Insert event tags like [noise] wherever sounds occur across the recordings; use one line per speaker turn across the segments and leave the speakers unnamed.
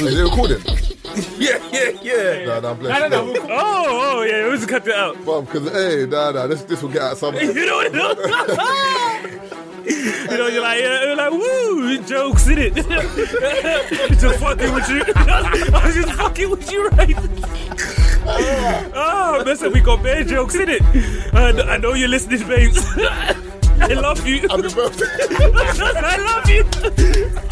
Was it recording?
Yeah, yeah, yeah.
Nah, nah,
No, no,
bless.
no.
No,
we'll call-
Oh, oh, yeah. We just cut that out. [laughs]
Bum, because, hey, nah, nah, this, this will get out some.
You
[laughs]
know what? you know, you're like, yeah, you're like, woo, jokes in it. [laughs] just fucking with you. [laughs] I was just fucking with you, right? oh, listen, we got bad jokes in it. I, I know you're listening, babes. [laughs] I love you.
Happy birthday.
[laughs] I love you.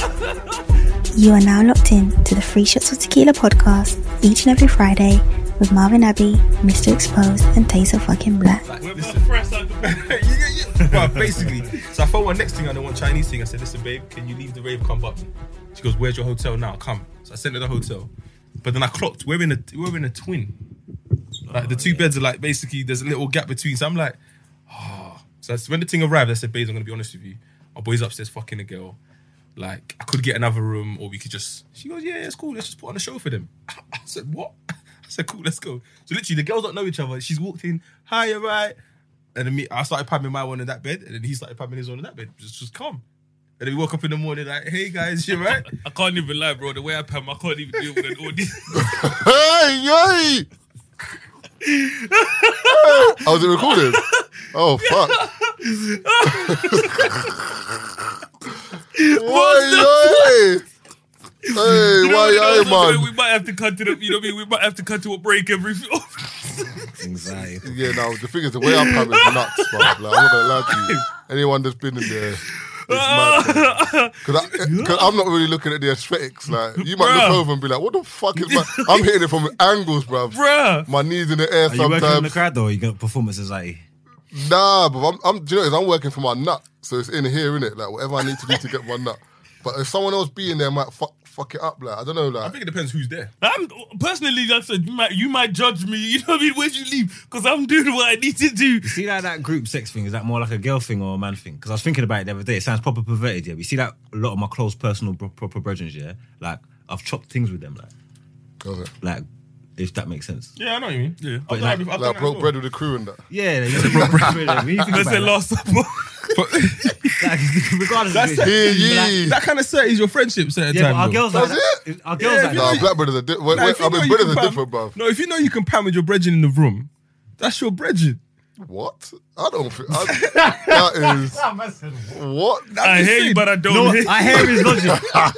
You are now locked in to the Free Shots of Tequila podcast each and every Friday with Marvin Abbey, Mr. Exposed, and Taser Fucking Black.
we'll
Listen.
press on the-
yeah, yeah, yeah. [laughs] But basically, so I phoned her next thing and I want Chinese thing. I said, listen, babe, can you leave the rave? Come back. She goes, where's your hotel now? Come. So I sent her the hotel. But then I clocked. We're in a we're in a twin. Like the two beds are like basically there's a little gap between. So I'm like, ah. So that's when the thing arrived, I said, babe, I'm gonna be honest with you. Our boy's upstairs fucking a girl. Like I could get another room, or we could just. She goes, yeah, it's cool. Let's just put on a show for them. [laughs] I said, what? [laughs] I said, cool, let's go. So literally, the girls don't know each other. She's walked in. Hi, you're right. And then me, I started pamming my one in that bed, and then he started pamming his one in that bed. Just, just calm. And then we woke up in the morning like, hey guys, you right?
[laughs] I can't even lie, bro. The way I pam, I can't even deal with an audience.
Hey, yay! I was it recording? Oh fuck! why yay? Hey,
You know
why
what,
yay,
you know, We
man?
might have to cut it up. You know what I mean? We might have to cut to a
[laughs]
break every.
oh,
Anxiety.
Yeah, no, the thing is, the way I'm having is nuts, bro. Like, I'm not gonna lie to you. Anyone that's been in there. Because eh, I'm not really looking at the aesthetics. Like you might
Bruh.
look over and be like, "What the fuck is?" My... I'm hitting it from angles, bruv.
Bruh.
My knees in the air
Are you working on the
sometimes.
crowd though? Or you got performance anxiety.
Nah, but I'm, I'm, do you know, what it is? I'm working for my nut, so it's in here, innit? Like whatever I need to do to get my nut. But if someone else be in there, I might fuck, fuck it up. Like I don't know,
[laughs] I
like
think it depends who's there.
I'm personally, like I said, you might, you might judge me. [laughs] You know what I mean? Where'd you leave? Because I'm doing what I need to do.
See that that group sex thing? Is that more like a girl thing or a man thing? Because I was thinking about it the other day. It sounds proper perverted. Yeah, we see that a lot of my close personal bro- proper brethren. Yeah, like I've chopped things with them. Like,
okay.
like if that makes sense.
Yeah, I know what you mean. Yeah, I've
But
done
like-
it before- I've done
like
that
broke
before.
bread with the crew and that.
Yeah, you said proper brethren. When you think
That's
about
the
it, like-
last supper.
like, [laughs] regardless.
That's
of it,
Hear
like-
ye.
[laughs] That kind of set is your friendship set. at
yeah, but
time,
our
though.
girls
That's
like that- Our girls
Yeah,
like
if you
that.
Nah,
you-
black brothers are different.
Nah, if you
I
know
mean,
you
brothers
can
are
pam-
different, bruv.
No, if you know you can pam with your brethren in the room, that's your brethren.
What? I don't. Think, I, that is what.
I hear you, but I don't.
No,
hear.
I hear his logic.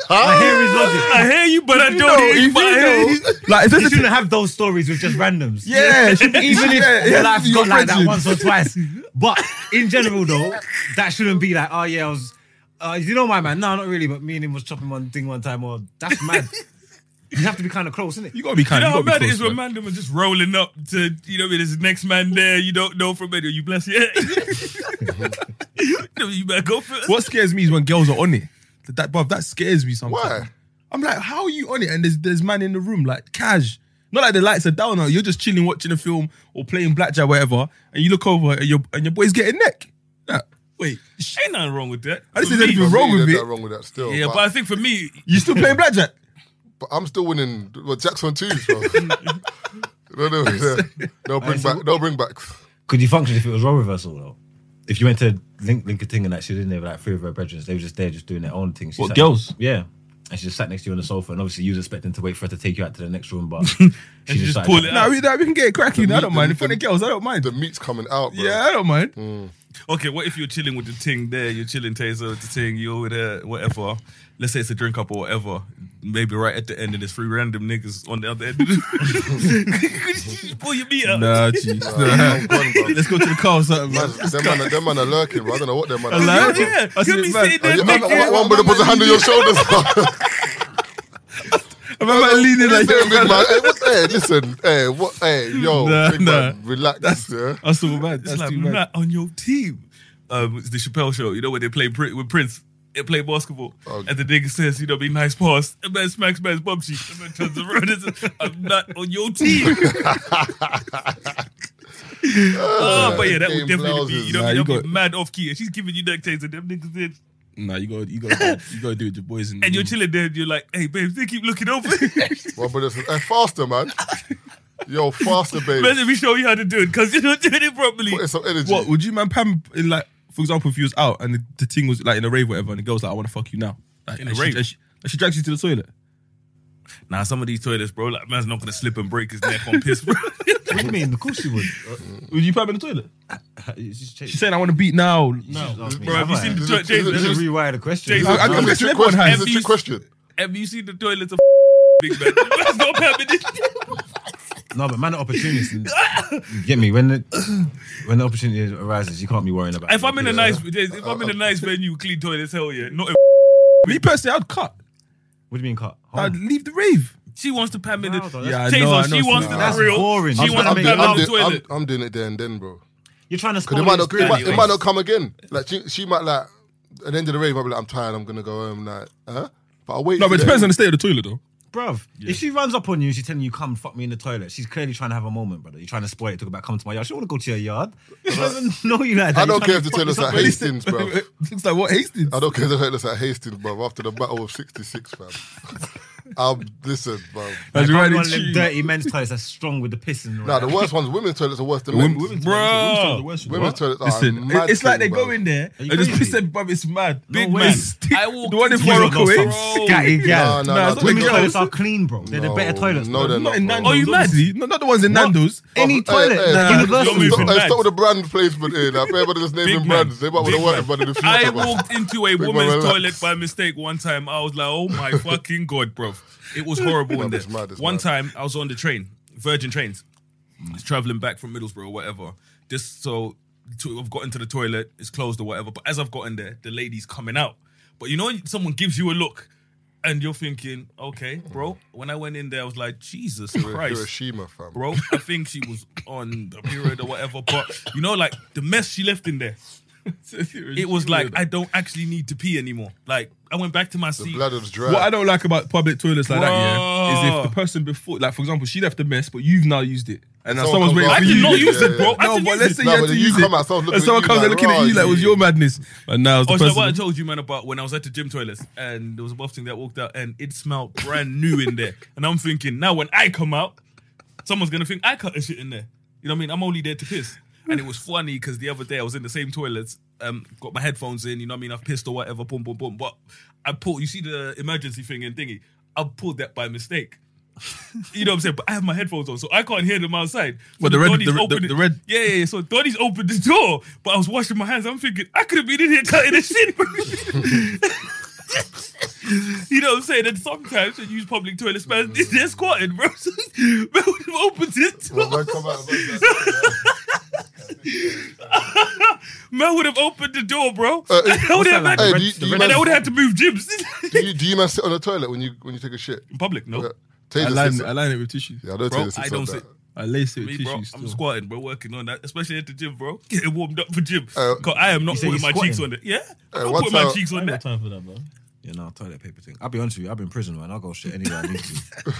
I hear
[laughs]
his logic.
I hear you, but I don't hear you. But I hear you.
like, if
You
there's a,
shouldn't have those stories with just randoms.
[laughs]
[laughs]
yeah,
even if
yeah,
your
yeah,
life
your
got like that
brethren.
once or twice. But in general, though, that shouldn't be like, oh yeah, I was. Uh, you know my man? No, not really. But me and him was chopping one thing one time. Or that's mad. you have to be kind of close, innit?
you gotta be
You
kind.
know how
gotta be
mad it
close,
is
man.
when Mandem are just rolling up to, you know, there's next man there, you don't know from it, or you bless [laughs] it. No, you [laughs] better go first.
What scares me is when girls are on it. That, that bruv, that scares me sometimes.
Why?
I'm like, how are you on it? And there's there's man in the room, like cash. Not like the lights are down, or you're just chilling, watching a film or playing blackjack, whatever. And you look over, and your and your boy's getting neck. Like, wait, sh-
Ain't nothing wrong with that.
I just
For
said
me-
you're wrong with
there's
it.
nothing wrong with that still.
Yeah, but I
but,
think for me,
you still playing blackjack?
but I'm still winning. Well, Jack's on twos,
[laughs]
bro. [laughs] no, no, yeah. no bring back, no bring backs.
Could you function if it was role reversal though? If you went to link link a thing and that she didn't have like three of her brethren, they were just there just doing their own thing. She
What,
sat-
girls?
Yeah. And she just sat next to you on the sofa, and obviously you was expecting to wait for her to take you out to the next room,
[laughs]
but she
just
started-
pull it
Nah, we, nah, we can get it cracking. I
meat- the
don't mind.
meat-
In front of girls, I don't mind.
The meat's coming out, bro. [laughs]
Yeah, I don't mind.
okay, what if you're chilling with the ting there, you're chilling Taser with the ting, you're with uh, whatever. Let's say it's a drink up or whatever. Maybe right at the end, and there's three random niggas on the other end. [laughs] Could you just pull your meat out?
[laughs] Nah, jeez.
I'm gone, bro.
[laughs] Let's go to the car or something, man. [laughs]
Man, them, man are, them man are lurking, bro. I don't know what them man are.
Alert?
Yeah,
doing, bro.
yeah.
I said
Could be
it's mad.
Oh,
sitting there
you-
naked.
one- one brother puts a hand on your shoulders.
[laughs]
bro. [laughs]
I'm about leaning like
Listen, big
that.
man. Hey, what, hey, listen. Hey, what? Hey, yo,
Nah,
big
nah.
man, relax. yeah.
That's so bad.
It's
That's
like
too bad.
not on your team. Um, it's the Chappelle show. You know when they play Pri- with Prince. They play basketball,
Oh.
and the nigga says, "You know, be nice pass." And man smacks man's bum cheek. And man turns around and says, "I'm not on your
[laughs]
team." oh, but yeah, that would
Game
definitely be.
blouses.
You know,
Nah,
you
you
be
got-
mad off key, and she's giving you neck taser. Them niggas did,
Nah, you got you got you got to do it with your boys. In the
and you're
room.
chilling there. and You're like, "Hey, babe, they keep looking
[laughs]
over." [laughs] Imagine
My brother says, hey, faster, man. Yo, faster, babe.
we show you how to do it because you're not doing it
[laughs]
properly.
Put in some energy.
What would you man pam in like for example if you was out and the, the thing was like in a rave or whatever and the girl's like I want to fuck you now like,
In
and
a
she-
rave?
and she- And she drags you to the toilet.
Now some of these toilets, bro, like man's not gonna slip and break his neck on
[laughs]
piss, bro.
What do you mean? Of course you would. Uh,
Would you put him in the toilet?
She's
She's saying, I want to beat now. No.
bro, have you seen the toilet?
This is-
Just
James,
rewire the question.
Jason,
I, I,
No,
I,
I'm
it's
just
a trick
one
question.
hand.
It's a trick question.
have you seen the toilets of [laughs] big man? Man's not permanent.
No, but man, are opportunists. and- you get me when the when the opportunity arises, you can't be worrying about.
If
it.
I'm in a nice, James, if I'm in a nice venue, clean toilets, hell yeah. Not if [laughs]
Me personally, I'd cut.
What do you mean cut?
I'd leave the rave.
she wants to permanent.
Wow, though, that's-
Yeah, I
Taser,
know, I know,
oh, she wants
nah.
the
That's
real.
boring.
She
I'm-
wants
I'm,
the
doing- I'm,
permanent
doing- I'm,
toilet.
I'm doing it there and then, bro.
You're trying to
Because
spoil
it might not,
his
it might, it
experience.
might not come again. Like she, she might like at the end of the rave, might be like, I'm tired, I'm gonna go home. Like, huh? But I wait.
No, but it depends on the state of the toilet, though.
Bruv, if she runs up on you and she's telling you, come fuck me in the toilet, she's clearly trying to have a moment, brother. You're trying to spoil it, talk about come to my yard. She don't want to go to your yard. She doesn't [laughs] know you like that.
I don't
You're trying
care if the
fuck
toilet's
this
at
up.
Hastings, bro.
[laughs] Looks like what Hastings.
I don't care if the toilet's at Hastings, bro. After the battle of '66, fam. [laughs] I'm listen, bro.
As
Like,
you
one
ride in
of them
tune.
dirty men's toilets that's strong with the piss and all
Nah,
that.
the worst ones, women's toilets are worse than
Women-
men's.
women's
Bro.
toilets are the worst, you know.
Women's toilets are a
Listen,
mad
it's like they
thing,
go
bro.
in there
Are you
and just
crazy?
piss them, bruv. It's mad.
No
Big
way.
man.
I walked
The one in
into your
Morocco, eh?
house. Bro.
Scatty
Nah,
gal.
nah, nah.
Nah, it's not
take it
Women's
girls.
off.
toilets are clean, bro. They're the
No,
better toilets.
no,
bro.
they're
Not
not,
in Nando's.
bro.
Oh, you mad?
obviously. Not, not the ones in
What?
Nando's.
Any
Hey,
toilet.
hey,
that's
hey,
universal.
you're moving
Stop, hey,
mad.
stop with the brand placement here. Like, everybody just naming
Big
brands.
man.
They might want to
Big
work,
man.
but in the future,
I
bro.
walked into a
[laughs] Big
woman's
man,
toilet
relax.
by mistake one time. I was like, oh
[laughs]
my fucking god, bro. It was horrible in
No,
there.
it's mad, it's
one
mad.
time I was on the train, Virgin Trains. It's traveling back from Middlesbrough or whatever. Just so to, I've gotten to the toilet, it's closed or whatever. But as I've gotten there, the lady's coming out. But you know, when someone gives you a look. And you're thinking, okay, bro. When I went in there, I was like, Jesus
You're a
Christ,
Hiroshima, fam.
bro. I think she was on the period or whatever. But you know, like the mess she left in there, it was like I don't actually need to pee anymore. Like I went back to my
The
seat.
bladder's dry.
What I don't like about public toilets like that, yeah, is
Bruh.
if the person before, like for example, she left the mess, but you've now used it, and now
Someone
someone's waiting
comes out.
for you.
I did not
use it, bro. I
No,
didn't
but
use
let's
it.
say
Nah,
you
but
had to
you
use
come
it,
out, someone's looking at
and someone
you
comes
like,
there looking at
"Rah,
you like, "Was
you."
your madness?" And now it's the
Oh, so what I
person.
told you, man, about when I was at the gym toilets and there was a bathroom that walked out and it smelled brand new in there. And I'm thinking, now when I come out, someone's gonna think I cut a shit in there. You know what I mean? I'm only there to piss. And it was funny because the other day I was in the same toilets, um, got my headphones in, you know what I mean? I've pissed or whatever, boom, boom, boom. But I pulled, you see the emergency thing and thingy. I pulled that by mistake. You know what I'm saying? But I have my headphones on, so I can't hear them outside. So
Well, the red-
Donnie's
the- the-
opened-
the red-
Yeah, yeah, yeah. So Donnie's opened the door, but I was washing my hands. I'm thinking, I could have been in here cutting a shit. [laughs] you know what I'm saying? And sometimes when you use public toilets, man,
Mm.
they're squatting, bro. [laughs] So, man, would have opened it.
Well, man, come out, man.
Man would have opened the door, bro.
Uh,
and [laughs] I would have had,
Hey, do you- do you
and I
man-
would have to move gyms. [laughs]
Do you, do you man sit on the toilet when you when you take a shit?
in public, no.
Yeah.
I
Taylor
line,
sits-
I line it with tissue.
Yeah, I know
Bro,
Taylor sits
I
on
don't
that.
sit.
I lace it with
Me,
tissue.
bro,
still.
I'm squatting, bro, working on that, especially at the gym, bro. [laughs] Getting warmed up for gym.
Uh,
'Cause I am not
said
putting
you're
my cheeks on
squatting?
it. Yeah, I'm
Uh,
not
what's
putting my
up?
cheeks on that.
time for that, bro.
Yeah, no, toilet paper thing. I'll be honest with you, I've been in prison, man. I'll go shit anywhere I need
[laughs]
to.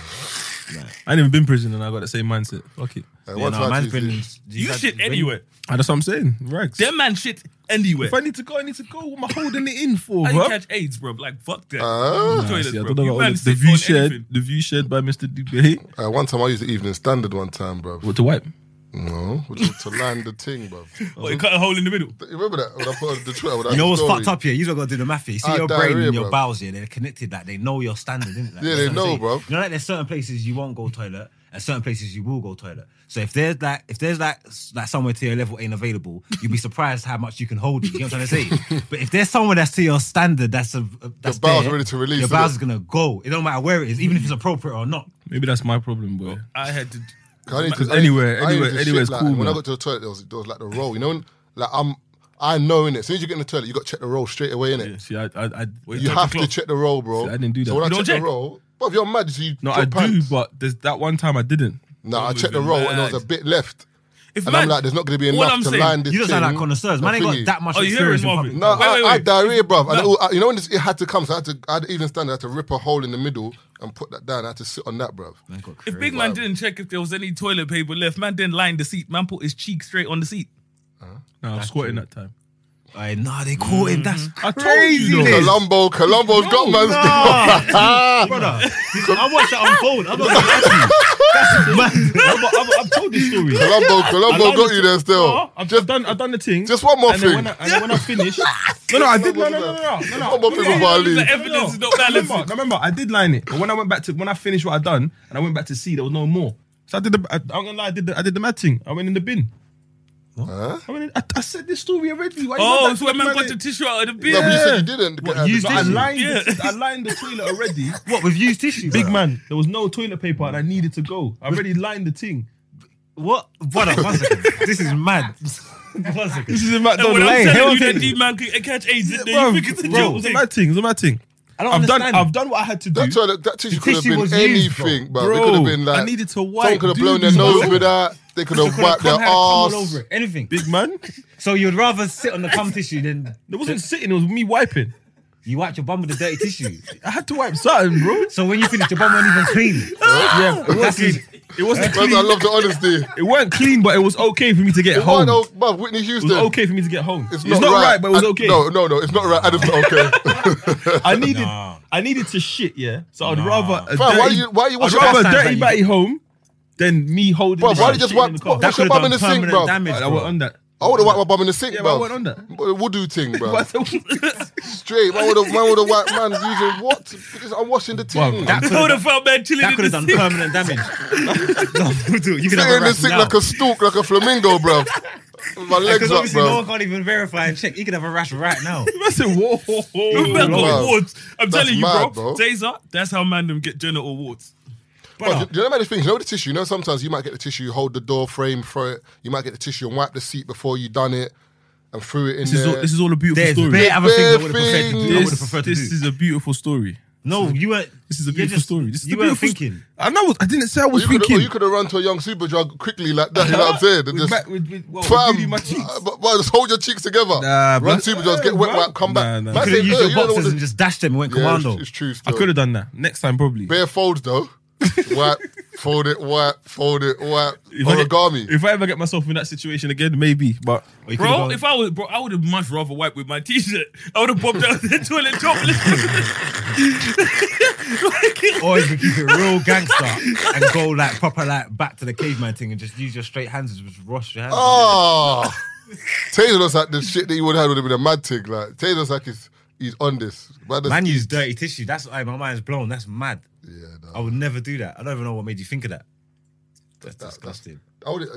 I ain't even been prison, and I got the same mindset. Fuck it.
Uh,
Yeah,
what's
no,
my cheese
man's been.
in?
You
had-
shit
when-
anywhere.
And that's what I'm saying. Rags.
Them man shit anywhere.
If I need to go, I need to go. What am I holding it in for,
How you
bro?
catch AIDS, bro? Like fuck that.
Uh,
You
Nah,
toilets,
see, I
bro.
don't know
You
about all
man
this. the
sit
view
on
shared,
anything.
the view shared by Mr. DB.
Uh, one time I used the Evening Standard. One time, bro.
What to wipe?
No, which was to land the thing, bro.
What, you cut a hole in the middle.
You remember that when I put on the Twitter? When I
You know what's
story?
fucked up here? You got to do the math here. You see
Ah,
your brain
diarrhea,
and your
bruv.
bowels here, they're connected. Like they know your standard, didn't they? Like,
Yeah,
that's
they
what I'm
know,
saying.
bruv.
You know, like there's certain places you won't go toilet, and certain places you will go toilet. So if there's that, if there's that, s- like somewhere to your level ain't available, you'd be surprised how much you can hold it. You know what I'm trying to
[laughs]
say? but if there's somewhere that's to your standard, that's a uh, that's
bowels
there,
ready to release, Mm.
Your
isn't
bowels
it?
is gonna go. It don't matter where it is, even if it's appropriate or not.
Maybe that's my problem, bro.
I had to.
I need to,
Because anywhere-
I need- I need
anywhere-
to shit,
anywhere's
like,
cool,
When I
man.
got to the toilet, there was, there was like the roll. You know, when, like I'm, I know in it. As soon as you get in the toilet, you got to check the roll straight away in it.
See, I, I, I
You
check the
have to
clock.
check the roll, bro.
See, I didn't do that.
So when I
You don't
check,
check?
the roll, but if you're mad, you
no,
drop
I do,
pants.
but there's that one time I didn't.
Nah, I
That
checked the
would've
roll
been
and there was a
mad.
bit left.
If
And
man,
I'm like, there's not going to be
all
enough
I'm
to
saying-
line this
You just sound
thing,
like connoisseurs.
the
Man ain't
thingy.
got that much
Oh, you hear it,
experience in
Marvin?
public.
No,
Wait,
I,
wait,
I
wait.
had diarrhea, bruv. And
No.
it, all- I- you know when this, it had to come, so I had to, I had to even stand there, I had to rip a hole in the middle and put that down. I had to sit on that, bruv.
If Big Man didn't check if there was any toilet paper left, man didn't line the seat. Man put his cheek straight on the seat.
No, I was squatting that time.
Aye, nah, they caught him. That's
I told you,
Crazy
though.
this.
Colombo, Colombo's got man's
Brother, I watched that unfold. I'm not gonna lie to you.
No, but I've, I've told this
[laughs]
story.
Colombo, Colombo
[laughs] I
got you there still.
No, I've
Just,
done. I've done the thing.
just one more
and then
thing.
when I, and then when I finished,
[laughs]
no, no, I did. No, no, no, no, no, no.
One more thing before I leave.
No,
Evidence is not
no,
balanced.
Remember, no, remember, I did line it, but when I went back to when I finished what I done and I went back to see, there was no more. So I did. The, I, I'm gonna lie, I did. The, I did the mad thing. I went in the bin.
Huh?
I went. In, I, I said this story already. Why you
Oh,
want
so
that
when man got
man
the
in?
tissue out of the bin.
No, but you
Yeah.
said you didn't.
What, use
I
tissue?
lined.
Yeah.
The, I lined the
[laughs]
toilet already.
What with used tissues?
Big man, there was no toilet paper and I needed to go. I already lined the thing.
What? Brother, one second. This is mad. one second.
This is a
And
McDonald's.
when I'm telling
Lane, hell
you that
thing.
D man can catch AIDS, then
Bro,
you think it's a
bro, it
joke.
was a mad thing. It was a mad thing.
I don't
I've done.
understand.
I've done what I had to do.
That, toilet, that tissue could have
tissue
been
was used, bro.
anything, bro. It could have been like
I needed to wipe.
someone could have blown their
doobies,
nose
bro.
with that. They could have
Could've
wiped their
come here, come all
ass.
over it, Anything.
Big man,
So you'd rather sit on the cum tissue than
it wasn't sitting. It was me wiping.
you wiped your bum with the dirty tissue.
I had to wipe something, bro.
So when you finish, your bum wasn't even clean.
yeah, it wasn't clean. It wasn't
Brother, I
clean.
love the honesty.
It weren't clean, but it was okay for me to get
It
home.
wasn't
It
o- bruv, Whitney Houston.
was okay for me to get home. It's not, right. but it was
I-
okay.
No, no, no. It's not right. And it's not
[laughs]
okay.
I needed,
Nah.
I needed to shit. Yeah, so I'd
Nah.
rather a
Fam,
dirty,
why you? Why you?
I'd
What's your
rather a
That sounds
dirty
like
batty home than me holding.
Bro,
this
why
and
you just
shitting
wipe-
in the car.
what-
That
Wash your
could
bum
have
in
done
the sink,
permanent
bro.
damage.
I went
Bro.
[laughs] on that.
I would have wiped my bum in the sink,
Yeah,
bro.
I went on that.
Voodoo thing,
[laughs]
bro.
But-
Straight. Man would have. Man would have wiped. Man using what? I'm washing the
Bro,
thing.
that
Sitting
[laughs]
could
I would
have
have found man chilling
that
in the
could have done
sink. [laughs]
permanent damage. no, dude, you could have
in the
a
sink
rash
like a
now.
stalk, like a flamingo, bro. My legs
[laughs]
Because
up,
obviously no one
bro.
can't even verify and check. You could have a rash right now.
I said, whoa, whoa, whoa.
Man got
Bro,
warts. I'm
that's
telling you,
mad, bro.
bro. Taser, that's how man them get genital warts.
Bro, do, do you know about the things? You know the tissue. You know sometimes you might get the tissue, you hold the door frame, throw it. You might get the tissue and wipe the seat before you done it, and threw it in
This is,
there.
all, this is all a beautiful
There's
story.
bare other things I would have
Bare
preferred to do. I would have
this
preferred to
this
do.
is a beautiful story.
No, you weren't.
This is a
you're
beautiful
just-
story. This is
you
a
weren't
beautiful
thinking.
sto- I know. I didn't say I was
you could
thinking.
have, you could have run to a young superdrug quickly like
[laughs]
that. You know what I'm saying?
With
Just,
ma- with- with- well, with
Fam,
beauty in my cheeks.
uh, but, but just hold your cheeks together.
Nah,
Run
bruv.
super drugs, get wet
Nah,
wipe, come back.
nah, nah.
Man
Could have
said,
used
"Ugh,
your
you don't know
boxes
what
and just dashed them and went
the-" Yeah, it's-
commando.
It's, true.
I
Still.
could have done that next time, probably.
bare folds
[laughs]
though. wipe, fold it, wipe, fold it, wipe.
If I get-
Origami.
if I ever get myself in that situation again, maybe. But
Bro, if I was, bro, I would have much rather wiped with my t-shirt. I would have popped out [laughs] the toilet chocolate.
[laughs] Or you could keep it
[laughs]
real gangster and go like proper like back to the caveman thing and just use your straight hands and just wash your hands.
Oh, [laughs] Taylor looks like the shit that he would have had would have been a mad tick. Like Taylor looks like he's he's on this. Man,
Man used dirty tissue. That's I, my mind's blown. That's mad.
Yeah, no.
I would never do that. I don't even know what made you think of that. That's disgusting.
I uh, would.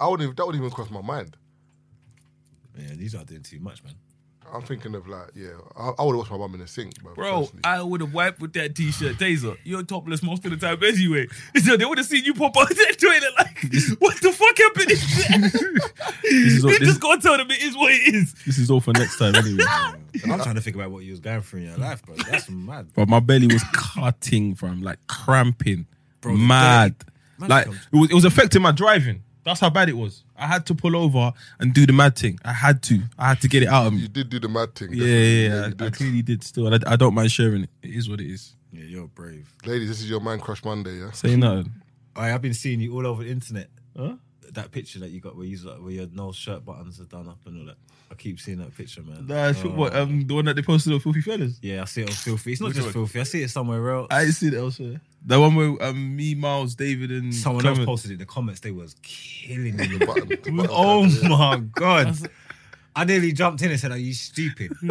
I would. That wouldn't even cross my mind.
yeah, these are doing too much, man.
I'm thinking of like, yeah, I, I would have washed my bum in the sink, bro.
Bro,
personally.
I would have wiped with that t-shirt. Taser, you're topless most of the time anyway. [laughs] So they would have seen you pop out [laughs] that toilet like, what the fuck
[laughs]
happened? [laughs]
this is all,
you
this,
just gonna tell them it is what it is.
this is all for next time, [laughs] anyway.
I'm trying to think about what you was going through in your life, bro.
[laughs]
That's mad.
but my belly was cutting from like cramping,
Bro, the
mad.
Man,
like
come-
it was, it was affecting my driving. That's how bad it was. I had to pull over and do the mad thing. I had to. I had to get it out of me.
you did do the mad thing.
Yeah,
definitely.
yeah, yeah.
you
I, I
did.
clearly did still. And I, I don't mind sharing it. It is what it is.
Yeah, you're brave.
Ladies, this is your man crush Monday. Yeah,
Say nothing.
All right, I've been seeing you all over the internet.
Huh?
That picture that you got where you like, where your no shirt buttons are done up and all that. I keep seeing that picture, man.
Nah, it's
Oh.
what, um, the one that they posted on Filthy Fellas.
Yeah, I see it on filthy. It's not
Which
just
one?
filthy. I see it somewhere else.
I didn't see it elsewhere. The one where um, me, Miles, David, and
Someone else
Clement-
posted it. The comments they was killing me.
button, the button
[laughs] oh
kind of-
my god! I nearly jumped in and said, "Are you stupid?" and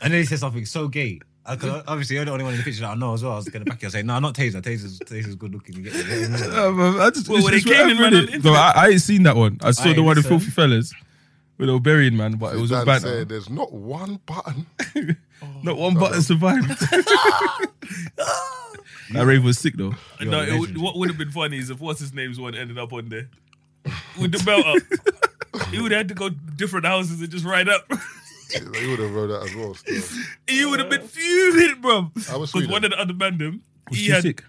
then he said something so gay. I, 'cause obviously, you're the only one in the picture that I know as well. I was going to back you. I say, "No, not Taser. Taser's, Taser's good looking." You get it.
Yeah, man, Um, I just,
Well,
it's
when they
just
came in, man,
whatever, innit?
on Instagram.
No, I, I ain't seen that one. I saw
Aye,
the one with
listen.
Filthy Fellas, where they were buried, man, but it was all
Dan
bad.
said, There's not one
[laughs]
button.
Not one
[laughs]
button survived. [laughs] that rave was sick, though.
no, it would, what would have been funny is if what's his name's one ended up on there with the belt up. he would have had to go different houses and just ride up. [laughs]
you would have wrote that as well.
[laughs]
Still.
he would have been fuming, bro.
I was
Because
Sweden.
one of the other man them,
Was
he
too
had
sick.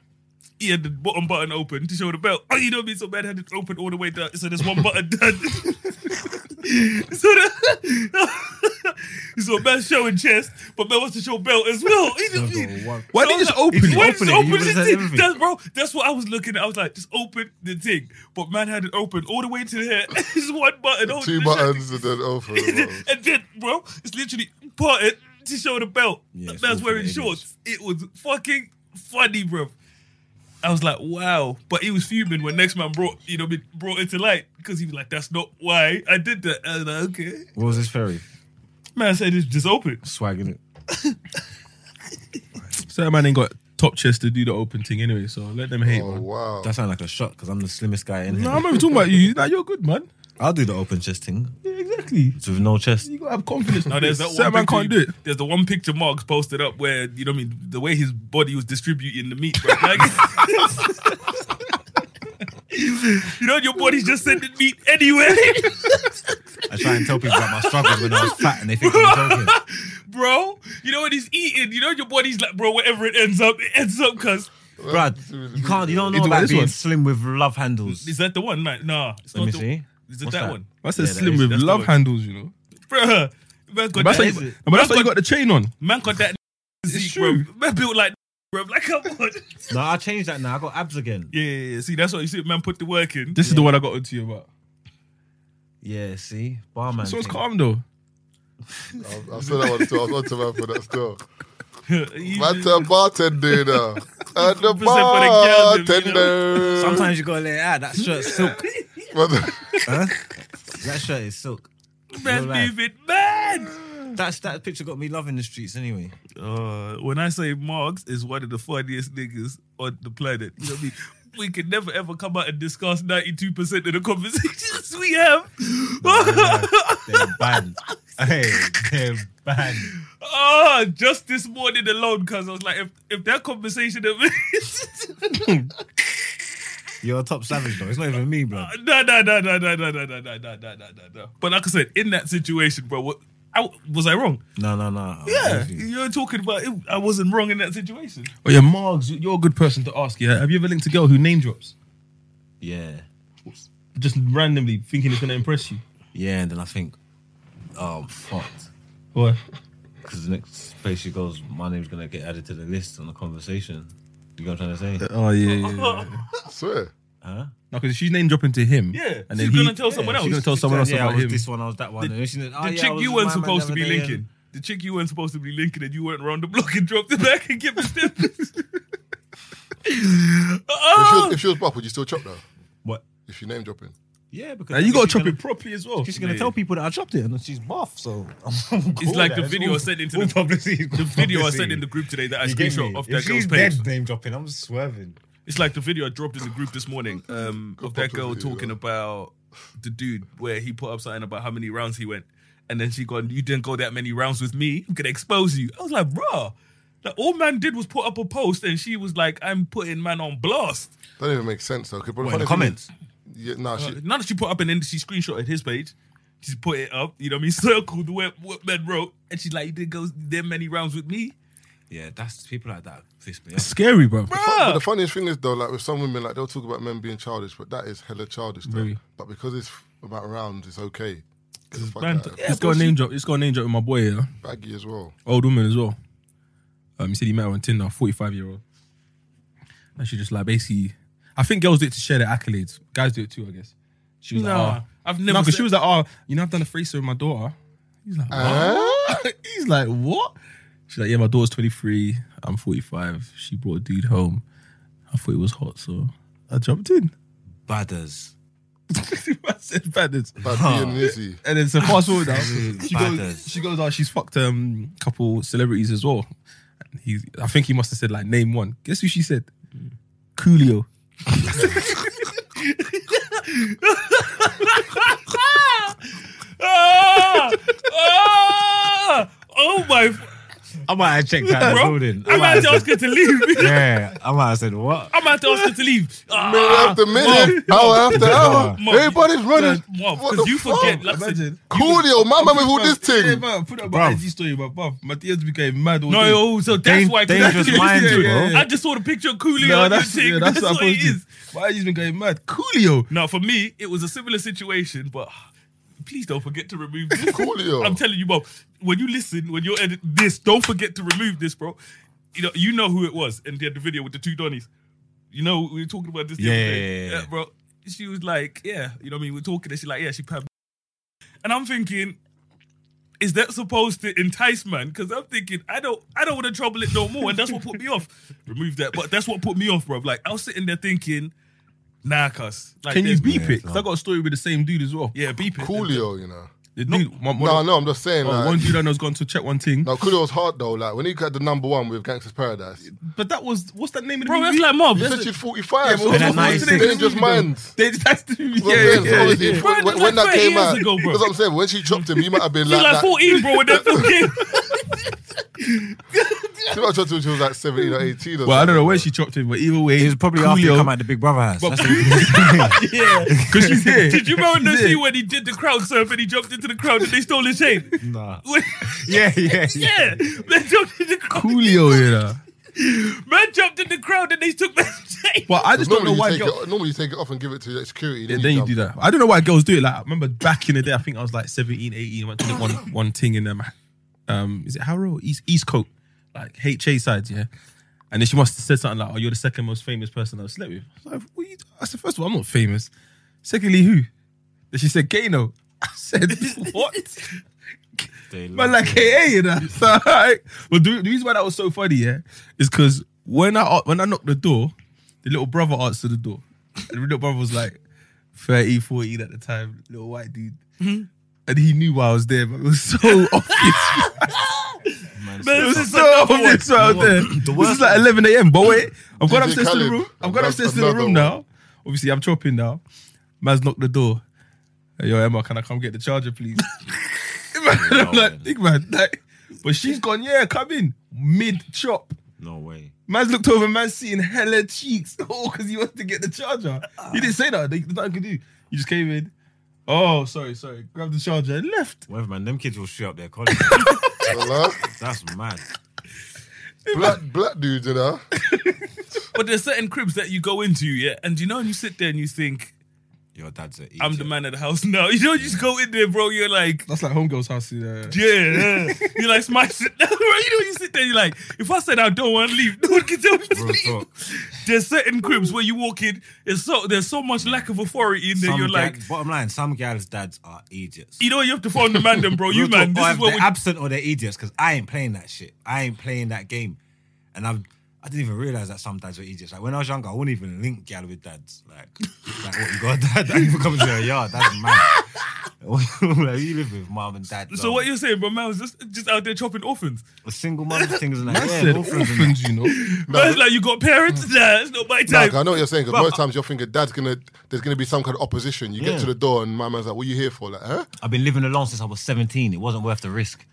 he had the bottom button open to show the belt. Oh, you know me, so man had it open all the way down. So there's one button done. [laughs] so the [laughs] so man showing chest, but man wants to show belt as well. He just- he-
Why did you just open
If
it?
you
Why
open
just
it,
open
you would've
the
said
thing?
everything.
That's, bro, that's what I was looking at. I was like, just open the thing. But man had it open all the way to [laughs] here. It's one button. holding
Two
the
buttons and then oh, for
shirt.
[laughs]
the
[laughs] and then, bro, it's literally parted to show the belt.
Yeah,
That
it's
man's
all for the
wearing
image.
shorts. It was fucking funny, bro. I was like, wow. But he was fuming when next man brought, you know, brought it to light because he was like, that's not why I did that. I was like, okay.
[laughs] What was this ferry?
Man said it's just open.
Swagging it.
Certain man ain't got top chest to do the open thing anyway, so let them hate,
Oh
man.
wow.
That sounds like a shot because I'm the slimmest guy in here.
No, I'm not even talking about you. Nah, you're good, man.
I'll do the open chest thing.
Yeah, exactly.
It's with no chest.
You gotta have confidence.
Now there's that one
Certain man
picture
can't do it.
you- There's the one picture Marks posted up where you know what I mean the way his body was distributing the meat. Right? Like, [laughs] you know your body's just sending meat anywhere, [laughs]
I try and tell people about my struggle when I was fat and they think I'm joking.
bro. You know when he's eating, you know your body's like, bro, wherever it ends up, it ends up. Cause
Brad,
[laughs]
you can't. You don't know
Either way,
about
this
being
one.
slim with love handles.
is that the one, man? Nah, it's
Let me
not the,
see.
Is it
What's
that,
that?
one,
That's a
Yeah, that
slim
is-
with
that's the
love
one.
handles, you know.
bro? [laughs] Man got
That's why
that.
you, but that's why you got the chain on.
[laughs] man got that. physique,
true.
Bro. Man built like, [laughs] bro. Like come on.
No, I changed that now. I got abs again.
yeah, yeah, yeah. See, that's what you see. Man put the work in. [laughs]
This is the one I got onto you about.
Yeah, see, barman.
This one's
thing.
calm though.
I, I saw that one too. I was on to man for that still.
He-
Man to
[laughs]
bartender, you know. At the
for the girls,
bartender.
you know.
Sometimes you gotta let it out. That shirt's silk. huh? That shirt is silk.
Man's
Real life.
moving mad.
That's that picture got me loving the streets anyway.
Uh, when I say Marx is one of the funniest niggas on the planet, you know what I mean? We can never ever come out and discuss 92% of the conversations we have.
They're banned. hey, they're banned.
Ah, just this morning alone, because I was like, if, if that conversation of [laughs]
You're a top savage though. It's not even me, bro.
No, no, no, no, no, no, no, no, no, no, no, no, no. But like I said, in that situation, bro, what, I, was I wrong?
No, no, no.
Yeah, you're talking about it, I wasn't wrong in that situation.
Oh yeah, Margs, you- you're a good person to ask. Yeah, have you ever linked a girl who name drops
Yeah.
just randomly, thinking it's gonna impress you?
Yeah, and then I think, oh, I'm fucked.
What?
Because the next place she goes, my name's going to get added to the list on the conversation. You know what I'm trying to say?
Oh yeah, yeah, yeah.
I swear.
Huh?
[laughs] no, because she's name dropping to him.
Yeah,
and
she's
then he,
gonna tell someone
yeah,
else.
She's gonna tell someone else
yeah, I
about
was
him.
this one, I was that one. The, and she said, oh,
The
yeah,
chick
I was
you
with
weren't
my man
supposed to
the
be
other day, and-
linking. The chick you weren't supposed to be linking, and you weren't round the block and dropped it back and give it to
If she,
Oh,
was, if she was buff, would you still chop though?
What?
If you name dropping.
Yeah, because
Now, you gotta
she's
chop
gonna-
it properly as well.
She's gonna
Yeah.
tell people that I chopped it, and she's buff, so I'm cool
[laughs] it's like
with
the
that.
video I
all-
sent into
all [laughs]
the,
publicity.
the video I sent in the group today that I
You get me?
screenshot of
If
that
she's
girl's page.
dead name dropping, I'm swerving.
It's like the video I dropped in the group this morning um, of that girl
possibility,
talking
yeah.
about the dude where he put up something about how many rounds he went. And then she gone, You didn't go that many rounds with me. I'm going to expose you. I was like, Bruh, that all man did was put up a post and she was like, I'm putting man on blast.
That doesn't even make sense though. 'cause
What, in the
funny thing
comments?
is- Yeah, nah, she,
Uh, Now that she put up an end, she screenshotted his page. She put it up, you know what I mean? [laughs] Circled what, what man wrote. And she's like, You didn't go that many rounds with me.
Yeah, that's people like that piss me
It's scary, bro.
But the
Bruh.
funniest thing is though, like with some women, like they'll talk about men being childish, but that is hella childish. Though.
Very.
But because it's about rounds, it's okay. Get the fuck out of it.
It's got a name drop. It's got a name drop with my boy. Yeah,
baggy as well.
old woman as well. Um, he said he met her on Tinder, forty-five year old, and she just like basically. I think girls do it to share their accolades. Guys do it too, I guess. She was
Nah,
like, oh.
I've
No,
never.
because
said-
she was like, "Oh, you know, I've done a threesome with my daughter." He's like, "What?" [laughs] "He's like, what?" She's like, "Yeah, my daughter's 23. I'm 45. She brought a dude home. I thought it was hot, so I jumped in." [laughs]
Badders.
I said, "Badness."
Bad being Lizzy.
And then so fast forward now, she goes,
Badders.
she goes, "Oh, she's fucked um couple celebrities as well." And he, I think he must have said like name one. Guess who she said? Coolio.
[laughs] Ah! Ah! Oh my.
I might have checked out the
Bro,
building.
I'm
might
about
have
to ask
said-
her to leave.
[laughs] Yeah, I might have said what?
I'm about to ask her to leave.
Minute
Ah,
after minute, hour after hour,
Mom,
everybody's running.
Mom,
What
because
the
you
fuck?
forget. Like, I said,
Coolio, my man with all this
Yeah,
thing.
man, put it up my
Bruv.
IG story, but bruv, my DMs be going mad all
no,
day.
yo, so that's
Dan-
why. 'cause [laughs]
dangerous
that's-
minds, bro.
I just saw the picture of Coolio
No,
on your
that's,
thing.
yeah,
that's,
that's, what
what it
I
is.
posted. My IG's been going mad. Coolio.
Now, for me, it was a similar situation, but please don't forget to remove this.
Coolio.
I'm telling you, bro. When you listen, when you edit this, don't forget to remove this, bro. You know, you know who it was, and they had the video with the two Donnies. You know, we were talking about this. The other
Yeah,
day. Uh,
yeah, yeah, yeah.
bro. She was like, yeah, you know what I mean? We're talking, and she's like, yeah, she. pab- And I'm thinking, is that supposed to entice man? Because I'm thinking, I don't, I don't want to trouble it no more, and that's what put me [laughs] off. Remove that, but that's what put me off, bro. Like I was sitting there thinking, nah, cuz. Like,
Can you
there's-
beep it? 'Cause I got a story with the same dude as well.
Yeah, beep it.
Coolio, you know.
The dude, my- one-
No, no, I'm just saying.
oh,
like,
one dude I know's gone to check one thing.
now Coolio's hard though. Like when he got the number one with Gangsta's Paradise,
But that was what's that name of the
Bro, that's
movie?
like mob.
you
That's
said
like-
you're 45.
but
so
what's
it's
the name of the movie,
Dangerous
though?
Minds.
They- That's the movie.
Well,
Yeah,
then,
yeah,
obviously,
yeah.
when-
Bro, that's
when
like
that
30
came
years
out,
ago, bro.
that's what I'm saying. When she dropped him, he might have
[laughs]
been
She's
like,
like
that.
14, bro, with
[laughs]
that fucking.
She might have dropped him when she was like 17 or 18. Or
Well, I don't know
something.
where she chopped him, but either way,
He was probably after he come out the Big Brother house. That's
because she's here.
[laughs] Did you remember the scene when he did the crowd surf and he jumped into the crowd and they stole his chain?
nah.
Yeah, yeah,
[laughs] yeah, man jumped in the crowd.
Coolio, you know.
Man jumped in the crowd and they took [laughs] man's chain.
But I just don't know
Normally, you
why.
take
Girl-
it, normally you take it off and give it to your security.
yeah,
Then,
then you
jump.
do that. I don't know why girls do it. Like, I remember back in the day, I think I was like 17, 18. I went to the one one thing in um, um, is it Harrow? East East Coast, like HA sides, yeah. And then she must have said something like, "Oh, you're the second most famous person I've slept with." I was like, what you, I said, first of all, I'm not famous. Secondly, who? Then she said, "Gano." [laughs] I said, "What?"
[laughs]
But like, hey, you know. [laughs] So, alright. But the, the reason why that was so funny, yeah, is because when I when I knocked the door, the little brother answered the door. And the little brother was like 30, 14 at the time, little white dude. And he knew why I was there, but it was so [laughs] obvious. It
Man,
was
this is
so
another one.
obvious why I was there. This is like 11 a.m. But wait, I've gone
DJ
upstairs to the
Khaled.
room. I've gone
That's
upstairs to the
another one.
room now. Obviously, I'm chopping now. Man's knocked the door. Hey, Yo, Emma, can I come get the charger, please? I'm like, big man. Like, but she's gone, yeah, come in. Mid chop.
No way.
Man's looked over, man's seeing hella cheeks. [laughs] Oh, because he wants to get the charger. He didn't say that. They- There's nothing could do. You just came in. Oh, sorry, sorry. Grabbed the charger and left.
Whatever, man. Them kids will shoot up their college. [laughs]
Hello?
[laughs]
That's mad.
black, black dudes, you know.
But there's certain cribs that you go into, yeah, and you know, and you sit there and you think,
Your dad's an
I'm the man of the house now. [laughs] You know, you just go in there, bro, you're like,
That's like homegirl's house. uh, You know.
yeah, [laughs] yeah. you're like, smash it. [laughs] bro, you know, you sit there, you're like, if I said I don't want to leave, no one can tell me to
Real
leave.
talk.
There's certain cribs where you walk in, there's so, there's so much lack of authority in there,
Some
you're
gal-
like,
bottom line, some gals' dads are idiots.
you know, you have to phone the man, then, bro, you
Real talk,
man,
or
this is
if
what
they're
we
absent or they're idiots because I ain't playing that shit. I ain't playing that game, and I'm. I didn't even realize that some dads were idiots. Like when I was younger, I wouldn't even link gal with dads. Like, [laughs] like what you got a dad? [laughs] I even come to your yard. That's mad. [laughs] like, you live with mum and dad.
So what you're saying, bro, man was just just out there chopping orphans.
a single mother's things and
I
like, yeah,
said
orphans and
orphans, [laughs] you know.
man, it's like you got parents. Nah, it's not my
Mm. Nah,
time.
'cause I know what you're saying because most times you're thinking dad's gonna there's gonna be some kind of opposition. You
Yeah.
get to the door and my man's like, "What you here for?" Like, huh?
I've been living alone since I was 17. It wasn't worth the risk.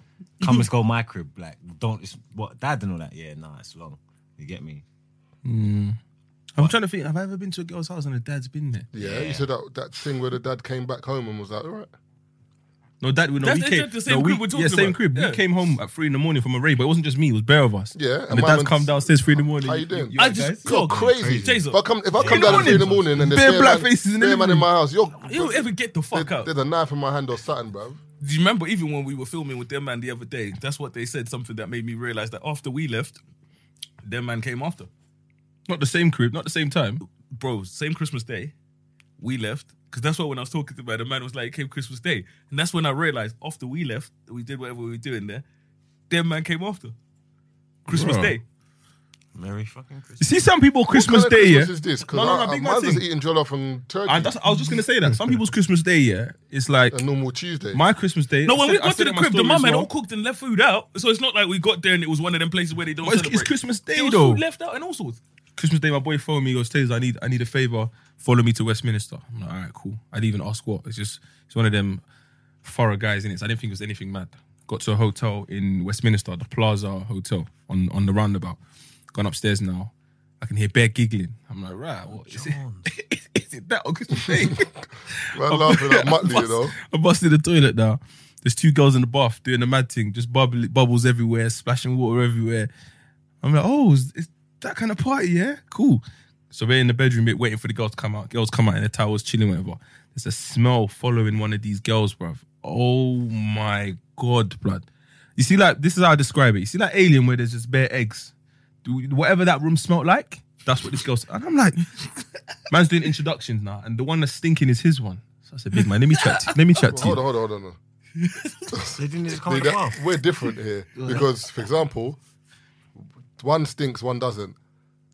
Come and go my crib. Like, don't, it's what, dad and all that. Yeah, nah, it's long. You get me?
I'm trying to think. Have I ever been to a girl's house and her dad's been there?
Yeah, you said that that thing where the dad came back home and was like, "All right."
No, dad. No,
That's-
we
that's
came.
just the same
no,
crib
we,
we're talking
yeah, same
about.
crib.
Yeah.
We came home at three in the morning from a raid, but it wasn't just me. It was bare of us.
Yeah,
and the
my
dad's
man's-
come downstairs three in the morning.
How you doing?
all
I
right,
just
guys?
You're
God,
crazy.
Jason.
If I come, if I come
the
down at three in the
morning.
morning and there's
Bare
bare
black
man-
faces in the
bare man in
living
my house, you're
You don't ever get the fuck out.
there's a knife in my hand or something, bro.
Do you remember even when we were filming with them man the other day? That's what they said. Something that made me realize that after we left, them man came after.
Not the same crib. Not the same time.
Bro, same Christmas day, we left. Because that's what when I was talking to man, the man was like, it came Christmas Day. And that's when I realized after we left, we did whatever we were doing there, them man came after. Christmas
Bruh.
Day.
Merry fucking Christmas.
You see, some people Christmas
what kind
Day.
of
yeah.
Christmas is this? Because
No, no, no,
I, I,
big man
mine's just
thing.
eating jollof and turkey.
I, that's, I was just gonna say that some people's Christmas Day, yeah, it's like
a normal Tuesday.
my Christmas Day.
No,
I
when
said-
we
I
got
said
to the
in my
crib, the
story
mum
as
had
well.
all cooked and left food out. So it's not like we got there and it was one of them places where they don't
But it's,
celebrate.
it's Christmas
It
Day
was
though.
food left out and all sorts.
Christmas Day, my boy phoned me. He goes, "Taser, I need, I need a favor. Follow me to Westminster." I'm like, "All right, cool." I didn't even ask what. It's just, it's one of them thorough guys in it. So I didn't think it was anything mad. Got to a hotel in Westminster, the Plaza Hotel on on the roundabout. Gone upstairs now. I can hear bear giggling. I'm like, right, what is it? [laughs] Is it that on Christmas Day? [laughs]
man, laughing at Muttley, you
bust-
know.
I busted the toilet now. There's two girls in the bath doing the mad thing, just bubble, bubbles everywhere, splashing water everywhere. I'm like, oh, is, is that kind of party, yeah? Cool. So we're in the bedroom bit waiting for the girls to come out. Girls come out in the towels, chilling, whatever. There's a smell following one of these girls, bruv. Oh my God, blood. You see, like, this is how I describe it. You see, like, Alien, where there's just bare eggs. Do- Whatever that room smelled like, that's what this girl's. And I'm like, [laughs] man's doing introductions now, and the one that's stinking is his one. So I said, big man, let me chat to you. Let me chat to you.
Hold on, hold on, hold on.
They didn't just come
See,
at
that-
the bath.
we're different here because, for example, one stinks, one doesn't.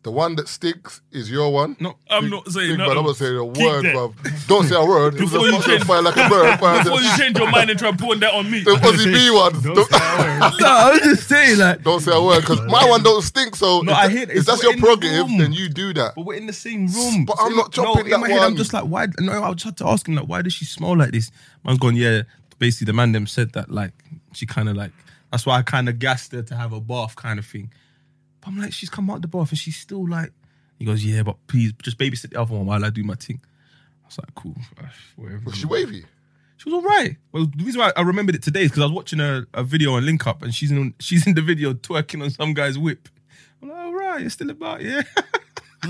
The one that stinks is your one.
No,
I'm not
Big
saying
man,
nothing.
I'm not saying a
Keep
word,
that.
bruv. Don't say a word. It was a
Before you
fucking
change-
fire like a bird. fire
Before you
the-
change your [laughs] mind and try putting
[laughs]
that on me.
The Aussie B one. Don't- [laughs]
I'm just saying like.
Don't say a word because my one don't stink. So
No,
if,
I
that-
hear-
if
it's
that's
what
your
in the
prerogative,
room.
then you do that.
But we're in the same room.
But I'm not chopping
no,
that
in my head,
one.
I'm just like, why? No, I was trying to ask him like, why does she smell like this? Man's gone. Yeah, basically the man them said that like she kind of like that's why I kind of gassed her to have a bath kind of thing. But I'm like, she's come out the bath and she's still like. He goes, yeah, but please just babysit the other one while I do my thing. I was like, cool, whatever.
Was she wavy?
She was all right. Well, the reason why I remembered it today is because I was watching a, a video on Link Up and she's in [laughs] she's in the video twerking on some guy's whip. I'm like, all right, you're still
[laughs]
about, yeah.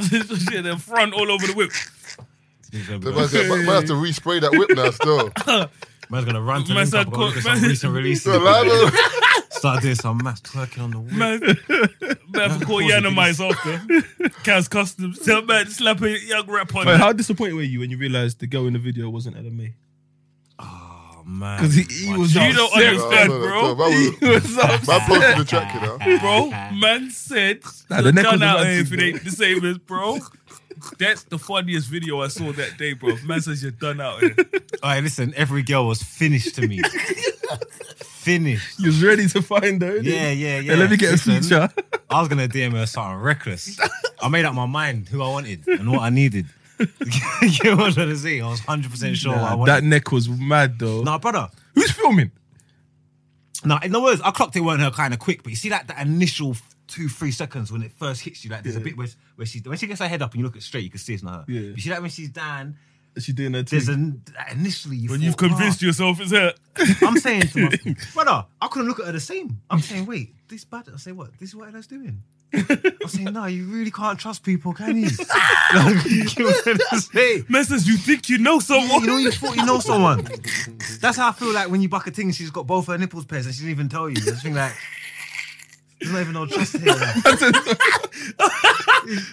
yeah, the front all over the whip.
The man said, "Man, I have to respray that whip now still.
Man's gonna run to
Man
Link
said
Up, go look at
call-
some
man-
recent releases.
So, like, uh,
Start doing some mass twerking on the
[laughs]
wall.
Man, man, for call Yana mice after. Kaz Customs. Tell man, slap a young rap on
But
that.
how disappointed were you when you realised the girl in the video wasn't LMA?
Oh
[laughs]
man,
Because he, he
My
was
God.
You
[laughs]
don't
upset.
no,
understand,
no, no,
bro.
no, man was-
He
[laughs]
was
Man
[laughs] upset.
posted the track, you know.
Bro, man said,
Nah, the
the
neck was
done out
about
here
to
if it
go.
ain't the same as, bro. That's the funniest video I saw that day, bro. Man says you're done out
[laughs]
here.
All right, listen. Every girl was finished to me. finished.
He was ready to find her. innit?
Yeah, yeah, yeah.
Hey, let me get
Listen,
a feature.
I was gonna DM her something reckless. I made up my mind who I wanted and what I needed. [laughs] you know what I'm trying to say? I was 100 percent sure what I
Nah,
wanted.
that neck was mad though.
Nah, brother.
Who's filming?
Nah, in other words, I clocked it weren't her kind of quick, but you see that that initial two, three seconds when it first hits you, like there's a bit where, where she when she gets her head up and you look at it straight, you can see it's not her.
Yeah.
You see that when she's down,
She doing her
there's
thing.
an initially you
When
thought, "Ah,
you've convinced
"Rah."
yourself it's her.
I'm saying to myself, brother, I couldn't look at her the same. I'm saying, wait, this bad. I say, what? This is what Ella's doing. I'm saying, no, you really can't trust people, can you? [laughs] Like, you know what I'm saying?
Man says you think you know
You
someone.
know, you thought you know someone.
[laughs]
That's how I feel like when you buck a thing, she's got both her nipples pierced and she didn't even tell you. I just think like, there's not even no trust
[laughs]
here. Like. [laughs]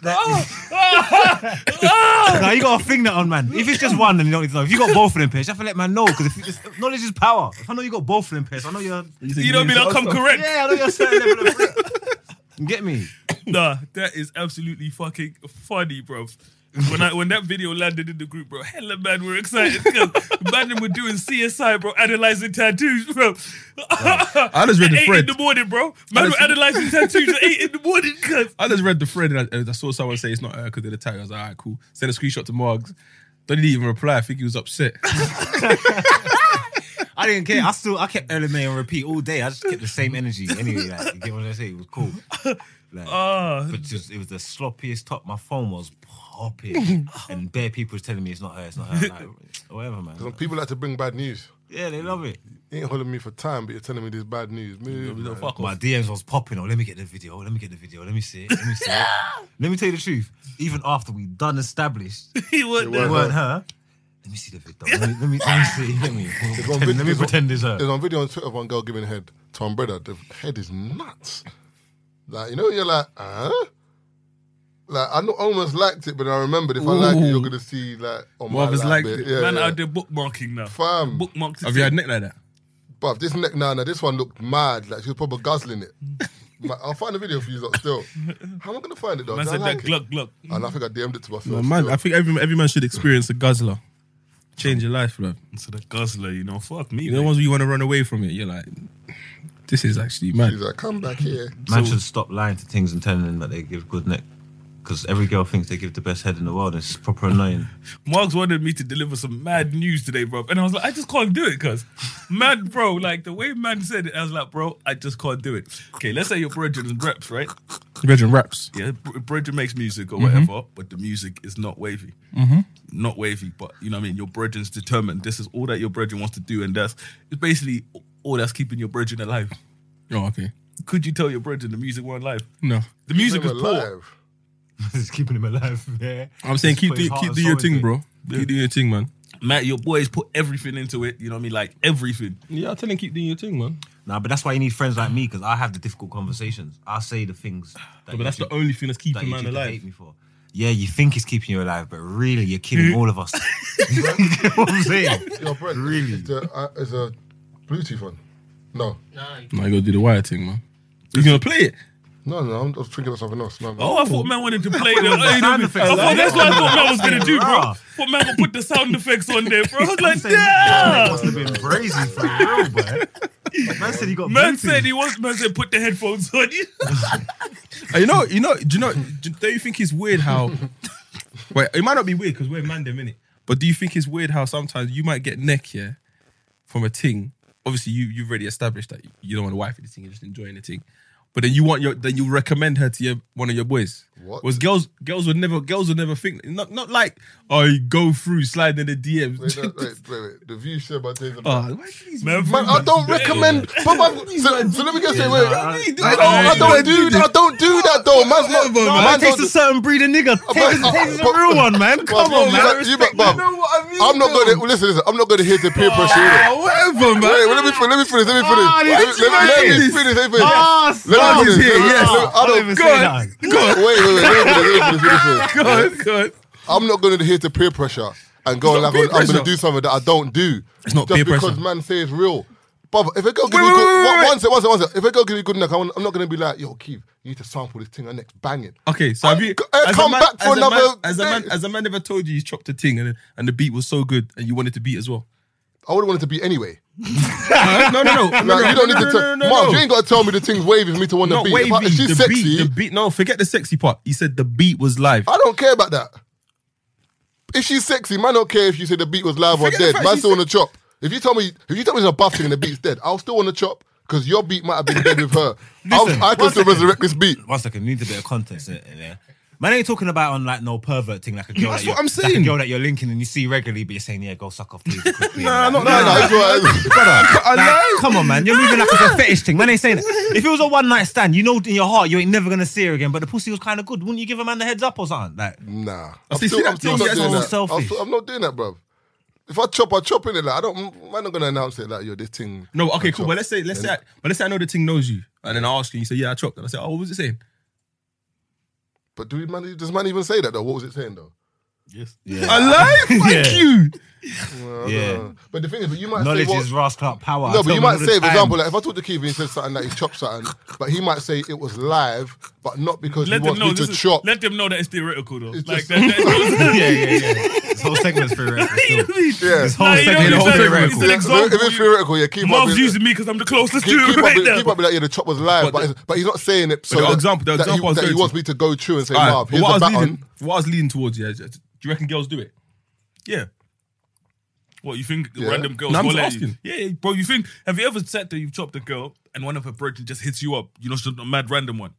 Like-
Oh.
[laughs] Nah, you gotta fing that on, man. If it's just one, then you don't need to know. If you got both of them pierced, you have to let man know because if it's- knowledge is power. If I know you got both of them pierced, I know you're.
You know what I mean? I'll come correct.
Yeah, I know you're a certain level
[laughs]
of threat. You get me?
Nah, that is absolutely fucking funny, bro. When I when that video landed in the group, bro, hella man, we're excited. man, and we're doing CSI, bro, analyzing tattoos, bro. [laughs] I
just read the
eight
thread.
in the morning, bro. Man,
just-
we're analyzing tattoos at eight in the morning, cuz.
I just read the thread and I, and I saw someone say it's not her because they're the tag. I was like, all right, cool. Send a screenshot to Margs. Don't need to even reply. I think he
[laughs]
was upset.
I didn't care. I still I kept LMA on repeat all day. I just kept the same energy anyway. Like, you get what I say? It was cool. Like,
Ah,
but just it was the sloppiest top. My phone was popping, and bare people was telling me it's not her, it's not her. Like, whatever,
Some
man.
people like to bring bad news.
Yeah, they love it.
You ain't holding me for time, but you're telling me this bad news. Move, man.
My DMs was popping. Oh, let me get the video. Let me get the video. Let me see it. Let me see it. let me tell you the truth. Even after we done established, it
he wasn't
It
there.
was.
weren't her. Let me see the video. Let me, let me, let me see. Let me,
on
pretend, let me
video-
pretend it's her.
There's on video on Twitter of one girl giving head to umbrella. The head is nuts. Like you know, you're like, huh? Like I not almost liked it, but I remembered if I like it,
Ooh.
you're gonna see like on my
Well, I've just
like
liked
bit.
it.
Yeah,
Man
yeah.
out there bookmarking now.
Fam,
Bookmarked it.
Have you had neck like that?
Bruv, this neck now, now this one looked mad. Like she was probably guzzling it. Ma- I'll find the video for you lot still. How am I gonna find it though?
Man
'Cause I
said that
like it.
gluck gluck.
And I think I DM'd it to myself.
No, man,
still.
I think every every man should experience a guzzler. Change your life, bro.
So the guzzler, you know, fuck me.
You know, the
mate.
ones where you want to run away from it, you're like, this is actually mad.
He's like, come back here.
Man should stop lying to things and telling them that they give good neck. Because every girl thinks they give the best head in the world. It's proper annoying.
Marks wanted me to deliver some mad news today, bro. And I was like, I just can't do it, cuz. Man, [laughs] bro, like the way man said it, I was like, bro, I just can't do it. Okay, let's say your brethren and reps, right?
Bedroom raps.
Yeah, br- brethren makes music
Mm-hmm.
or whatever, but the music is not wavy. Not wavy, but you know what I mean? Your brethren's determined. This is all that your brethren wants to do, and that's it's basically all that's keeping your brethren alive.
Oh, okay.
Could you tell your brethren the music weren't live?
No,
The music
They
was
were
poor.
live.
[laughs] it's keeping him alive. [laughs] Yeah.
I'm saying
Just
keep
put
do,
his heart
keep
and
doing your
soul into
thing,
it.
bro. Keep doing your thing, man.
Matt, your boys put everything into it, you know what I mean? Like everything.
Yeah, I tell him keep doing your thing, man.
Nah, but that's why you need friends like me because I have the difficult conversations. I say the things. That
But that's
you
the only thing that's
that
keeping
you
man
people
alive.
Hate me for. Yeah, you think it's keeping you alive, but
[laughs]
really [laughs] you're killing all of us. you know what I'm saying?
Your bread
Really?
is the, uh, is a Bluetooth on? No,
Now you gotta do the wire thing, man. You gonna play it?
no, no. I'm, I was thinking of something else. No, no.
Oh, I thought man wanted to play the. I
sound effects.
thought that's what I thought man was gonna do, bro.
Rah.
I thought man gonna put the sound effects on there, bro. I was like,
Saying,
yeah.
That must have been brazy for real, bro. Man said he got
Man
Bluetooth.
said he wants. Man said put the headphones on. [laughs]
Uh, you know, you know, do you know? Do, don't you think it's weird how? [laughs] wait, it might not be weird because we're man them innit? But do you think it's weird how sometimes you might get neck yeah from a thing? Obviously, you you've already established that you don't want to wife the thing, you're just enjoying the thing. But then you want your then you recommend her to your one of your boys.
What?
Was girls girls would never girls would never think not not like oh you go through sliding the DMs.
Wait, no,
[laughs]
wait, wait, wait. The view shared by David.
Oh, why are these
Man,
Man, I don't recommend. But man, so, so let me get say, wait. I,
Why do
I,
that?
don't, I don't do that. I don't do that though. Man's not.
Whatever, man.
man
It takes
don't
a certain breed of
[laughs]
nigga. Takes,
but-
takes a
but-
real one, man. Come
Bruv,
on,
you-
man.
you- bruv,
what I mean,
I'm not
though.
going to listen. Listen, I'm not going to hear the peer pressure. either.
Ah, whatever, man.
Wait, wait, let me fin- let me finish. Let me finish. Let
Ah,
me-
this
let me- let me
is-
finish. Let me finish.
Ah,
Let me
Stop
finish.
here,
Let me-
yes.
let me- I
Don't
don't.
even
go
say
on.
that.
Wait, wait, wait. Let me finish. Let me finish. Let me
[laughs]
finish.
God, God.
I'm not going to hit the peer pressure and go
It's
and
not
like, I'm
peer
going to
pressure.
do something that I don't do.
It's not
just
peer
because
pressure.
man say it's real. But if a girl give me
Wait,
good,
wait, wait, wait,
one-
wait.
one sec, one sec, one sec. If a girl give me good neck, I'm I'm not going to be like, yo, Keith, you need to sample this thing and next bang it.
Okay, so have you
c- uh,
as a
come back for
as a man-
another
as a man
day.
as a man never told you you chopped a thing and and the beat was so good and you wanted to beat as well.
I would have wanted to be anyway.
Huh? [laughs] no, [laughs] no, no, no,
Like,
no,
you don't need
no,
to
no,
tell.
no, no,
Mom,
no.
you ain't got to tell me the thing's wavy for me to want to
Not
beat. If, I,
wavy.
if she's
the
sexy,
beat, the beat. No, forget the sexy part. He said the beat was live.
I don't care about that. If she's sexy, man, don't care if you say the beat was live
Forget the
or dead.
fact
Man
she's
still want to chop. If you tell me, if you tell me it's a buff thing and the beat's dead, I'll still want to chop because your beat might have been dead with her.
Listen,
I'll, I can still
one second.
resurrect this beat.
One second, we need a bit of context in in there. Man ain't talking about on like no pervert thing like a girl.
That's
that
what
you're-
I'm
Like
saying.
a girl that you're linking and you see regularly, but you're saying, yeah, go suck off, please.
[laughs]
quickly,"
Nah,
and
not
like,
No,
that.
no,
[laughs]
it's all right.
I
Like,
know.
come on, man. You're moving like it's
[laughs]
a fetish thing. Man ain't saying that. If it was a one night stand, you know in your heart you ain't never gonna see her again. But the pussy was kind of good. Wouldn't you give a man the heads up or something? Like,
Nah,
I
I'm
see-
still,
see
I'm
that
still
thing,
not
that's
doing
all
that. I'm,
selfish.
still, I'm not doing that, bruv. If I chop, I chop in it. Like, I don't. Man, not gonna announce it like yo, this thing.
No, okay,
I
cool.
chop.
But let's say, let's say,
Yeah.
I, but let's say I know the thing knows you, and then I ask you, you say, yeah, I chopped, and I say, oh, what was it saying?
But do we man? Does man even say that though? What was it saying though?
I lied. Thank you.
Uh,
Yeah.
But the thing is, but you might
knowledge
say what,
is Ras Clark power. I
No, but you
tell them all
might
the
say, for
time.
example, like if I talk to Keith and he said something like he chopped something, but he might say it was live, but not because
Let
he
them
wants
know.
me
This
to
is,
chop.
let them know that it's theoretical though.
It's
Like
just-
that. that
yeah, yeah, yeah. This whole
[laughs]
segment's theoretical. Still.
yeah.
This whole
Nah, you
segment,
know
the whole
what I'm saying?
theoretical.
It's an
Yeah, so if
example,
it's
you-
theoretical, yeah, Keith might
Mom's
be,
using me because I'm the closest
Keith,
to
Keith
it
might
right
be,
now.
Keith might be like, yeah, the chop was live,
But
but,
the-
it's- but he's not saying it so
the
that,
example- the
that,
example I
he,
was
that he
going
wants
to-
me to go through and say,
Alright,
Marv,
but
here's
what,
the
I was
baton.
leading, what I was leading towards, yeah, do you reckon girls do it?
Yeah. What you think?
Yeah.
Random girls.
No, I'm
will
just
let you-
asking.
Yeah, yeah, bro. You think? Have you ever sat there? You've chopped a girl, and one of her brethren just hits you up. You know, she's a mad random one.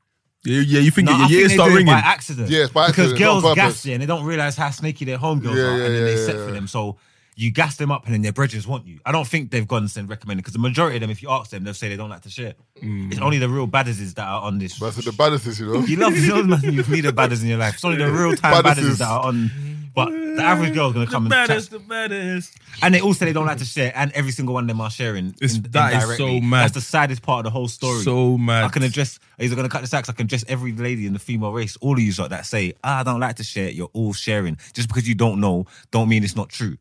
Yeah, yeah, you think
No, I
your
think
ears
they
start
do it
ringing?
by accident.
Yeah, it's by accident,
Because
it's on
girls
purpose.
gas you and they don't realize how sneaky their homegirls
Yeah,
are,
yeah,
and then they
yeah,
set
yeah,
for
yeah.
them. So you gas them up, and then their brethren want you. I don't think they've gone and said recommended because the majority of them, if you ask them, they'll say they don't like to share. It's only the real badasses that are on this.
Mm. But I said, the baddest is, you know.
You love you love man, you need a badass in your life. It's only the real time
Badasses.
badasses that are on. But the average girl's gonna come
the
and
baddest,
chat.
the baddest.
and they all say they don't like to share, and every single one of them are sharing.
It's-
in-
that is
indirectly.
so mad.
That's the saddest part of the whole story.
So mad.
I can address. He's gonna cut the sacks. I can address every lady in the female race. All of you lot that say, "Ah, "I don't like to share," you're all sharing. Just because you don't know, don't mean it's not true.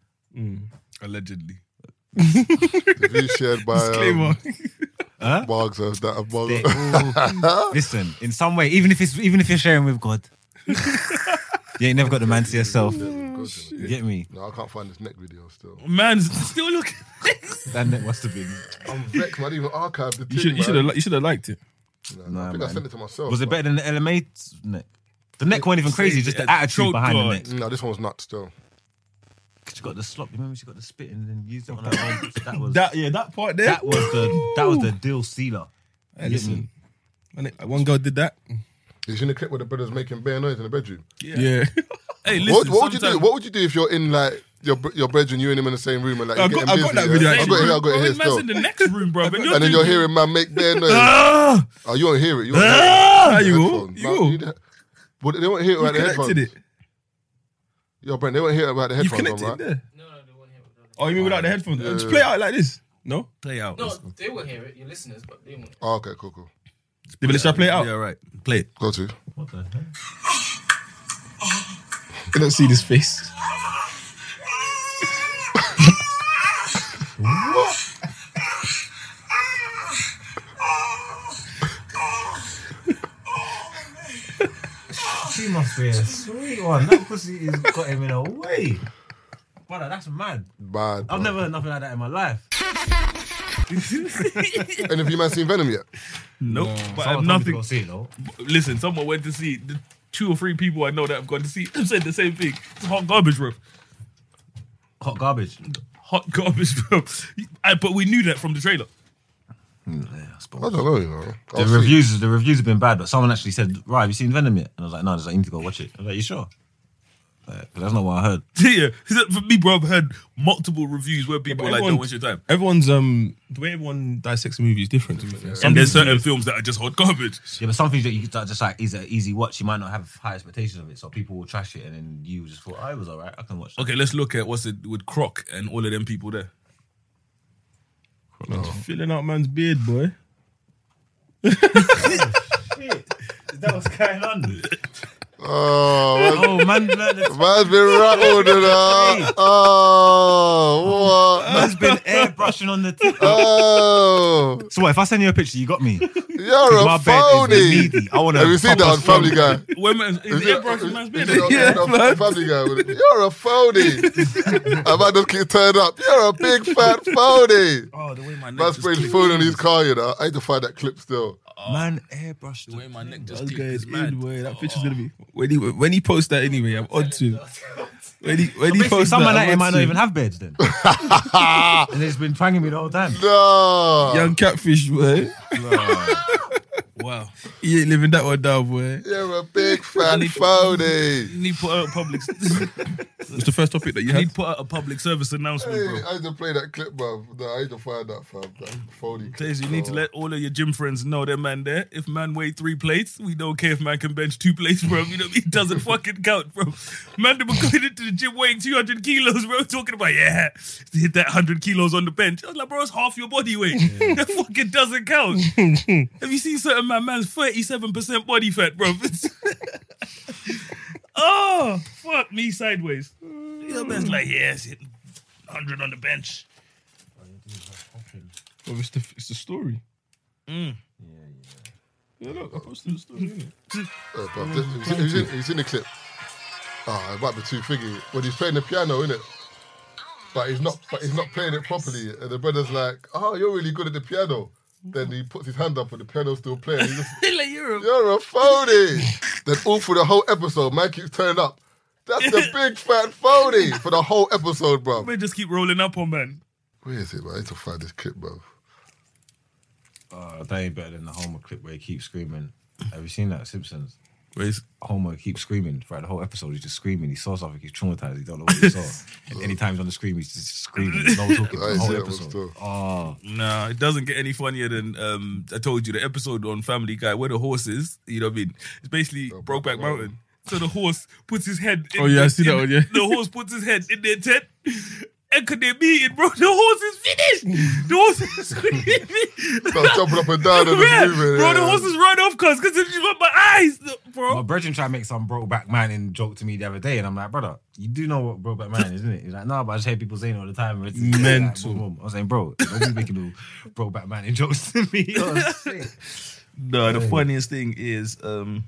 Allegedly.
The view shared by um,
Disclaimer.
Bugs. uh, that uh, Bugs. [laughs]
They all- listen, in some way, even if it's even if you're sharing with God, [laughs] you ain't never got the man to yourself. You
[laughs] no,
get me?
I can't find this neck video still.
Man's still [laughs] looking.
That net must have been.
I'm vexed, man. I didn't even archived the
You
thing.
should, you should have,
man.
li- you should have liked it.
Nah,
Nah,
I think I
man.
sent it to myself.
Was it
but-
better than the LMA neck? The neck wasn't even crazy, just the attitude behind the neck.
No, this one was nuts still.
She got the slop. You remember she got the spit and then used it on her own. That was that,
That, yeah, that part there.
was the that was the deal sealer.
Hey, listen, when it- one girl did that.
He's in the clip where the brother's making bare noise in the bedroom.
Yeah, [laughs]
Hey, listen.
What, what would you do?
sometimes-
What would you do if you're in like your br- your bedroom, you and him in the same room, and like
I
you're
got-
getting
I got
busy,
that
yeah?
video,
I got it. I got
Bro,
it here
man's
still.
in the next room, bro. And,
And then you're
thinking-
hearing man make bare noise.
Ah!
Oh, you won't hear it. You won't hear it.
Ah, you go,
Headphones.
you
Man,
go.
you don't- But they won't hear it
You
about the
connected
headphones.
it.
Yo, Brent, they won't hear it about the
You've
headphones.
connected
on,
it
right?
there. Oh, you mean without the headphones? Uh, Just
Yeah.
play out like this. No,
Play out.
No, they will hear it, your listeners, but
[laughs]
they won't.
Oh, okay, cool, cool.
but let's try play it out.
Yeah, right. Play it.
Go to.
What the heck?
I don't see this face.
be a sweet one. That pussy has got him in a way. Brother, that's mad.
Bad.
I've
bro.
never heard nothing like that in my life.
And have you man seen Venom yet?
Nope. But I have
Someone told me to
nothing.
go see it, though.
Listen, someone went to see the two or three people I know that have gone to see [laughs] have said the same thing. It's hot garbage, bro.
Hot garbage.
Hot [laughs] garbage, bro. I, but we knew that from the trailer. [laughs]
I don't know, you know.
The
I'll see.
reviews, the reviews have been bad, but someone actually said, "Right, have you seen Venom yet?" And I was like, "No." I was like, "You need to go watch it." I was like, "You sure?" Like, that's not what I heard.
Yeah, [laughs] for me, bro, I've heard multiple reviews where people
but
are like,
everyone-
"Don't waste your time."
Everyone's um the way everyone dissects a movie is different. isn't it? Some
And there's
people-
certain films that are just hot garbage.
Yeah, but some things that you that just like is an easy watch. You might not have high expectations of it, so people will trash it, and then you just thought, "I was all right. I can watch." That.
Okay, let's look at what's it with Croc and all of them
[laughs]
people there.
filling out man's beard, boy.
Is [laughs] that what's going on?
Oh, man.
oh man, man, it's
Man's been rattled and uh, oh, what?
been airbrushing on the. [laughs] tip.
Oh,
so what? If I send you a picture, you got me.
you're a
My bed is
phony.
needy. I want to.
Have you seen that on Family Guy?
Where man, is
Is
the
it-
airbrush in man's
is
beard?
it on-
Yeah,
on
blood.
Family Guy with it? You're a phony. I might just keep turning up. You're a big fat phony.
Oh, the way my
Man
neck just
sprayed
clicked.
phone on his car, you know. I need to find that clip still.
Man, airbrushed.
The way my neck just
This
clicked
guy is
is mad.
in, boy. That picture's gonna be when he when he posts that anyway. I'm on to when he when he
Basically,
posts
someone
that.
like
I'm
him
on
might not
to.
even have beds
[laughs]
then. [laughs] and he's been twanging me the whole time.
No.
young catfish, boy.
[laughs] Wow.
He ain't living that one down, boy.
You're a big fat phony.
You need to put out a public. [laughs]
It's the first topic that you
you need
had.
to put out a public service announcement,
Hey,
bro.
I need to play that clip, man. No, I need to find that, fam. That phony. clip,
Taser, you need to
bro.
let all of your gym friends know that man there. If man weigh three plates, we don't care if man can bench two plates, bro. You know, it doesn't fucking count, bro. Man, they were going into the gym weighing 200 kilos, bro. Talking about, yeah, they hit that 100 kilos on the bench. I was like, bro, it's half your body weight. That fucking doesn't count. Have you seen certain man, man's 37% body fat, bro? [laughs] oh, fuck me sideways. The other man's like, yeah, it's hitting 100 on the bench.
Well, Oh, it's the it's the story.
Mm.
Yeah, yeah. look, I posted the story. innit?
Oh, bro, this- have you seen- have you seen- have you seen the clip? Ah, it might be too figgy. When he's playing the piano, innit? But he's not. But he's not playing it properly. And the brother's like, "Oh, you're really good at the piano." Then he puts his hand up, and the piano's still playing. He's just,
[laughs] Like, you're a
You're a phony. then all through the whole episode, man keeps turning up. That's
[laughs]
the big fat phony for the whole episode, bro.
Man, just keep rolling up on man.
Where is it, man? I need to find this clip, bro.
Uh, that ain't better than the Homer clip where he keeps screaming. Have you seen that Simpsons?
Where's
Homer keeps screaming throughout the whole episode. He's just screaming. He saw something. He's traumatized. He don't know what he saw.
[laughs]
And anytime he's on the screen, he's just screaming. No talking
I
for the
ain't seen
whole
that one
episode.
still.
Oh,
Nah, it doesn't get any funnier than um, I told you the episode on Family Guy where the horse is. You know what I mean? It's basically Brokeback
Brokeback
Mountain. So the horse puts his head. In
Oh, yeah, I
the-
see that
in-
one, yeah.
the horse puts his head in their tent. And could they be it, bro? The horse is finished. The horse is [laughs]
[laughs]
screaming.
Start jumping up and down
[laughs]
and
Yeah,
just moving.
bro,
yeah.
the horse is run off cause because it's my eyes,
my
bro.
brethren tried to make some brokeback man in joke to me the other day, and I'm like, brother, you do know what brokeback man is, isn't it? He's like, no, but I just hear people saying it all the time. It's like,
Mental.
boom, boom. I was saying, bro, don't be making little brokeback man in jokes to
[laughs]
me. Oh, shit.
No, the funniest thing is, um,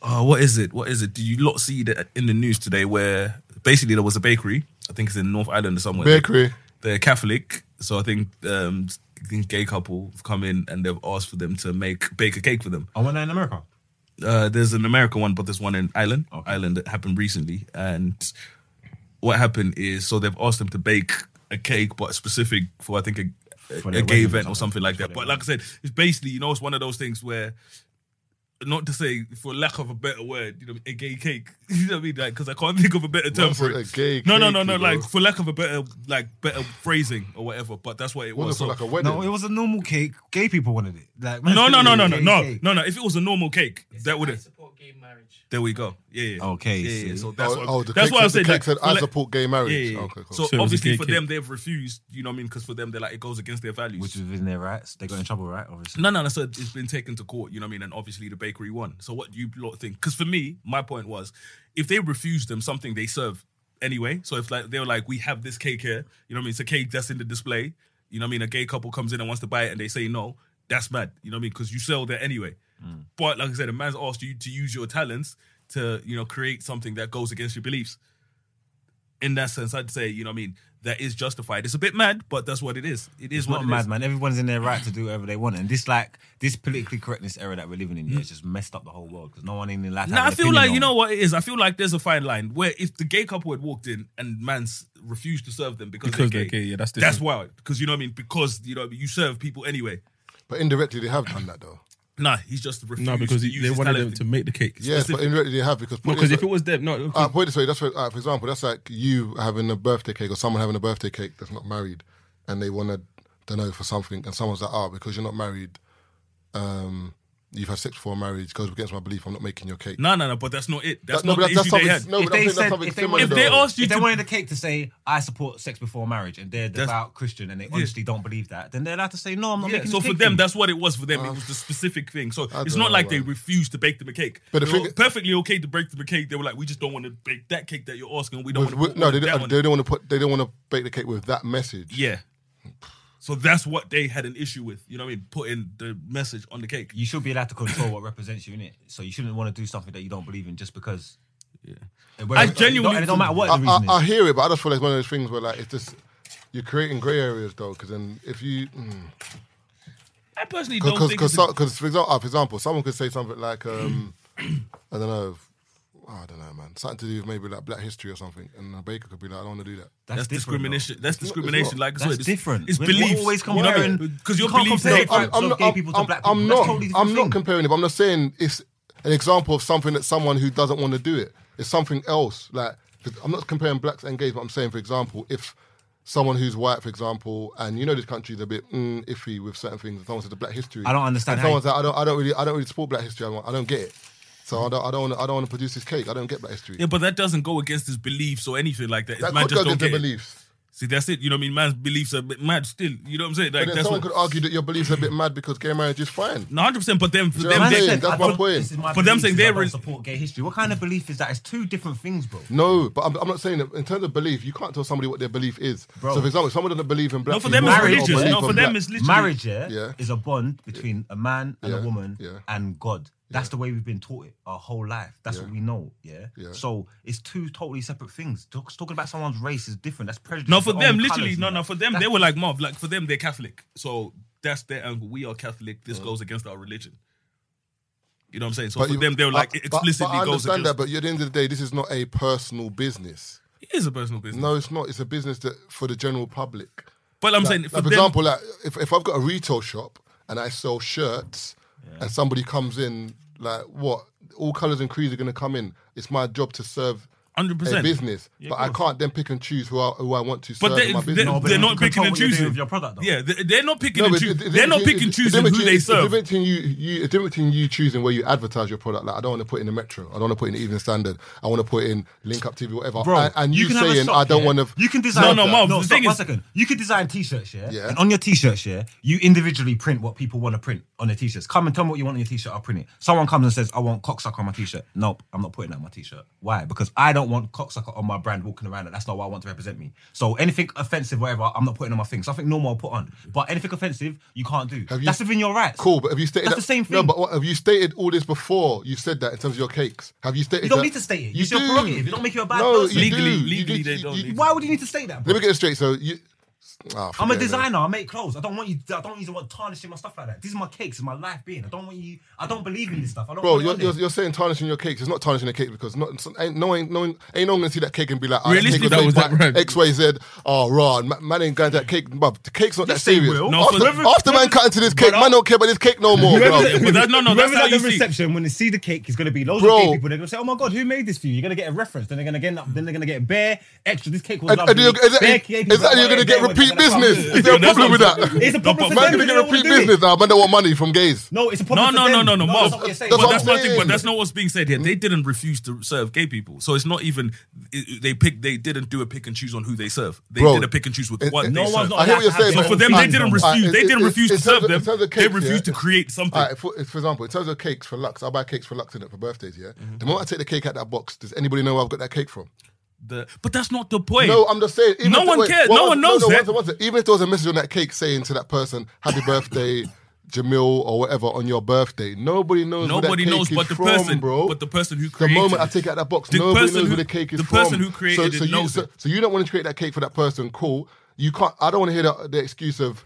oh, what is it? What is it? Do you lot see that in the news today where basically there was a bakery? I think it's in North Island or somewhere.
Bakery.
they're Catholic, so I think um I think gay couple have come in and they've asked for them to make bake a cake for them.
I went there in America.
Uh, there's an American one, but there's one in Ireland,
Okay.
Ireland that happened recently. And what happened is, so they've asked them to bake a cake, but specific for I think a,
For
a,
their
a gay
wedding or
event or something
something.
like
For
that.
their
But like I said, it's basically you know it's one of those things where. Not to say, for lack of a better word, you know, a gay cake. [laughs] You know what I mean? Like, because I can't think of a better term
What's
for
it,
it.
a gay
no, no,
cake,
no, no.
you
Like,
know?
for lack of a better, like, better phrasing or whatever. But that's what it was.
Wasn't
So-
for like a wedding.
No, it was a normal cake. Gay people wanted it. Like,
no, no, no, no, no,
gay
no,
cake.
no, no. If it was a normal cake, that would
I
have.
support gay marriage.
There we go. Yeah. yeah.
Okay,
Yeah. yeah.
see.
So that's
oh,
what.
oh, the
that's
cake
what
said,
I was saying.
The cake
like,
said,
for
I
like-
support gay marriage.
Yeah, yeah, yeah.
Okay, cool.
So,
So it was a
obviously
gay
for
cake.
them they've refused. You know what I mean? Because for them they're like it goes against their values.
Which was in their rights. They got in trouble, right? Obviously.
no, no, no. So it's been taken to court. You know what I mean? And obviously the bakery won. So what do you lot think? Because for me, my point was, if they refuse them something they serve anyway. So if like they were like, we have this cake here. You know what I mean? It's a cake that's in the display. You know what I mean? A gay couple comes in and wants to buy it, and they say no.
Mm.
That's mad. You know what I mean? Because you sell that anyway. But like I said, a man's asked you to use your talents to you know create something that goes against your beliefs. In that sense, I'd say you know what I mean that is justified. It's a bit mad, but that's what it is. It is
It's
what
not
it
mad,
is.
man. Everyone's in their right to do whatever they want, and this like this politically correctness era that we're living in, yeah, it's just messed up the whole world because no one in life.
Now I feel like you know what it is. I feel like there's a fine line where if the gay couple had walked in and man's refused to serve them because,
Because
they're
they're
gay,
gay, yeah, that's
that's
different.
wild. Because you know what I mean. Because you know what I mean, you serve people anyway.
But indirectly, they have done that though.
Nah, he's just refused.
No, because
to
he,
use
they
his
wanted
talent
them to make the cake.
Yeah, but indirectly they have because put
No,
it
because
this
if it was them, no.
Uh, put it this way, that's for, uh, for example, that's like you having a birthday cake or someone having a birthday cake that's not married and they want to, don't know, for something. And someone's like, oh, because you're not married, um, you've had sex before marriage, goes against my belief, I'm not making your cake.
No, no, no. But that's not it. That's
That-
not
but
the issue they
something-
had.
No, Oh,
If
but I'm
they
saying that's
said-
something
if they
similar
wanted-
if they
though.
asked you
If they
to,
wanted the cake to say I support sex before marriage and they're
That's-
devout Christian and they honestly don't believe that, then they're allowed to say no, I'm not
yeah.
making.
So
this
for
cake
them,
you."
that's what it was for them. it was the specific thing. So it's
don't
not
know,
like they
Ah. man.
refused to bake them a cake.
But
But
the
they
thing-
were perfectly okay to bake them a cake. They were like, we just don't want to bake that cake that you're asking. We don't
With,
want
with,
to.
no, they,
that
don't-
one.
they don't want to put. They don't want to bake the cake with that message.
Yeah. So that's what they had an issue with. You know what I mean? Putting the message on the cake.
you should be allowed to control what represents you in it. So you shouldn't want to do something that you don't believe in just because. Yeah,
I genuinely
it don't matter what
I,
the reason
I, I
is.
hear it, but I just feel like it's one of those things where like it's just you're creating grey areas though, because then if you. mm.
I personally don't
because
think.
because
it's a-
for example, for example, someone could say something like, um, [clears throat] I don't know, I don't know, man, something to do with maybe like Black History or something, and a baker could be like, I don't want to do that.
that's
different, though.
discrimination. That's
not- it's not.
discrimination. Like I said,
That's
it's-
different.
It's
We're
beliefs.
always
You know what I mean?
comparing-
Because your
you can't
beliefs.
compare
are
it to-
different.
So gay
I'm,
people to
I'm-
black
I'm
people, that's
not,
totally different
I'm not
thing.
comparing it. But I'm not saying it's an example of something that someone who doesn't want to do it. It's something else. Like 'cause I'm not comparing blacks and gays, but I'm saying, for example, if someone who's white, for example, and you know this country's a bit mm, iffy with certain things, and someone says the Black History,
I don't understand
And
how
someone's like, I don't, I don't really, I don't really support Black History. I don't, I don't get it. So I don't, I don't, wanna, I don't want to produce this cake. I don't get Black History.
Yeah, but that doesn't go against his beliefs or anything like that. It's
that
man
could go
just don't
against
get
their
it.
beliefs.
See, that's it. You know what I mean? Man's beliefs are a bit mad still. You know what I'm saying? Like,
But then
that's
someone
what,
could argue that your beliefs are a bit mad because gay marriage is fine.
No, 100%. But then for
Do you know
them,
what I'm
they-
saying?
said,
that's
I
my
don't-
point.
this is
For
my
them
belief,
saying
is
they're
I don't
re-
support gay history. What kind of belief is that? It's two different things, bro.
No, but I'm, I'm not saying that in terms of belief, you can't tell somebody what their belief is.
Bro.
So, for example, if someone doesn't believe in black
no, for
people
them it's
or
Marriage is-
religious.
believe
No,
in
for them
black-
it's literally.
Marriage, yeah,
Yeah.
is a bond between a man and
Yeah.
a woman
Yeah.
and God. That's the way we've been taught it our whole life. That's what we know. Yeah?
Yeah.
So it's two totally separate things. Talk- Talking about someone's race is different. That's prejudice.
No,
It's
for
their
them,
own
literally,
colours
no,
and
no,
that.
for them,
That's-
they were like mob. Like for them, they're Catholic, so that's their angle. We are Catholic. This goes against our religion. You know what I'm saying? So for
you-
them, they were like
but-
it explicitly
But, but I
goes
understand
against.
that, but at the end of the day, this is not a personal business.
it is a personal business.
No, it's not. It's a business that for the general public.
but I'm
Like-
saying
like,
for them,
for example, like if, if I've got a retail shop and I sell shirts, and somebody comes in, like what all colors and creeds are going to come in. It's my job to serve.
hundred
A
percent.
business, but I can't then pick and choose who I, who I want to serve
But they,
in my
they,
business.
No, but
they're
you
not
can
picking
control
and
what you're doing
choosing
with your product, though.
Yeah, they, they're not picking
No,
and
but
choosing.
it- it-
They're not
it-
picking and
it's different
choosing who
to-
they
it's
serve. [laughs]
different to you, you, it's different to you choosing where you advertise your product. Like, I don't want to put in the Metro. I don't want to put in Even Standard. I want to put in Link Up TV, whatever.
Bro,
and, and you,
can have a
saying,
shop,
I don't
yeah?
want to.
You can design.
No, no, Marv, the
stop,
thing
one
is-
second. You can design T-shirts, yeah.
Yeah.
And on your T-shirts, yeah, you individually print what people want to print on their T-shirts. Come and tell me what you want on your T-shirt. I'll print it. Someone comes and says, "I want cocksucker on my T-shirt." Nope, I'm not putting that on my T-shirt. Why? Because I don't want cocksucker on my brand walking around. And that's not what I want to represent me. So anything offensive, whatever, I'm not putting on my thing. Something normal, I'll put on. But anything offensive, you can't do.
Have you-
that's within your rights.
Cool, but have you stated
That's
that,
the same
No,
thing.
but what, have you stated all this before you said that in terms of your cakes? Have you stated?
You don't
that-
need to state it.
You
It's your
do.
prerogative. It don't make you a bad
no,
person.
You
Legally-
do.
legally
you do,
they
you-
don't
you-
need
Why would you need to state that? Bro?
Let me get it straight. So you, Ah,
I'm a
forget it, man.
designer. I make clothes. I don't want you. I don't even want tarnishing my stuff like that. These are my cakes. It's my life being. I don't want you. I don't believe in this stuff. I don't.
Bro,
want it
you're,
on
you're,
there.
you're saying tarnishing your cakes. It's not tarnishing the cake because not so- ain't no ain't no one- ain't no one gonna see that cake and be like, oh,
Realistically,
that
that was
was
that brand.
X Y Z. Oh, raw man, man ain't going to that cake. Bruv, the cake's not that
Yes, they
serious.
will.
No,
after,
for- Remember-
after man cut into this cake, man don't care about this cake no more, bro.
But that- no, no, that's
Remember
how
that
you
the
see.
reception when they see the cake is going to be loads
Bro.
of gay people. They're going to say, "Oh my god, who made this for you?" You're going to get a reference. Then they're going to get then they're going to get bare extra. This cake was
And- and
lovely.
you're- exactly-
Bare gay people.
exactly, you're gonna get
Bare
repeat
women. They're gonna
business.
come.
Is there a
No, that's
problem with
what I'm
that?
saying.
It's a problem
but-
for
Man gonna
them.
get
they don't wanna
repeat
do it.
business now. Man don't want money from gays.
No, it's a
No,
problem.
no,
for
no,
them.
no, no, Marv.
that's not what you're
That's
but
saying.
what
that's
I'm
my thing.
saying.
But that's not what's being said here. They didn't refuse to serve gay people, so it's not even they pick. They didn't do a pick and choose on who they serve. They
Bro,
did a pick and choose with
it-
what
it-
they
no
one's
serve.
not
I hear what you're saying.
So
So
but-
for them, they didn't
Alright,
refuse. They
in-
didn't
in-
refuse
in
to serve
terms of- in
them.
terms of
They
cakes,
refused to
yeah.
create something.
All right, for, for example, in terms of cakes for Lux, I buy cakes for Lux in it for birthdays. Yeah,
Mm-hmm.
the moment I take the cake out that box, does anybody know where I've got that cake from?
The- but that's not the point.
No, I'm just saying.
No
if-
one cares. No one knows
one
that.
second, one second. Even if there was a message on that cake saying to that person, "Happy birthday," Jamil or whatever on your birthday. Nobody knows.
Nobody
where that cake
knows,
is
but the
from,
person,
bro.
but the person who
The
created
moment I
it.
take out that box,
The
nobody
person
knows
who-
where the cake is
the
from.
person who created
so,
it
so you,
knows
so,
it.
so you don't want to create that cake for that person. Cool. You can't. I don't want to hear the, the excuse of,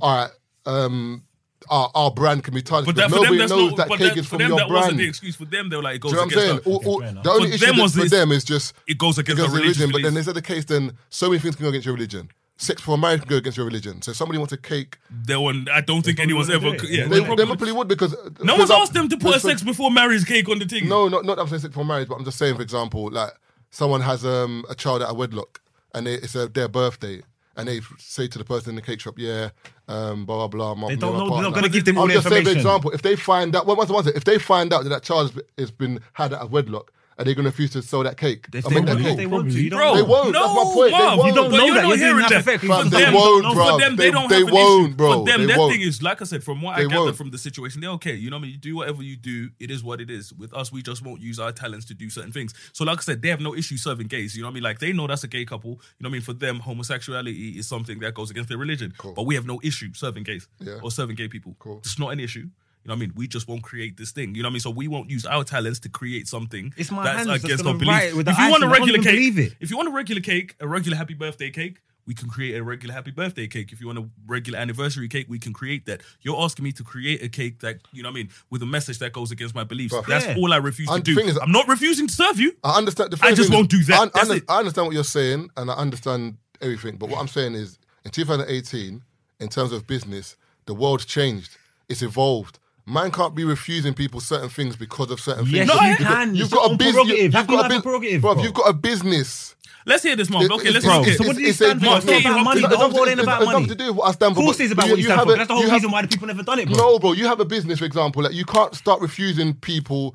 all right, um, our, our brand can be tarnished.
But that, for
nobody
them, that's
knows
not.
that
but
cake
that,
is
for
from
them,
your
that
brand.
wasn't the excuse. For them, they were like, it goes
Do you know what I'm
against
saying?
us.
All- all-
fair enough.
the only
For
issue
them
that-
was
for
this-
them is just
It goes against
because
our
of religion.
religion.
But then there's other case. Then so many things can go against your religion. Sex for marriage can go against your religion. So if somebody wants a cake,
They were- I don't think anyone's ever.
wouldn't do it.
Yeah,
They
they,
they
they
probably-
probably would because
no
because
one's
I'm-
asked them to put a
because-
sex before marriage cake on the thing.
No, not not I'm saying sex before marriage, but I'm just saying, for example, like someone has um, a child out of wedlock and they, it's uh their birthday. And they say to the person in the cake shop, "Yeah, um, blah blah blah." My,
They
me
don't
and my
know- they're not
partner.
gonna give them all
I'm
the
just saying, for
information.
example, if they find out, well, once, once, if they find out that that child has- has been had out of wedlock, are they going to refuse to sell that cake?
If
I
they,
mean,
want,
that
if
cake?
they want to, you don't
Bro,
They
know.
won't.
No,
That's my point. They
bruv,
won't.
You don't
but
know
you're
that.
not
You're doing
hearing
that
that.
for fair, 'cause
For
Fam, they
them,
won't,
no,
bruv.
for them, they,
They-
don't
they
have an
won't,
issue.
bro.
For them,
They
their
won't.
thing is, like I said, from what
They
I gathered
won't.
from the situation, they're okay. You know what I mean? You do whatever you do, it is what it is. With us, we just won't use our talents to do certain things. So, like I said, they have no issue serving gays. You know what I mean? Like, they know that's a gay couple. You know what I mean? For them, homosexuality is something that goes against their religion. But we have no issue serving gays
Yeah.
or serving gay people.
Cool.
It's not an issue. You know what I mean? We just won't create this thing. You know what I mean? So we won't use our talents to create something
It's my
that's
hands that's
against
gonna
our belief.
write it with the
if you want a
icing, I don't
regular
even
cake,
believe it.
if you want a regular cake, a regular happy birthday cake, we can create a regular happy birthday cake. If you want a regular anniversary cake, we can create that. You're asking me to create a cake that, you know what I mean, with a message that goes against my beliefs. That's
Yeah.
all I refuse to
And the
do.
thing is-
I'm not refusing to serve you.
I understand. The
I
first
just
thing
won't
is-
do that.
I, I
That's
under-
it.
I understand what you're saying, and I understand everything. But what I'm saying is, in 2018, in terms of business, the world's changed. It's evolved. Man can't be refusing people certain things because of certain things.
Yes, No, you
Because
can.
You've
It's
got
your
a
own
business.
prerogative.
You've
That's
got
not
a
my
bus-
prerogative,
Bruv,
bro.
You've got a business.
Let's hear this, Mark.
It-
Okay,
it-
let's
it's-
look at
So what do you
it's-
stand for?
it's-
It's not about money.
it's-
The whole world ain't
it's
about
nothing
money.
to do with what I stand
Of
for.
course
but
it's about what you stand
have
for.
a-
That's the whole
you have-
reason why the people never done it, bro.
No, bro, you have a business, for example. Like you can't start refusing people,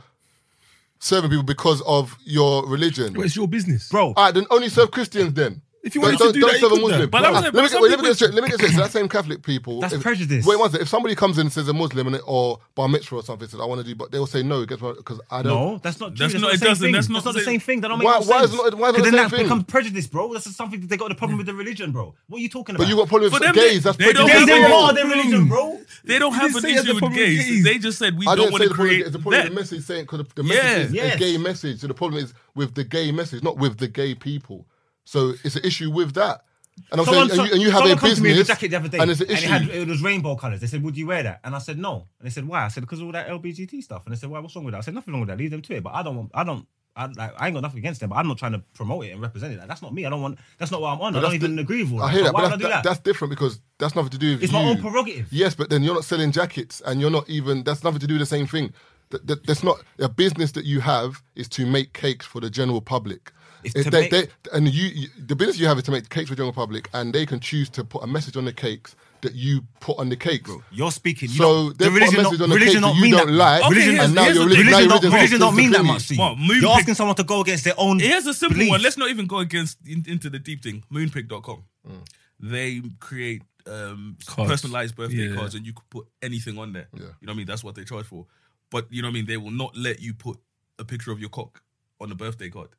serving people because of your religion.
It's your business,
Bro,
All right, then only serve Christians then.
If you
Don't-
wanted to
don't-
do
don't
that, you
serve a
could
Muslim.
then.
But like I
Ah, let me
said, but
get- wait,
some
let me
people-
get this. Let me get this. That same Catholic people.
That's
if-
prejudice.
Wait one second. If somebody comes in and says a Muslim and it- or bar mitzvah or something, says I want to do, but they will say no, because I don't.
no, that's not true.
That's
That's,
not-
not,
it
the same
doesn't-
thing.
that's
That's
not
not
the
the
same-
same thing. That don't make
Why-
no
why is
sense.
not- why is it
'Cause
the
then
same
that
thing? Hmm.
becomes prejudice, bro. That's something that they got a problem with the religion, bro. What are you talking about?
But you got a problem
For
with
them,
gays.
they-
that's
they don't
prejudice.
Gays
have
ain't
a-
part of their
Hmm.
religion, bro.
They don't have an
didn't say
issue
there's a
with
problem with
gays.
gays.
They just said we
I
don't
didn't
want
say
to
the problem.
create
is- The problem is the
that.
message saying because the message
Yeah.
is a
Yes.
gay message. So the problem is with the gay message, not with the gay people. So it's an issue with that. And I'm
Someone,
saying, and you, and you have a
someone come
business.
to me with a jacket the other day,
and it's an
it,
issue.
had, it was rainbow colors. They said, "Would you wear that?" And I said, "No." And they said, "Why?" I said, "Because of all that LBGT stuff." And they said, "Why? What's wrong with that?" I said, "Nothing wrong with that. Leave them to it." But I don't. want- I don't. I, like, I ain't got nothing against them, but I'm not trying to promote it and represent it. Like, that's not me. I don't want. That's not what I'm on. I don't
that's
even
the-
agree with all that.
I hear
So
that,
Why
but
would I
that's,
do that?
that's different because that's nothing to do with
It's
you.
my own prerogative.
Yes, but then you're not selling jackets, and you're not even. That's nothing to do with the same thing. That, that, that's not a business that you have is to make cakes for the general public.
It's
If
to
they,
make-
they, and you, you, the business you have is to make cakes for the general public, and they can choose to put a message on the cakes that you put on the cakes.
You're speaking. You
So
so
they've
the
put a message
religion, not,
on the cake
religion
that
don't
you
mean
don't
that.
like.
Okay,
religion,
here's-
and now
here's
your
the
religion,
thing.
now your
religion,
religion's
don't, religion don't
hostile
mean
to
that
believe.
much. To you.
Well, moving
You're asking
pic-
someone to go against their own.
Here's a simple
beliefs.
one. Let's not even go against in, into the deep thing. Moonpig.com.
Mm.
They create um,
Cards.
personalized birthday
Yeah.
cards, and you could put anything on there.
Yeah.
You know what I mean? That's what they charge for. But you know what I mean? They will not let you put a picture of your cock on the birthday card.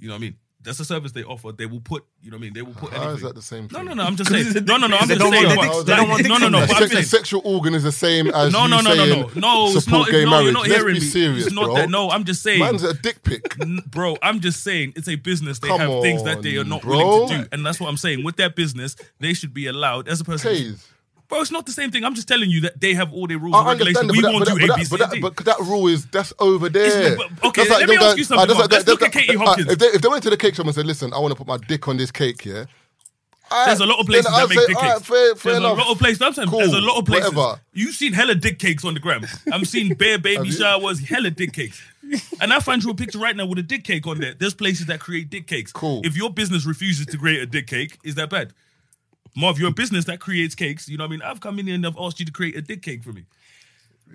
You know what I mean? That's a service they offer. They will put. You know what I mean? They will put
How
anything.
is that the same
No,
thing?
no, no. I'm
[laughs]
just saying. No, no, no. I'm
They
just
don't
saying.
want
what-
their dicks- they don't want
No,
dicks
no,
on
no.
there.
A
But
sex-
I'm
a
saying.
sexual organ is the same as
No,
you
no, no, no,
saying
no, no. It's
support
not.
gay
No,
marriage.
you're not
Let's
hearing
be
me.
serious,
It's not
bro.
that. No, I'm just saying.
Man's a dick pic.
N- bro, I'm just saying it's a business. They
Come
have things that they are
on,
not
bro.
willing to do, and that's what I'm saying. With that business, they should be allowed as a person.
Please.
Bro, it's not the same thing. I'm just telling you that they have all their rules and
I
regulations.
understand that,
We
but,
won't
that,
do
but,
A,
that,
B, C,
but,
and
that,
D.
but that rule is that's over there.
It's- but- okay,
That's
let me
they'll
ask
go-
you something,
ah, that's
Mark. Let's look
that-
at Katie
ah,
Hopkins.
If they, if they went to the cake shop and said, "Listen, I want to put my dick on this cake," yeah.
There's a lot of places
Then I'll
that make
say,
dick
alright,
cakes.
fair- fair
there's
enough.
a lot of places. I'm saying there's a
Cool,
lot of places.
whatever.
You've seen hella dick cakes on the gram. I'm seeing bare baby
you?
showers, hella
[laughs]
dick cakes. And I find you a picture right now with a dick cake on there. There's places that create dick cakes.
Cool.
If your business refuses to create a dick cake, is that bad? Marv, you're a business that creates cakes. You know what I mean? I've come in here and I've asked you to create a dick cake for me.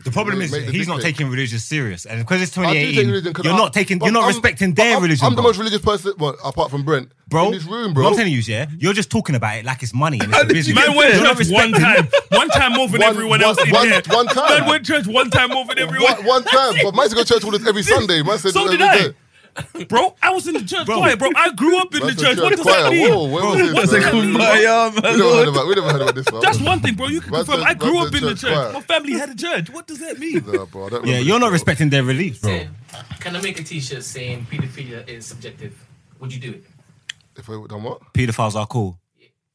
The problem
Mate,
is
mate, the
he's not
dick pic.
taking religion serious, and because it's
I do take
2018,
religion 'cause
you're
I-
not taking,
but
you're not
I'm-
respecting
but
their
I'm-
religion.
I'm the
bro.
most religious person, well, apart from Brent,
bro.
in this room, bro.
What I'm telling you, is, yeah, you're just talking about it like it's money and it's a business.
Man went to
You're not
church one
respecting-
time. One time more than
One-
everyone else in
one-
here.
one time.
Man went to church one time more than everyone.
One,
[laughs]
one time, but man's go to church all this every Sunday. Man said
So
that
did
every
I.
day.
[laughs] bro, I was in the church choir, bro. I grew up in
That's
the
a
church. What
church
does
choir.
that mean?
Whoa, where was
Bro, [laughs]
this,
what does
man?
that mean? bro?
We never heard about we never heard about this one.
That's one thing, bro. You can
Man's
confirm.
a-
I grew
man's
up
a
in the
church
church.
choir.
My family had a church. What does that
[laughs]
mean?
Nah, bro, I don't remember
Yeah, you're
this,
not
bro.
respecting their relief, bro.
Said, can I make a T-shirt saying pedophilia is subjective? Would you do it?
If I done what?
Pedophiles
[laughs]
are cool.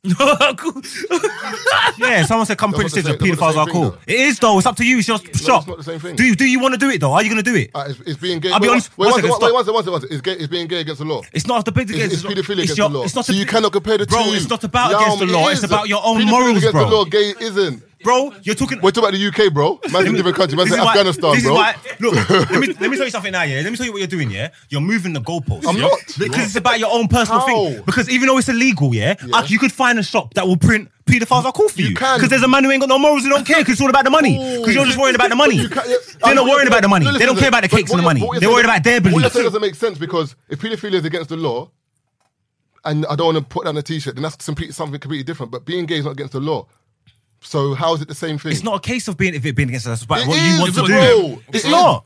Cool.
Yeah, someone said come
That's
print
what
this
they
and
say- that's what
pedophiles
they
are
think,
cool.
though.
It is though. It's up to you. It's your
No,
shop.
it's not the same thing.
Do you, do you want to do it though? Are you going to do it?
Ah, it's, it's being gay.
I'll be
wait,
honest-
Wait,
one
one second,
second,
wait, one second,
stop.
one second, one second. It's, gay, it's being gay against the law.
It's not the bit
It's,
against
it's pedophilia
it's
against
your-
the law.
It's not
so
a-
you cannot compare the
bro,
two.
it's not about against the
it
law, it's
is.
about your own
Pedophilia
morals,
against
bro.
The law, gay isn't.
bro. You're talking.
We're talking about the UK, bro. Man's in different country. Man's
This
in
is why-
Afghanistan,
this is
bro.
why- look,
[laughs]
let me let me tell you something now, yeah. Let me tell you what you're doing, yeah. You're moving the goalposts.
I'm
yeah?
not.
because it's about your own personal
How?
thing. Because even though it's illegal, yeah, I- you could find a shop that will print paedophiles are cool for
You
you.
can.
Because there's a man who ain't got no morals who don't care. Because it's all about the money. Because you're just worried about the money.
You can't- yeah,
They're
I'm
not worried about the money.
No,
They
listen,
don't care about the
but
cakes and
what you're-
the money.
what you're
They're
saying-
worried about their
What you're
beliefs.
saying doesn't make sense because if pedophilia is against the law, and I don't want to put that on a t-shirt, then that's simply something completely different. But being gay is not against the law. So how is it the same thing?
It's not a case of being if it being against us, but
It
what
is,
you want to
bro.
do.
It
It's
is.
not.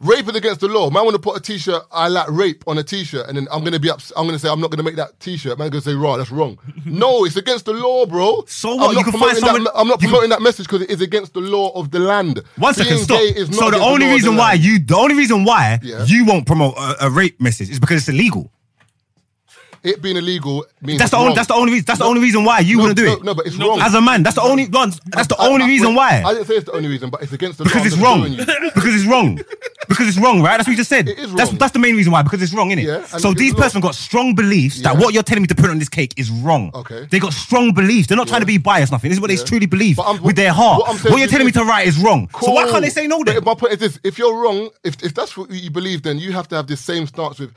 Rape is against the law. Man, want to put a T-shirt. I like rape on a T-shirt, and then I'm gonna be ups- I'm gonna say I'm not gonna make that T-shirt. Man, gonna say raw. That's
[laughs]
wrong. no, it's against the law, bro.
So
I'm
what?
not
You can
promoting
find someone-
That, I'm not
you can-
promoting that message because it is against the law of the land.
One second,
Being
stop.
gay is not
So the
against
only
law of
reason
the
why
land.
you, the only reason why
Yeah.
you won't promote a, a rape message is because it's illegal.
it being illegal means
That's the
it's
only.
wrong.
That's the only reason. That's the only reason why you
No,
wouldn't do
no,
it.
no, but it's wrong.
As a man, that's the only. no, That's the
I-
only
I-
reason why.
I didn't say it's the only reason, but it's against the law.
because
I'm
it's
just
wrong.
telling you.
because it's wrong. Because it's wrong, right? That's what you just said.
It is
That's
wrong.
that's the main reason why. Because it's wrong, innit?
Yeah, and
so
it's
these
wrong.
person got strong beliefs that
Yeah.
what you're telling me to put on this cake is wrong.
Okay.
They got strong beliefs. They're not trying to be biased, nothing. This is what
Yeah.
they truly believe
But I'm-
with their heart.
what I'm
What,
saying
you're
is
telling me
this-
to write is wrong. So why
Cool.
can't they say no
But
then?
My point is this: if you're wrong, if if that's what you believe, then you have to have the same stance with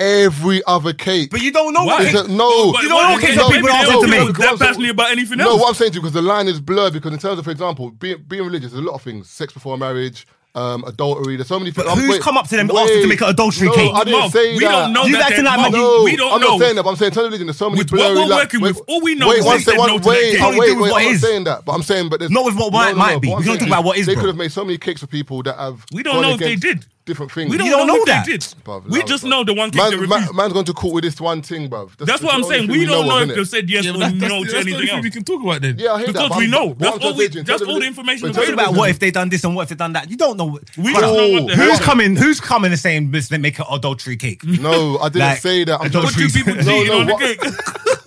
every other cake.
But you don't know
Why?
what
Is it- no.
oh, But
You don't
why-
know case
no,
of people
they
that
don't
answer to
feel
me.
That passionately about anything else.
No, what I'm saying to you because the line is blurred. Because in terms of, for example, being being religious, there's a lot of things: sex before marriage, um, adultery. There's so many things.
But who's come up to them asking to make an adultery
no,
cake?
I didn't
Mom,
say
we
that.
don't know
You
that.
guys
they-
are not
Mom,
having-
No,
we don't
I'm
know.
not saying that. But I'm saying in terms of religion, there's so many
With what
blurry.
we're
like-
working with,
wait-
all we know
Wait,
is
one
they
sec-
said
one-
no to
wait,
that
oh, wait,
cake.
Only do
wait,
with what
I'm not
is.
saying that. But I'm saying, but there's
Not with what might- might
but
be. We
I'm
don't
saying
talk about what is,
They
bro.
could have made so many cakes for people that have.
We don't
gone
know if they
against
did.
Different things.
We don't,
You don't
know,
know
if
that.
they did.
Bruv,
we
love,
just
bruv.
know the one cake
Man,
they
man-
refused.
man's gone to court with this one thing, bruv.
That's
the
what I'm
only
saying.
thing
We don't
of,
know if
innit?
they've said yes
Yeah,
or
but that- that's
no
the-
to
that's the
anything
only thing
else.
we can talk about then.
Yeah, I hear
Because
that, but
we
I'm-
know.
what
That's
I'm
all
just
we-
saying,
that's
tell
all the
them-
information
but
we
It's
tell
available.
about
them-
what if they done this and what if they done that. You don't know.
We
Bruh,
just
Oh,
know what the hell.
Who's
happened.
coming? Who's coming and saying let's make an adultery cake?
No, I didn't
Like,
say that. I'm
But
just,
two people
No,
cheating
no,
on
[laughs]
the [laughs]
what-
cake.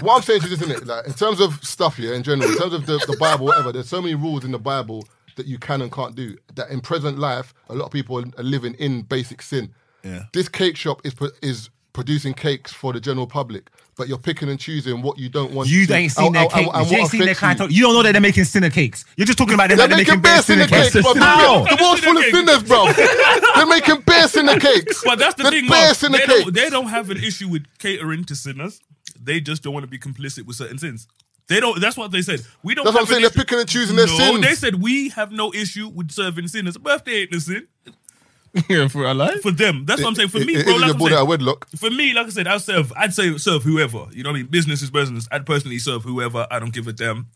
what I'm saying is, isn't it? Like in terms of stuff, yeah, in general, in terms of the, the Bible, whatever. There's so many rules in the Bible that you can and can't do. That in present life, a lot of people are- are living in basic sin.
Yeah.
This cake shop is pro- is producing cakes for the general public, but you're picking and choosing what you don't want.
You
to,
ain't seen
and-
their
and- and
cake.
what
You ain't seen their
affects
kind
you.
of. You don't know that they're making sinner cakes. You're just talking about them
They're
like they're
making
making
beer
bare
in
sinner
the cakes,
cakes.
bro.
How?
The world's full of sinners, bro. They're making beer in the cakes.
But that's the
There's
thing,
beer
man.
in the
They
cakes.
don't, they don't have an issue with catering to sinners. They just don't want to be complicit with certain sins. They don't. That's what they said. We don't.
That's what I'm
have an
saying, they're
issue-
picking and choosing their
no,
sins.
they said we have no issue with serving sinners. Birthday ain't a sin
[laughs] Yeah, for our life.
for them. That's what I'm saying. For
It-
me,
it
bro,
is
like
a
I'm
boy
saying-
out of wedlock.
for me, like I said, I serve. I'd say serve whoever. You know what I mean? Business is business. I'd personally serve whoever. I don't give a damn.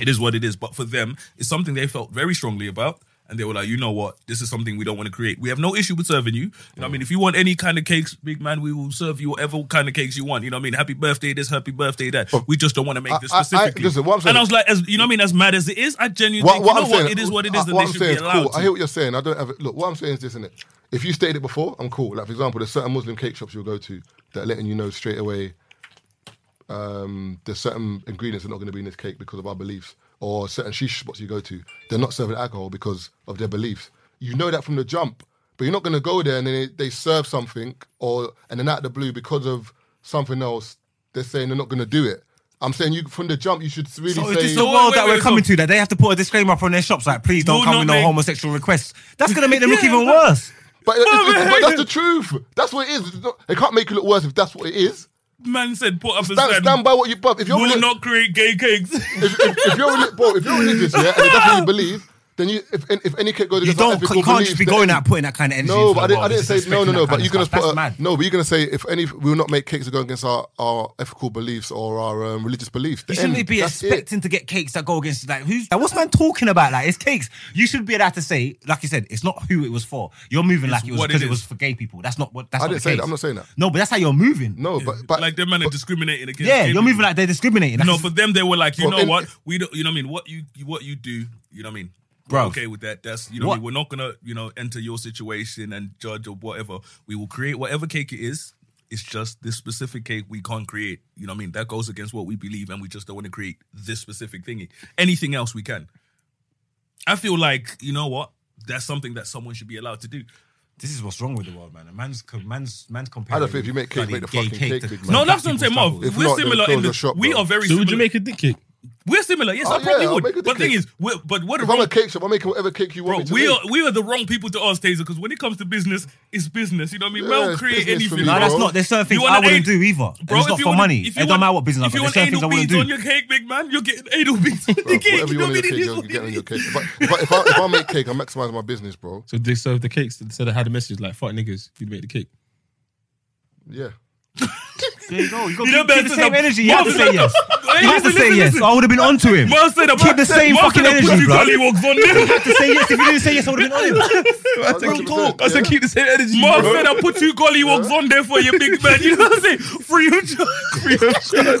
It is what it is. But for them, it's something they felt very strongly about. And they were like, you know what? This is something we don't want to create. We have no issue with serving you. You know what I mean? If you want any kind of cakes, big man, we will serve you whatever kind of cakes you want. You know what I mean? Happy birthday, this, happy birthday, that. We just don't want to make
Oh, I-
this
I- I-
specifically.
listen, what I'm saying
and I
is-
was like, as you know what I mean? As mad as it is, I genuinely
What,
think,
what
you
I'm
know what?
saying,
It is what it is
uh,
that
what
they
I'm
should
saying
be
is
allowed
cool.
to.
I hear what you're saying. I don't have it. Look, what I'm saying is this, innit? If you stated it before, I'm cool. Like for example, there's certain Muslim cake shops you'll go to that are letting you know straight away. Um, there's certain ingredients that are not going to be in this cake because of our beliefs, or certain shish spots you go to, they're not serving alcohol because of their beliefs. You know that from the jump, but you're not going to go there and then they, they serve something, or and then out of the blue because of something else, they're saying they're not going to do it. I'm saying you from the jump, you should really
So
say
it's just the
wait,
world that
wait,
we're
wait,
coming
so-
to that they have to put a disclaimer up on their shops like please
Do
don't come
not
with no
make-
homosexual requests. That's gonna make them look even
but-
worse.
But,
[laughs]
it's- it's- but that's the truth. That's what it is. It's not- They can't make you look worse if that's what it is.
Man said, put up a
Stand,
stand.
stand by what you bub. If you're [laughs]
Will
relig-
not create gay cakes. [laughs]
if, if, if you're relig- bro, if you're religious, yeah, and that's what you believe, Then you, if if any kid goes,
You
against our
don't.
ethical
You can't just be
beliefs,
going
then-
out putting that kind of energy.
No,
into
but I
the
didn't, I
world,
didn't say no,
disrespecting
no,
that
no.
kind
But
of
you're gonna
stuff.
put
That's
a,
mad.
no, but you're gonna say if any, we will not make cakes that go against our, our ethical beliefs or our um, religious beliefs. The
You shouldn't
end,
be
that's it.
expecting to get cakes that go against like who's like, what's man talking about? Like it's cakes. You should be allowed to say, like you said, it's not who it was for. You're moving like it was
what
because
it
it, was
is.
for gay people. That's not what. That's
I
not
didn't
the
say
case.
that. I'm not saying that.
No, but that's how you're moving.
No, but but
like them man are discriminating against.
yeah,
gay
you're moving
people.
like they're discriminating. That's
No, for them they were like, you
Well,
know
in-
what? We don't. You know what I mean? What you you- what you do? You know what I mean? We're
Bruv.
okay with that. That's you know what? I mean?
What-
We're not gonna you know enter your situation and judge or whatever. We will create whatever cake it is. It's just this specific cake we can't create. You know what I mean? That goes against what we believe, and we just don't want to create this specific thingy. Anything else we can. I feel like you know what? That's something that someone should be allowed to do.
this is what's wrong with the world, man. A man's co- man's man's comparing.
I don't think if you make cake,
bloody
make the
gay
fucking cake,
to-
big man.
No, that's what I'm saying, Marv.
If
We're
not, then
similar
close
in the.
your shop,
we
bro.
are very
So would
similar.
you make a dick cake?
we're similar. Yes,
Oh,
I probably
yeah, I'll
would.
make a
But the
dick
thing
cake.
is, we're, but what
If
wrong?
I'm a cake shop, I'm making whatever cake you
Bro,
want. me to
we
make.
[laughs] are we are the wrong people to ask Taser because when it comes to business, it's business. You know what I mean?
Yeah,
We'll
it's
create
business for
anything.
me,
No,
bro.
that's not. There's certain
You
things
want
I
an
wouldn't
anal-
do either. And
Bro,
it's
if
not
you
for
want-
money.
if
It
you
don't
want-
matter what business
If
I've
you want
got. There's certain things I
anal beads
wouldn't do.
on your cake, big man, you'll get anal
[laughs]
beads on
Bro,
the cake.
whatever
You
you
know
want in
what I
your cake,
mean?
you get on your cake. If I, if, I, if, I, if I make cake, I maximize my business, bro.
So they serve the cakes that said I had a message like fuck niggas, you'd make the cake.
Yeah.
There you go. You
You know,
got
man,
to keep the same
so-
energy. You have to say [laughs] yes.
Hey,
You have to
listen,
say
listen,
yes.
listen.
I would have been on to him.
Man said a-
Keep the same
man
fucking
said a
energy,
pussy
bro.
gully walks on there.
to say yes. If you didn't say yes, I would have been on [laughs] him.
I
I said keep the same energy.
Marv
bro.
said I put two golly walks on there for you, big man. You know what I'm saying? Free of charge. Free of charge.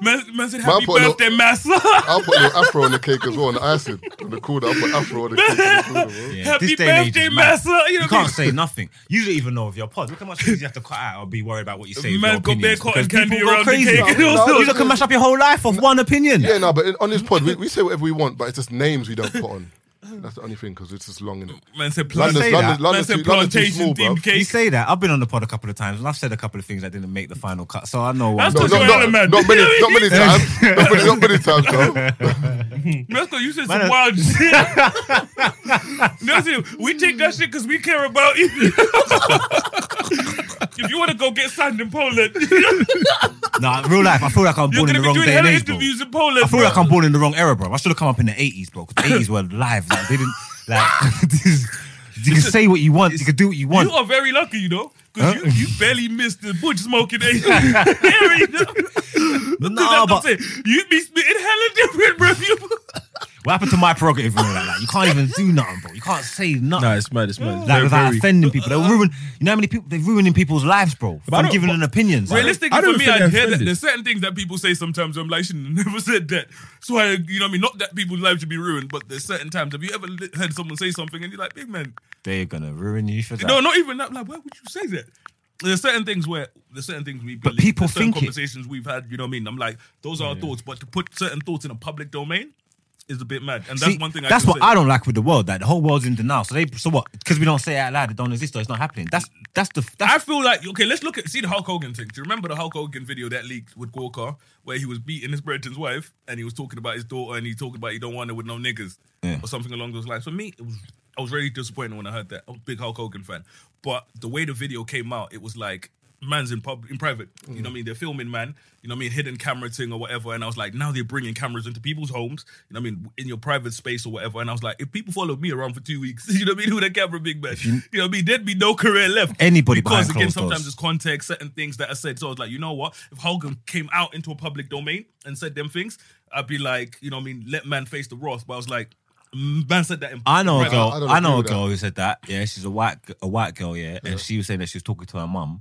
Man, man said,
Man
happy
put a
birthday, Massa.
I'll put a little afro on the cake as well, on the acid. On the cooler, I'll put afro on the cake. On the cooler, bro.
Yeah,
Happy
this day and age
birthday,
is mad.
Massa. You know
You
what I mean?
can't say nothing. You don't even know if your pod. Look how much things you have to cut out or be worried about what you say. with
Man
your
got bare
opinions,
cotton
because
candy
people go
around the
crazy.
cake.
No, no,
You lot can mash up your whole life of one opinion.
Yeah, no, but in, on this pod, we, we say whatever we want, but it's just names we don't put on. That's the only thing, because it's just long, innit?
[laughs] Man said,
London's,
say
plantation.
that.
London's,
Man
London's,
said,
too, London's too
plantation
small, bro.
themed
You
cake.
say that. I've been on the pod a couple of times and I've said a couple of things that didn't make the final cut. So I know.
That's
what
No,
I'm
the
no, no,
Joanna
doing.
man.
not many, not many times. Not many, not many times, though.
Mesco, you said
Man,
some
I-
wild shit.
[laughs]
Listen, we take that shit because we care about you. [laughs] if you want to go get sand in Poland,
Nah, real life. I feel like I'm
you're
born
going to
in the
be
wrong
doing
day and
hella
age, bro.
interviews in Poland.
I feel
bro.
like I'm born in the wrong era, bro. I should have come up in the 80s, bro. Because the 80s were live. Like, they didn't. Like, [laughs] this is- you can say what you want. You can do what you want.
You are very lucky, you know, because you, you barely missed the butch smoking age. Very, [laughs] you know? [laughs] 'Cause
Nah,
that's what I'm
but-
saying. You'd be spitting hella different, bro. [laughs] if you-
What happened to my prerogative and all that? Like, you can't even do nothing, bro. You can't say nothing.
Nah, it's mad, it's mad.
like
Very,
without
very-
offending people. They'll ruin. You know how many people they're ruining people's lives, bro.
I
From
don't-
giving
but-
an opinion. so-
Realistically,
I
for
don't
me,
feel
I
they're
hear that
offended.
there's certain things that people say sometimes. I'm like, I shouldn't have never said that. So I, you know, what I mean, not that people's lives should be ruined, but there's certain times. Have you ever li- heard someone say something and you're like, big man?
They're gonna ruin you for that.
No, not even that. Like, why would you say that? There's certain things where there's certain things we believe.
people
there's certain
think it.
conversations we've had. You know what I mean? I'm like, those are our thoughts, but to put certain thoughts in a public domain is a bit mad, and that's
See,
one thing. I
that's
can
what
say.
I don't like with the world. That the whole world's in denial. So they, so what? Because we don't say it out loud, it don't exist, or it's not happening. That's that's the that's
I feel like okay, let's look at see the Hulk Hogan thing. Do you remember the Hulk Hogan video that leaked with Walker where he was beating his Brereton's wife and he was talking about his daughter and he talking about he don't want her with no niggas
Yeah.
or something along those lines. For me, it was I was really disappointed when I heard that. I'm a big Hulk Hogan fan, but the way the video came out, it was like man's in pub in private. You know what I mean? They're filming man. You know what I mean? Hidden camera thing or whatever. And I was like, now they're bringing cameras into people's homes. You know what I mean? In your private space or whatever. And I was like, if people followed me around for two weeks, [laughs] you know what I mean? Who the camera big man? You know what I mean? There'd be no career left
Anybody
because
behind
again
closed doors.
sometimes it's context certain things that are said so i was like you know what if hogan came out into a public domain and said them things i'd be like you know what i mean let man face the wrath but i was like Man said that. In,
I know a
Right,
girl.
I- I don't
I, know a
agree with
girl who said that. Yeah, she's a white g- a white girl. Yeah, and she was saying that she was talking to her mum,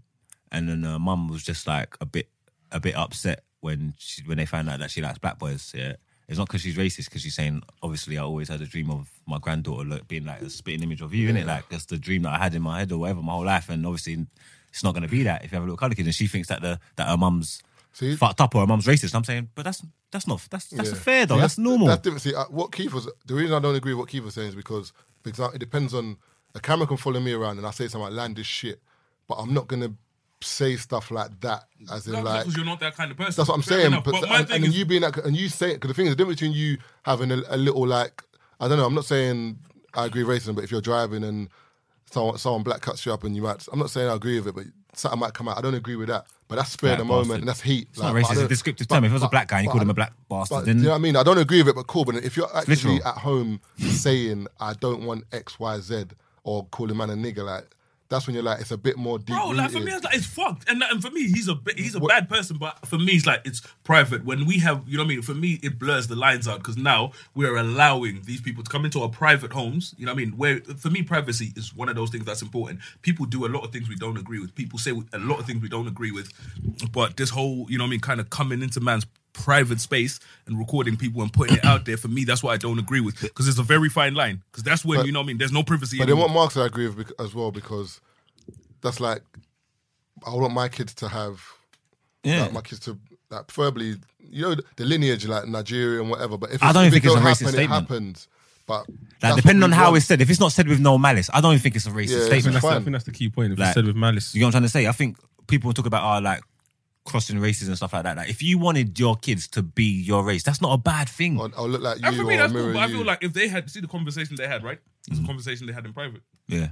and then her mum was just like a bit a bit upset when she when they found out that she likes black boys. Yeah, it's not because she's racist. Because she's saying obviously I always had a dream of my granddaughter look, being like a spitting image of you, innit? Like that's the dream that I had in my head or whatever my whole life, and obviously it's not going to be that if you have a little colour kid. And she thinks that the that her mum's
See?
fucked up or her mum's racist. I'm saying, but that's that's not that's that's
Yeah.
fair though.
See,
that's, normal.
That's different. See, uh, what Keith was the reason I don't agree with what Keith was saying is because, for example, it depends on a camera can follow me around and I say some outlandish shit, but I'm not gonna say stuff like that. As in, like
because you're not that kind of person.
that's what I'm
Fair
saying.
enough,
But,
my
and,
thing
and
is,
you being that, and you saying because the thing is the difference between you having a, a little like I don't know. I'm not saying I agree with racism, but if you're driving and someone, someone black cuts you up and you might, I'm not saying I agree with it, but something might come out. I don't agree with that, but that's spare
Black
the moment
bastard.
and that's heat.
It's not
Like, but I
racist. It's a
don't-
descriptive
but-
term. If it was a
but-
black guy and you
but
called
I-
him a black bastard,
but,
then
do you know what I mean? I don't agree with it, but cool. But if you're actually
literal.
at home saying, I don't want X, Y, Z, or calling man a nigga, like, that's when you're like, it's a bit more deep.
Bro, Oh, like for me, it's like it's fucked, and, and for me, he's a bi- he's a bad person. But for me, it's like it's private. When we have, you know what I mean. For me, it blurs the lines out because now we are allowing these people to come into our private homes. You know what I mean? Where for me, privacy is one of those things that's important. People do a lot of things we don't agree with. People say a lot of things we don't agree with. But this whole, you know what I mean, kind of coming into man's private space and recording people and putting it out there for me that's what i don't agree with because it's a very fine line because that's when you know what i mean there's no privacy
But then
anymore.
what Mark said, I agree with bec- as well, because that's like, I want my kids to have,
yeah.
like, my kids to, like, preferably, you know, the lineage, like Nigeria and whatever. But if
I don't
if
think
it
it's a
don't
racist
happen,
statement.
It happens. But that's
Like,
what
depending
we
on how
want.
it's said, if it's not said with no malice, I don't even think it's a racist
Yeah,
statement.
it's
That's the- I
fine.
think that's the key point. If
Like-
it's said with malice,
You know what I'm trying to say? I think people talk about our like crossing races and stuff like that. Like, if you wanted your kids to be your race, that's not a bad thing.
I'll, I'll look like you
And for me,
or
that's
mirror
cool. But I
you. Mm-hmm.
feel like if they had see the conversation they had, right? It's a conversation they had in private.
yeah,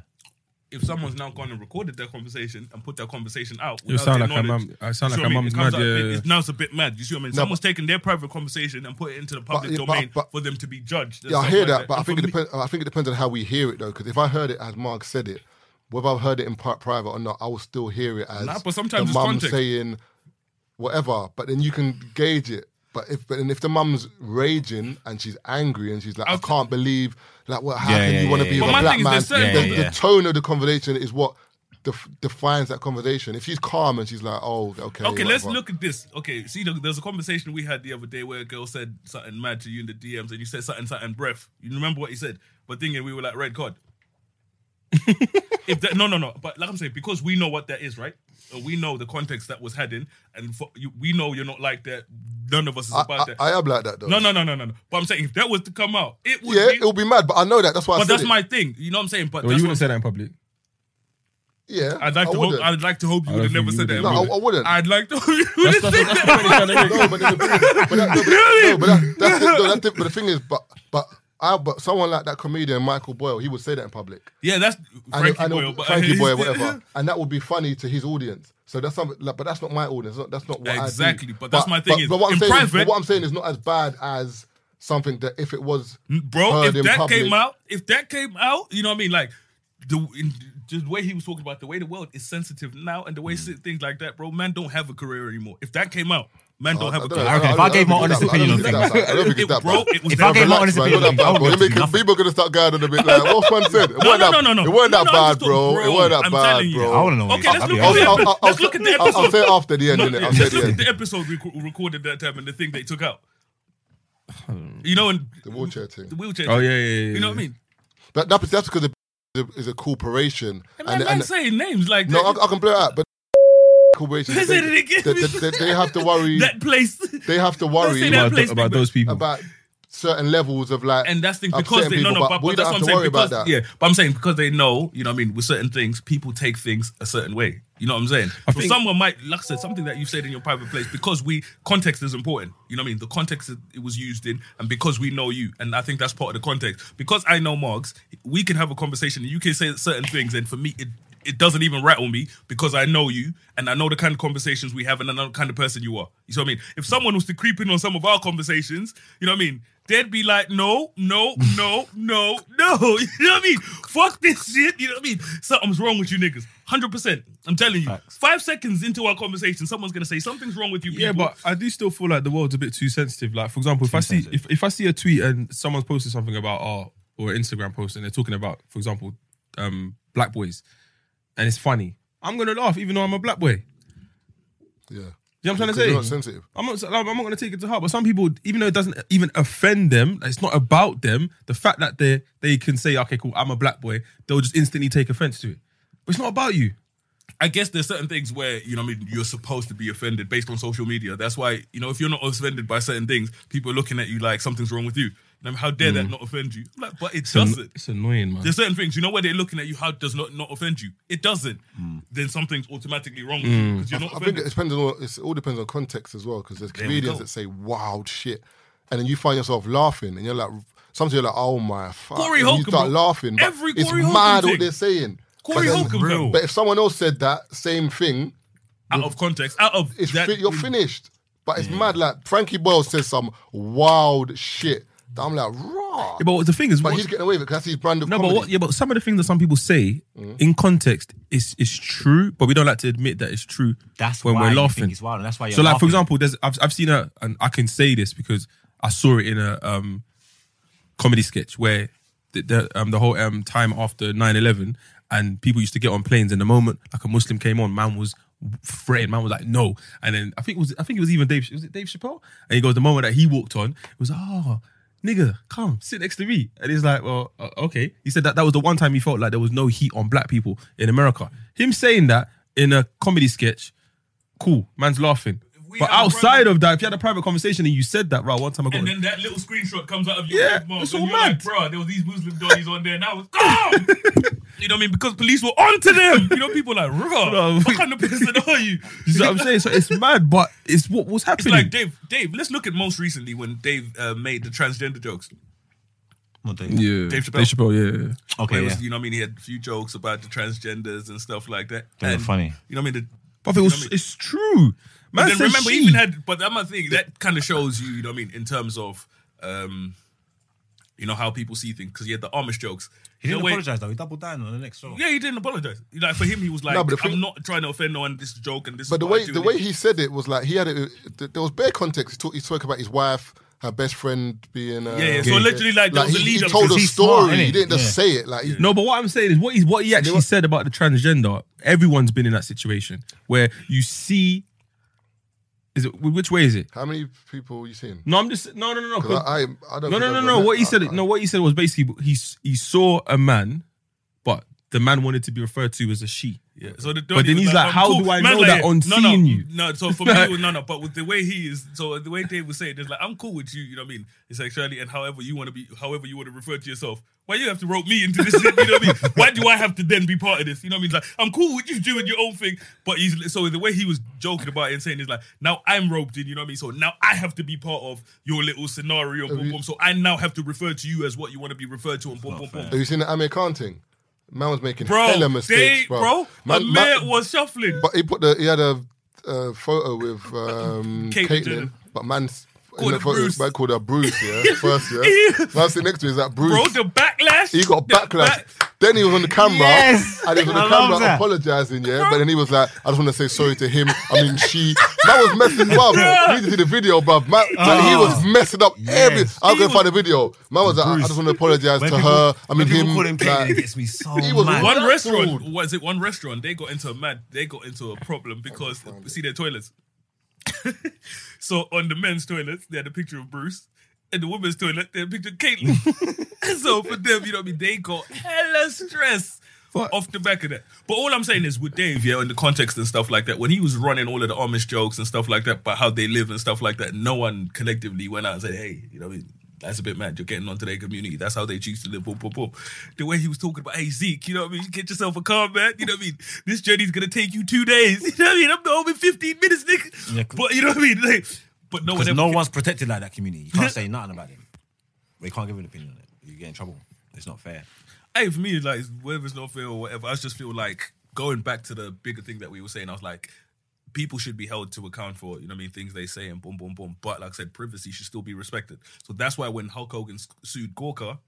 If someone's now gone and recorded their conversation and put that conversation out,
It'll
without
sound
their
like a
knowledge,
mum- I sound
you
like
see what
a
I mean?
mum's
It comes
mad,
out a bit-
yeah.
it's now it's a bit mad. You see what I mean?
No,
Someone's taking their private conversation and put it into the public
yeah, but-
domain
but-
for them to be judged. and
Yeah, I
stuff
hear
like
that, but I
And
think it
for me-
depends. I think it depends on how we hear it, though. Because if I heard it as Mark said it, whether I've heard it in part private or not, I will still hear it as
Nah, but sometimes
the
it's
mum
context.
saying whatever. But then you can gauge it. But if but then if the mum's raging and she's angry and she's like, I
I'll-
can't believe, like, well, how
Yeah,
can
yeah,
you want to
yeah,
be
yeah.
with
But
a
my
black
thing is
man?
there's certain-
the,
Yeah, yeah,
the
yeah.
tone of the conversation is what def- defines that conversation. If she's calm and she's like, oh, okay,
Okay, let's
whatever.
look at this. Okay, see, look, there's a conversation we had the other day where a girl said something mad to you in the DMs, and you said something, something breath. You remember what he said? But thinking we were like
[laughs]
red card. if that, no, no, no. But like I'm saying, because we know what that is, right? Uh, we know the context that was had in, and for, you, we know you're not like that. None of us is
I,
about that.
I, I am like that though.
no, no, no, no, no, no. But I'm saying if that was to come out, it would
Yeah,
be.
it'll be mad, but I know that. That's why. I
but
said
that's
it.
my thing. You know what I'm saying? But
well,
that's
you wouldn't
what I'm
say that in public.
Yeah,
I'd like
I
to hope.
wouldn't.
I'd like to hope you
I
would have
don't
never
think
said
you
that.
No, I,
in
I
public.
wouldn't.
I'd like to hope you would have said that. [laughs]
no, but, the, but, that, but, that, no, but, that, that's it, no, that's it. but the thing is, but but I but someone like that comedian Michael Boyle, he would say that in public.
Yeah, that's
And it-
Frankie
and it-
Boyle. but- [laughs]
Frankie Boyle, whatever, and that would be funny to his audience. So that's something, like, but that's not my audience. That's not- That's not what I do.
Exactly, but that's my thing
But,
is,
but what I'm
in
saying, is-
private-
but what I'm saying is not as bad as something that if it was
bro.
heard
If
in
that
public,
came out, if that came out, you know what I mean? Like the in, just the way he was talking about the way the world is sensitive now, and the
Mm.
way si- things like that, bro. Man, don't have a career anymore. If that came out, man, don't have a
I don't
career.
know,
Okay, if
don't-
I gave my
don't
honest
think it's
opinion
that
on
bad. I don't think
[laughs]
it's
It,
that bad. I
bro,
don't think
it was
If I
never
gave my
like-
honest
it's that bad. Relax, man, you're
opinion,
not
I
bad,
would
bro.
go
Let me-
to nothing.
People gonna start going on a bit like what fun said. It
No,
weren't
no,
that-
no, no, no.
It weren't
No,
that
no, I'm
bad,
just-
bro. It weren't that
I'm
bad,
telling you.
bro.
I wanna know what
Okay,
you-
let's
I'll
look
be
at the
honest.
I'll-
episode.
I'll-
Let's look at the
I'll- I'll say it
episode.
after the end.
No,
innit?
yeah,
I'll say
Let's
the
look at
end.
the episode we rec- recorded that time and the thing they took out. You know, and
The wheelchair thing.
the wheelchair.
Oh
thing.
yeah, yeah, yeah.
You know what I
yeah.
mean?
That, that, that's because it's a, is a corporation.
And man, man saying names like
no,
that.
I, I can blur it out, but corporation.
Say
They,
that again.
they, they- they have to worry.
that place.
they have to
[laughs] Don't
worry
say that
About,
place,
th- about
bro.
those people.
about certain levels of like.
and that's the thing because
upsetting
they no,
people,
no, but,
we
but that's
don't have
what I'm
to
saying.
worry
Because,
about that.
Yeah, but I'm saying because they know, you know, what I mean, with certain things, people take things a certain way. You know what I'm saying? so
think-
someone might, like I said, something that you said in your private place because we context is important. You know what I mean? The context that it was used in, and because we know you, and I think that's part of the context. Because I know Margs, we can have a conversation. and You can say certain things, and for me, it it doesn't even rattle me because I know you and I know the kind of conversations we have and I know the kind of person you are. You see what I mean? If someone was to creep in on some of our conversations, you know what I mean? They'd be like, no, no, no, no, no. [laughs] You know what I mean? Fuck this shit. You know what I mean? Something's wrong with you niggas. 100%. I'm telling you. Five seconds into our conversation, someone's going to say, something's wrong with you.
Yeah,
people.
but I do still feel like the world's a bit too sensitive. Like, for example, if I see if, if I see a tweet and someone's posted something about oh, or an Instagram post and they're talking about, for example, um, black boys, and it's funny, I'm gonna laugh even though I'm a black boy.
Yeah.
You know what I'm
Because you're
trying
not
to say?
sensitive.
I'm not. like, I'm not gonna take it to heart. But some people, even though it doesn't even offend them, like, it's not about them. The fact that they they can say, okay, cool, I'm a black boy, they'll just instantly take offense to it. But it's not about you.
I guess there's certain things where you know what I mean you're supposed to be offended based on social media. That's why you know if you're not offended by certain things, people are looking at you like something's wrong with you. And I'm, how dare
Mm.
that not offend you? I'm like, but it doesn't.
It's annoying, man.
There's certain things you know where they're looking at you. How does not not offend you? It doesn't.
Mm.
Then something's automatically wrong with you because you're not
I think it
offended.
depends on all, it's, it all depends on context as well because there's
we
comedians
go.
that say wild shit, and then you find yourself laughing, and you're like, sometimes you're like, oh my fuck,
Corey
and you
Holcomb,
start
bro.
laughing. but
Every
it's
Corey Holcomb
mad
thing.
what they're saying.
Corey
but, then-
Holcomb, bro.
but if someone else said that same thing,
out of context, out of
it's
that,
fi- you're finished. But it's mad. Like Frankie Boyle says some wild shit that I'm like, raw.
Yeah, but the thing is,
but
what-
he's getting away with it because that's his brand of
No,
comedy. Mm.
but what, yeah, but some of the things that some people say in context is is true, but we don't like to admit that it's true.
That's
when
why
we're
you
laughing.
think it's wild, and that's why you're
So, like for
laughing.
example, there's I've I've seen a and I can say this because I saw it in a um comedy sketch where the, the um the whole um time after 9-11 and people used to get on planes and the moment like a Muslim came on, man was afraid, man was like no, and then I think it was I think it was even Dave was it Dave Chappelle and he goes the moment that he walked on it was oh. Nigga, come sit next to me, and he's like, "Well, uh, okay." He said that that was the one time he felt like there was no heat on black people in America. Him saying that in a comedy sketch cool, man's laughing.
we
But
have a
outside
private-
of that, if you had a private conversation and you said that, right, one time I got
and then that little screenshot comes out of your
Yeah,
head, Mark,
it's
and
all
you're like,
mad.
bro, there was these Muslim donnies on there, and I was
[laughs]
gone. you know what I mean? Because police were onto them. You know, people are like, bro,
Bro.
what kind of person are
[laughs]
you?
you see what I'm saying? So it's mad, but it's what
It's
was happening.
like Dave. Dave, let's look at most recently when Dave uh, made the transgender jokes.
What do you-
yeah.
Dave Chappelle.
yeah, yeah, yeah.
Where
Okay,
it
yeah.
was, you know what I mean? He had a few jokes about the transgenders and stuff like that.
They were
And,
funny.
You know what I mean? The,
But it
You know
was,
what I mean?
it's true. Man,
but then
said
remember,
she.
he even had. But I'm thing that kind of shows you, you know what I mean, in terms of, um, you know how people see things. Because he had the Amish jokes.
He
You
didn't
know, where-
apologize though. He doubled down on the next show.
Yeah, he didn't apologize. You know, Like for him, he was like,
No, but the
"I'm
thing-
not trying to offend no one. This is a joke, and this."
But
is
the
why I
way
do
the
it."
way he said it was like he had it. th- There was bare context. He, talk, he spoke about his wife, her best friend being. Uh,
Yeah, yeah, so literally, like, there was a
he,
lead
he
up
told
because
a
he's smart,
story. he
innit?
didn't just
Yeah.
say it. Like he-
No, but what I'm saying is what he what he actually
what-
said about the transgender. Everyone's been in that situation where you see. Is it which way is it?
How many people you seen?
No, I'm just no, no, no, no. 'cause-
Because I, I, I don't.
No,
think
no,
I've
no,
got
no.
that.
What he
I-
said,
I-
no, what he said was basically he s- he saw a man, but the man wanted to be referred to as a she.
Yeah. So the
But then
was
he's like,
"I'm
"How do I know that on
um, no, no,
seeing you?"
No, so for me, it
[laughs]
was- no, no. But with the way he is, so the way Dave was saying, it's like, "I'm cool with you." You know what I mean? It's sexuality and however you want to be, however you want to refer to yourself. Why you have to rope me into this? shit, you know what I mean?
[laughs]
Why do I have to then be part of this? You know what I mean? Like, I'm cool with you doing your own thing, but he's so the way he was joking about it and saying is like, now I'm roped in. You know what I mean? So now I have to be part of your little scenario. Boom, boom. So I now have to refer to you as what you want to be referred to. And boom, boom, boom.
Have you seen the Amir Khan thing? Man was making
Bro,
hella mistakes,
they,
bro.
bro,
Man-
Amir
man-
was shuffling.
But he put the he had a uh, photo with um,
[laughs] Caitlyn Jenner.
Caitlyn, but man's. in
Called
the
her
photo,
Bruce.
Man called her Bruce, yeah.
[laughs]
First, yeah. Man sitting next to him is that Bruce.
Bro, the backlash.
He got
the
backlash.
back-
then he was on the camera,
Yes!
and he was on
I
the
love
camera
that.
apologizing, yeah. But then he was like, "I just want to say sorry to him. I mean, she." That was messing him up. We need to see the video, bruv. Man, man,
Ah.
he was messing up every. I'm gonna find the video. Man was like, "I just want to apologize to
When people-
her. I mean,
when people
him."
Call him Caitlyn,
like-
it gets me so
He was
mad.
one-
One
That's
restaurant,
old.
was it one restaurant? They got into a mad, they got into a problem because see their toilets. [laughs] so on the men's toilets, they had a picture of Bruce. and the women's toilet, they had a picture of Caitlyn. [laughs] And so for them, you know what I mean? They got hella stress off the back of that. But all I'm saying is with Dave, yeah, in the context and stuff like that, when he was running all of the Amish jokes and stuff like that about how they live and stuff like that, no one collectively went out and said, hey, you know what I mean? That's a bit mad. You're getting onto their community. That's how they choose to live. Boom, boom, boom. The way he was talking about, hey, Zeke, you know what I mean? Get yourself a car, man. You know what I mean? This journey's going to take you two days. [laughs] You know what I mean? I'm home in 15 minutes, nigga.
Yeah, cool.
but you know what I mean? [laughs] Like, but no one
Because
ever
no one's protected like that community. You can't [laughs] say nothing about it. We can't give an opinion on it. You get in trouble. It's not fair.
hey, for me, like whether it's not fair or whatever, I just feel like going back to the bigger thing that we were saying, I was like, people should be held to account for, you know what I mean, things they say and boom, boom, boom. But like I said, privacy should still be respected. So that's why when Hulk Hogan s- sued Gorka,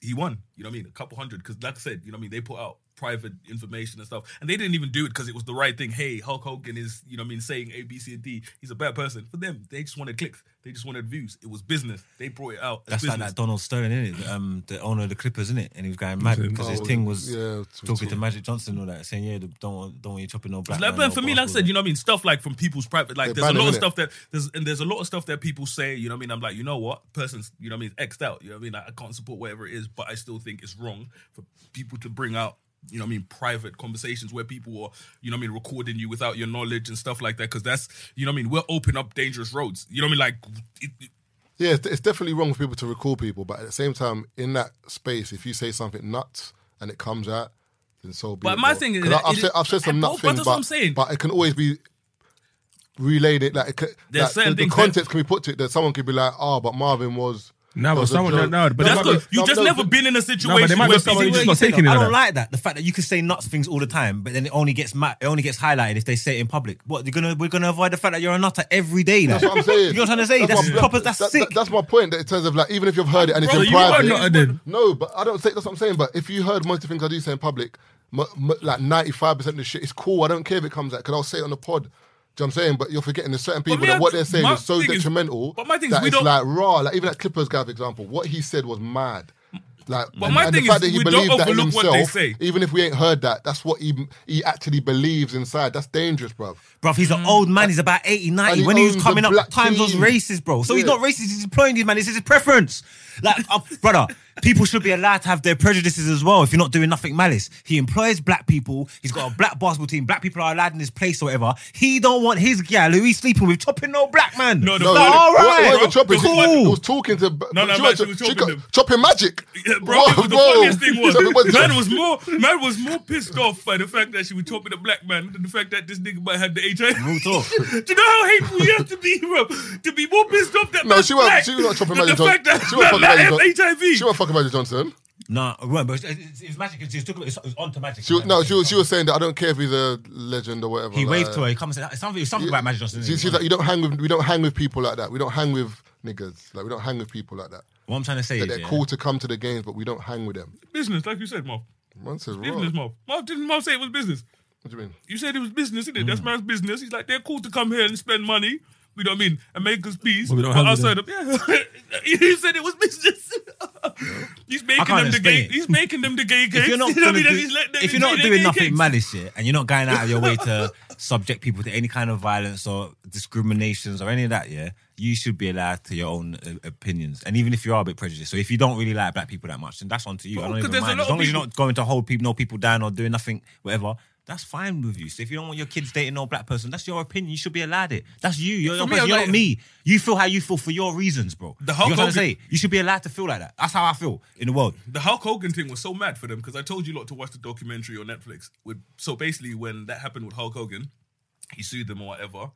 he won, you know what I mean, a couple hundred. Because like I said, you know what I mean, they put out private information and stuff. And they didn't even do it because it was the right thing. Hey, Hulk Hogan is, you know what I mean, saying A, B, C, and D. He's a bad person. For them, they just wanted clicks. They just wanted views. It was business. They brought it out as
That's
business.
like that Donald Sterling, isn't it? Um, the owner of the Clippers, isn't it? And he was going mad because his
Oh,
thing was
yeah, to-
talking
to-
to Magic Johnson and all that, saying, "Yeah, the- don't want- don't want you chopping no black."
Like,
man,
but
no
for me, like I
basketball."
said, you know what I mean. Stuff like from people's private,
They're
like there's a
banning,
lot of
innit?
stuff that there's and there's a lot of stuff that people say. You know what I mean? I'm like, you know what? Person's, you know what I mean? Xed out. You know what I mean? Like, I can't support whatever it is, but I still think it's wrong for people to bring out. You know what I mean? Private conversations where people are, you know what I mean, recording you without your knowledge and stuff like that. Because that's, you know what I mean. We're open up dangerous roads. You know what I mean? Like, it, it-
Yeah, it's, it's definitely wrong for people to recall people, but at the same time, in that space, if you say something nuts and it comes out, then so be
But
it,
my
bro.
thing is
'Cause
that
I, have
it
said,
is-
I've said some
and
nut
bro, but
things,
that's
but,
what I'm saying.
but it can always be relayed. It like, it, could-
There's
like,
certain
the, the
things that-
context can be put to it that someone could be like, "Oh, but Marvin was."
No, but
was a
someone-
joke."
no, no, but
but
No,
that's
but-
good. You
no,
just
no,
never
but-
been in a situation
might be
where
someone
people.
who just
Well, you
not
said
taking it
that. I
like
don't
that.
like that. The fact that you can say nuts things all the time, but then it only gets ma- it only gets highlighted if they say it in public. What you're gonna we're gonna avoid the fact that you're a nutter every day. Now.
That's what I'm saying.
You know what I'm trying to say? That's,
my-
proper. That's
that-
sick.
that- that's my point. that In terms of like, even if you've heard it and it's
Bro,
in
you are
privat,
not a
dude.
no, but I don't say that's what I'm saying. But if you heard most of the things I do say in public, mo- mo- like 95 percent of the shit, it's cool. I don't care if it comes out because I'll say it on the pod. Do you know what I'm saying? But you're forgetting there's certain people
me, I-
that what they're saying
my
is so
thing is-
detrimental.
but my thing is
that
we
it's
don't-
like raw. Like even that Clippers guy, for example, what he said was mad. Like,
But my
and
thing
the fact
is
that he
we don't
believed that in
overlook what they
himself,
say.
even if we ain't heard that, that's what he he actually believes inside. That's dangerous, bruv.
Bruv, he's an old man. He's about 80, 90.
Mm-hmm. And he
when he was
owns
coming
the
up,
black
times was
team.
racist, bro. So he's
Yeah.
not racist. He's employing these man. This is his preference. Like, uh, [laughs] brother, people should be allowed to have their prejudices as well if you're not doing nothing malice. He employs black people. He's got a black basketball team. Black people are allowed in his place or whatever. He don't want his gal who he's sleeping with chopping no black man.
No, the
No,
Like,
fact-
all
what-
right.
what was chopping?
Cool.
He was talking to.
No, no,
she
man,
was-
she was
she
chopping
got-
him.
chopping magic.
Yeah, bro,
Whoa,
it was the
whoa.
funniest thing
[laughs] Chopping
was
magic.
man was more man was more pissed off by the fact that she was chopping a black man than the fact that this nigga might have the HIV.
Real talk.
[laughs] Do you know how hateful you have to be, bro? To be more pissed off that
No,
man's
she was
black
she was not chopping
than
Magic
the
Johnson.
fact that
She was fucking
that
Magic
man has
Johnson.
HIV.
She was fucking Magic Johnson.
Nah, I remember, it's, it's, it's magic. It's, it's, it's, it's on to magic.
She was, no, she was, she was saying that I don't care if he's a legend or whatever.
He
like,
waved to her. He comes and said, something, it's something about Magic Johnson.
She,
isn't it?
she's like, you don't hang with we don't hang with people like that. We don't hang with niggas. Like we don't hang with people like that.
what I'm trying to say
That
is,
they're
yeah,
cool to come to the games, but we don't hang with them.
business, like you said, Marv.
Man says, raw.
Business,
What
Marv. Marv didn't Marv say it was business.
do you mean?
You said it was business, isn't it?
Mm.
That's man's business. He's like, they're cool to come here and spend money. We don't mean and make us peace.
But we don't
but
have
outside of yeah, [laughs] he said it was business. [laughs] he's making
can't
them the gay.
explain it.
He's making them the gay
if
cakes.
you're not,
[laughs] you know what I mean?
gonna do-
And he's letting them
if you're not
enjoy their
doing
gay
nothing
cakes.
malice here and you're not going out of your way to
[laughs]
subject people to any kind of violence or discriminations or any of that, yeah, you should be allowed to your own uh, opinions. And even if you are a bit prejudiced, so if you don't really like black people that much, then that's on to you. I don't
'cause
even
there's a
mind.
lot
As long
of
as you're
people-
not going to hold people, no people down or doing nothing, whatever. That's fine with you. So if you don't want your kids dating no black person, that's your opinion. You should be allowed it. That's you. You're, your
me,
person.
I'm
you're
like-
not me. You feel how you feel for your reasons, bro.
The Hulk
you know what
Hogan-
I'm saying? You should be allowed to feel like that. That's how I feel in the world.
the Hulk Hogan thing was so mad for them because I told you lot to watch the documentary on Netflix. With so basically, when that happened with Hulk Hogan, he sued them or whatever.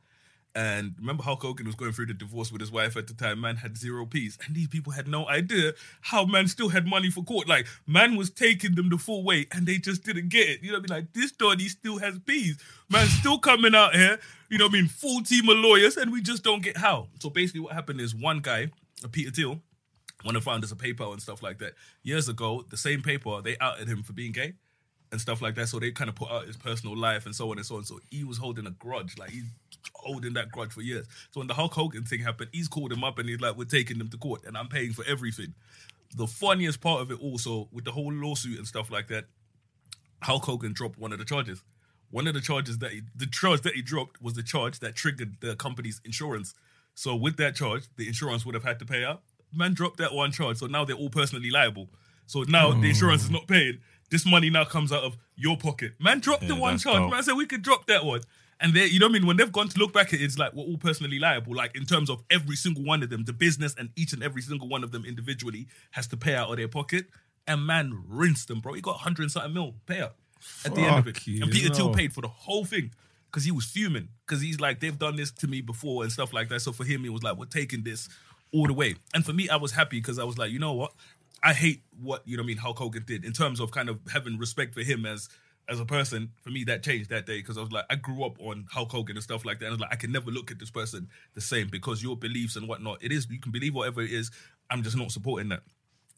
And remember, Hulk Hogan was going through the divorce with his wife at the time. Man had zero peas, and these people had no idea how man still had money for court. Like man was taking them the full way, and they just didn't get it. You know what I mean? Like this dog, he still has peas. Man's still coming out here. You know what I mean? Full team of lawyers, and we just don't get how. So basically, what happened is one guy, uh, Peter Thiel, one of the founders of PayPal and stuff like that. Years ago, the same PayPal, they outed him for being gay and stuff like that. So they kind of put out his personal life and so on and so on. So he was holding a grudge. Like he's holding that grudge for years. So when the Hulk Hogan thing happened, he's called him up and he's like, We're taking them to court and I'm paying for everything. The funniest part of it also, with the whole lawsuit and stuff like that, Hulk Hogan dropped one of the charges. One of the charges that he, the charge that he dropped was the charge that triggered the company's insurance. So with that charge, the insurance would have had to pay out. Man dropped that one charge, so now they're all personally liable. So now the insurance
Hmm.
is not paid. This money now comes out of your pocket. Man dropped the one
that's
charge.
dope.
Man said we could drop that one. And they, you know what I mean? When they've gone to look back at it, it's like we're all personally liable, like in terms of every single one of them, the business and each and every single one of them individually has to pay out of their pocket. And man rinsed them, bro. He got 100 and something mil payout at the end of it.
Fuck you,
and Peter Till
no.
paid for the whole thing because he was fuming because he's like, they've done this to me before and stuff like that. So for him, he was like, we're taking this all the way. And for me, I was happy because I was like, you know what? I hate what, you know what I mean, Hulk Hogan did in terms of kind of having respect for him as as a person, for me, that changed that day because I was like, I grew up on Hulk Hogan and stuff like that. And I was like, I can never look at this person the same because your beliefs and whatnot. It is you can believe whatever it is. I'm just not supporting that.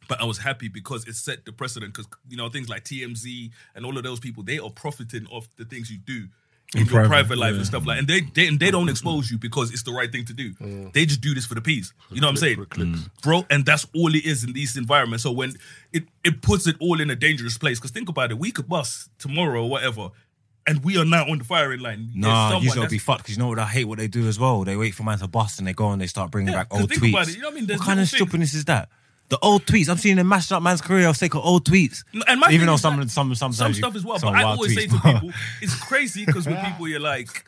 But I was happy because it set the precedent because you know things like TMZ and all of those people they are profiting off the things you do in, your private,
private,
life
yeah.
and stuff like. And they they, and they don't expose you because it's the right thing to do. They just do this for the peace. You know what I'm
Click
saying?
for clicks.
bro. And that's all it is in these environments. So when it it puts it all in a dangerous place, because think about it, we could bust tomorrow or whatever, and we are now on the firing line. There's
Nah,
someone
you gonna
that's-
be fucked because you know what I hate what they do as well. They wait for man to bust and they go and they start bringing
Yeah,
back
'cause
old
think
tweets.
about it, you know what I mean? There's
what kind of
little things-
stupidness is that? The old tweets. I'm seeing them mashing up man's career for sake of old tweets.
No, and my
Even
thing
though
is
some
that
some sometimes
some
you-
stuff as well.
some
But I
wild
always say
tweets.
to
[laughs]
people, it's crazy because with people you're like,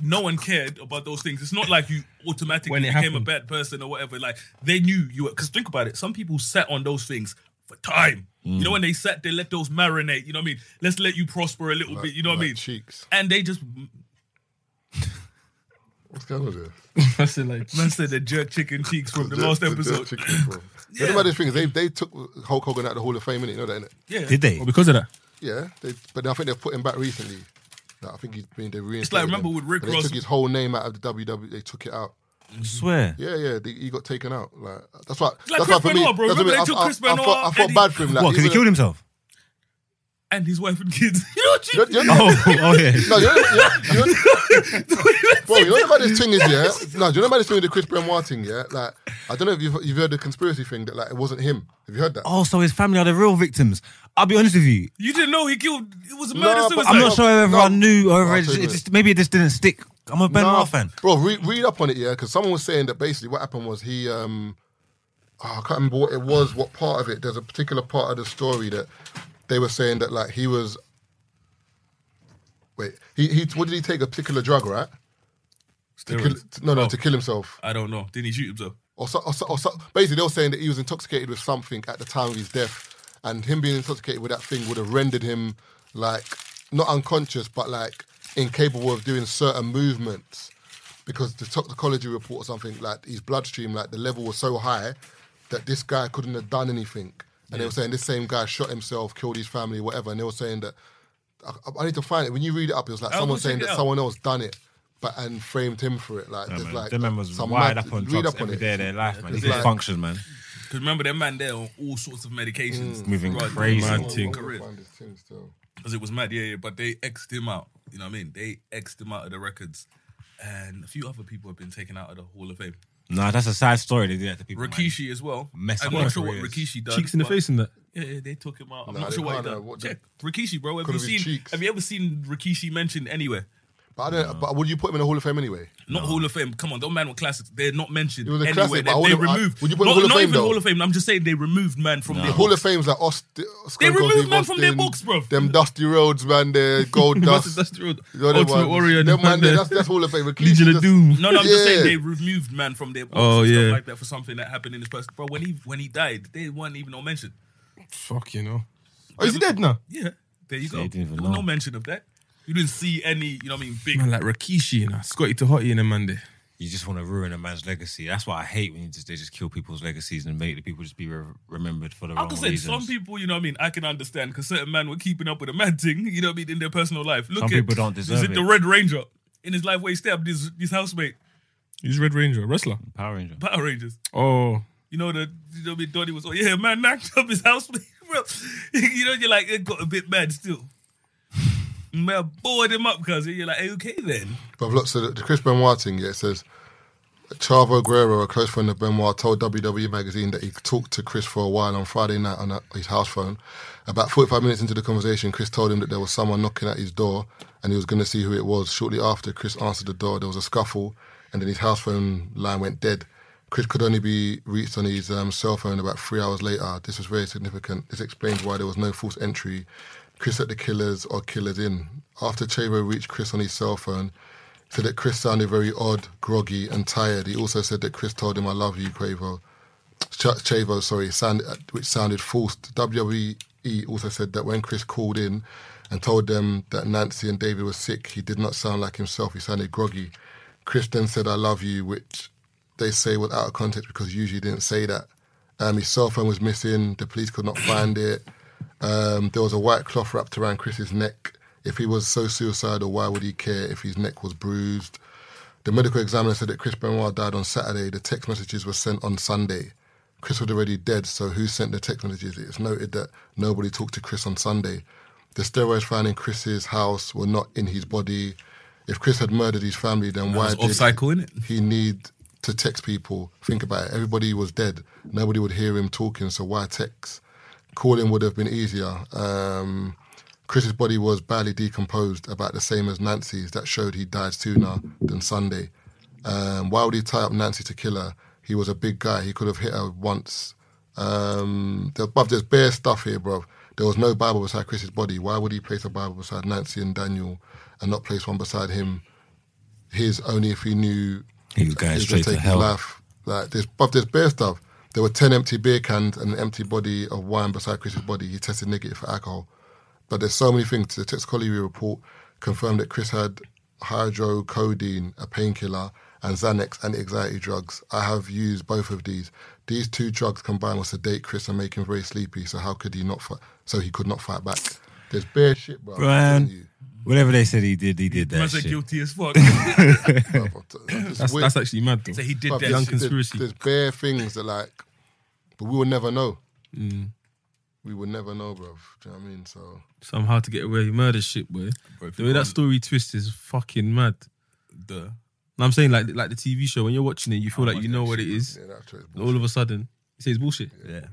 no one cared about those things. It's not like you automatically
When it
became a
happened.
bad person or whatever. Like they knew you were. Because think about it, some people sat on those things for time. You
Mm.
know, when they sat, they let those marinate. You know what I mean? Let's let you prosper a little bit. You know what I
Like
mean?
Cheeks.
And they just
What's going on there?
I said like,
man said the jerk chicken cheeks
[laughs]
from the last episode. [laughs]
Yeah. about this thing is they they took Hulk Hogan out of the Hall of Fame, innit? You know that, innit?
Yeah,
Did they?
well, because of that.
Yeah, they, but I think they've put him back recently. Like, I think he's been they reinstated.
remember
him.
with Rick
But They
Ross-
took his whole name out of the WWE. They took it out.
I swear.
Yeah, yeah, they, he got taken out. Like that's why.
like
that's
Chris
why for me,
Benoit, bro.
that's
Remember
what I,
they
mean.
took
I-
Chris
I, I,
Benoit
felt, I felt
and he-
bad for him. Like,
What? Because he
even- [laughs]
killed himself.
and his wife and kids. [laughs] you know what
You
you
know- you know-
Oh, oh yeah.
No, you know, you know, you know,
[laughs]
bro, you know about this thing is yeah. No, do you know about this thing with the Chris Benoit thing yeah? Like, I don't know if you've, you've heard the conspiracy thing that like it wasn't him. Have you heard that?
Oh, so his family are the real victims. I'll be honest with you.
You didn't know he killed. It was a
No,
murder
but
suicide.
I'm not
No,
sure if
no.
everyone knew
No,
or
I'll
if
tell
it
you
just maybe it just didn't stick. I'm a Ben
Nah,
Roth fan.
Bro, read, read up on it, yeah, because someone was saying that basically what happened was he, um, oh, I can't remember what it was, what part of it. There's a particular part of the story that they were saying that like he was. Wait, he, he what did he take a particular drug, right? To kill,
Steroids.
to- no, no,
Oh.
to kill himself,
I don't know. Didn't he shoot himself?
or, so, or, so, or so, basically they were saying that he was intoxicated with something at the time of his death, and him being intoxicated with that thing would have rendered him like not unconscious, but like incapable of doing certain movements because the toxicology report or something like his bloodstream, like the level was so high that this guy couldn't have done anything. And they were saying this same guy shot himself, killed his family, whatever. And they were saying that I, I- I need to find it. When you read it up, it was like
I'll
someone
go check
saying
it
that
out.
someone else done it, but and framed him for it. Like, there's
man.
like
Them men was
some
wired
mad-
up on
read
drugs
up on
every
it.
day of their life, man. They
It's
didn't
like-
function, man.
Because remember, that man there on all sorts of medications.
Mm. Moving
throughout the
crazy.
whole
Mad thing.
career.
Find this thing still.
because it was mad. Yeah, yeah. But they exed him out. You know what I mean? They exed him out of the records, and a few other people have been taken out of the Hall of Fame.
Nah, that's a sad story they did that to people. man.
Rikishi as well.
Mess
I'm
up
not
their
sure what
careers.
Rikishi does.
Cheeks in the
but-
face and that.
Yeah, yeah, they took him out. I'm
Nah,
not
they
sure what he
can't, uh,
done.
what the-
Check Rikishi, bro. Have
Could've
you
been
seen?
cheeks.
Have you ever seen Rikishi mentioned anywhere?
But I don't. But would you put him in the Hall of Fame anyway?
Not Hall of Fame. Come on, those man were classics. They're not mentioned
It was a
anywhere.
classic,
they
but I
they
would've- I-
removed.
would you put
not,
Hall of
not
Fame,
even
though?
Hall of Fame. I'm just saying they removed man from
The
the
Hall of Fame's like Austin.
They removed men from their books, bro.
Them Dusty Roads, man.
[laughs]
Their Gold
That's,
Dust.
that's the real
You know them
Ultimate
ones.
Warrior.
Them man, there,
there.
that's that's Hall of Fame. Rikishi
Legion of
just-
Doom.
No, no, I'm just
Yeah.
saying they removed man from their books
Oh,
and
yeah.
stuff like that for something that happened in his person. Bro, when he when he died, they weren't even no mention.
Fuck you know. Oh, is he dead now?
Yeah, there you go.
didn't even
There was
know.
No mention of that. You didn't see any, you know what I mean, big.
Man, like Rikishi and you know, Scotty Tohoti and them man there.
You just want to ruin a man's legacy. That's why I hate when you just, they just kill people's legacies and make the people just be re- remembered for the
I
wrong
could say
reasons.
some people, you know what I mean, I can understand because certain men were keeping up with a mad thing, you know what I mean, in their personal life. Look
Some
at,
people don't
Is
deserve
it the
it.
Red Ranger? In his life where he stabbed his, his housemate,
He's Red Ranger, a wrestler.
Power Ranger.
Power Rangers.
Oh,
You know, the, you know what I mean, Donnie was like, yeah, man, [laughs] knocked up his housemate, bro. you know, you're like, it got a bit mad still. [laughs] Man, I bored him up, cuz you're like, hey, okay then.
But look, so the, the Chris Benoit thing, yeah, it says Chavo Guerrero, a close friend of Benoit, told WWE magazine that he talked to Chris for a while on Friday night on uh, his house phone. About 45 minutes into the conversation, Chris told him that there was someone knocking at his door and he was going to see who it was. Shortly after, Chris answered the door. There was a scuffle, and then his house phone line went dead. Chris could only be reached on his um, cell phone about three hours later. This was very significant. This explains why there was no false entry. Chris let the killers or killers in. After Chavo reached Chris on his cell phone, said that Chris sounded very odd, groggy, and tired. He also said that Chris told him, "I love you, Quavo." Ch- Chavo, sorry, sound, uh, which sounded false. WWE E also said that when Chris called in and told them that Nancy and David were sick, he did not sound like himself. He sounded groggy. Chris then said, "I love you," which they say was out of context because usually he didn't say that. Um, his cell phone was missing. The police could not find it. Um, there was a white cloth wrapped around Chris's neck. if he was so suicidal, why would he care if his neck was bruised? The medical examiner said that Chris Benoit died on Saturday. The text messages were sent on Sunday. Chris was already dead, so who sent the text messages? It's noted that nobody talked to Chris on Sunday. The steroids found in Chris's house were not in his body. If Chris had murdered his family, then why
was
did
off cycle, innit?
he need to text people? Think about it. Everybody was dead. Nobody would hear him talking, so why text? Calling would have been easier. Um, Chris's body was badly decomposed, about the same as Nancy's. That showed he died sooner than Sunday. Um, why would he tie up Nancy to kill her? He was a big guy. He could have hit her once. Um, there, bruv, there's bare stuff here, bruv. There was no Bible beside Chris's body. Why would he place a Bible beside Nancy and Daniel and not place one beside him? His only if he knew
He was going
he was
straight
gonna take
to hell.
His life. Like there's, bruv, there's bare stuff. There were ten empty beer cans and an empty body of wine beside Chris's body. He tested negative for alcohol. But there's so many things. The toxicology report confirmed that Chris had hydrocodone, a painkiller, and Xanax and anxiety drugs. I have used both of these. These two drugs combined will sedate Chris and make him very sleepy. So how could he not fight? So he could not fight back. There's bare shit, bro. I'm telling you,
Brian, whatever they said he did, he did that
Man's like
shit.
guilty as [laughs]
bro.
fuck.
I'm t- I'm
[laughs]
just
That's,
weird.
that's actually mad though.
so he did
Bruv,
that.
there's-
young
shit.
conspiracy.
There's, there's bare things that like, but we will never know. We will never know, bro. Do you know what I mean? So
Somehow to get away with murder shit, boy.
Bro, if
The
you
way that
want-
story twists is fucking mad.
Duh.
And I'm saying like like the TV show when you're watching it, you feel like you know what it is.
yeah, that's true.
And all of a sudden, you say it's bullshit.
Yeah.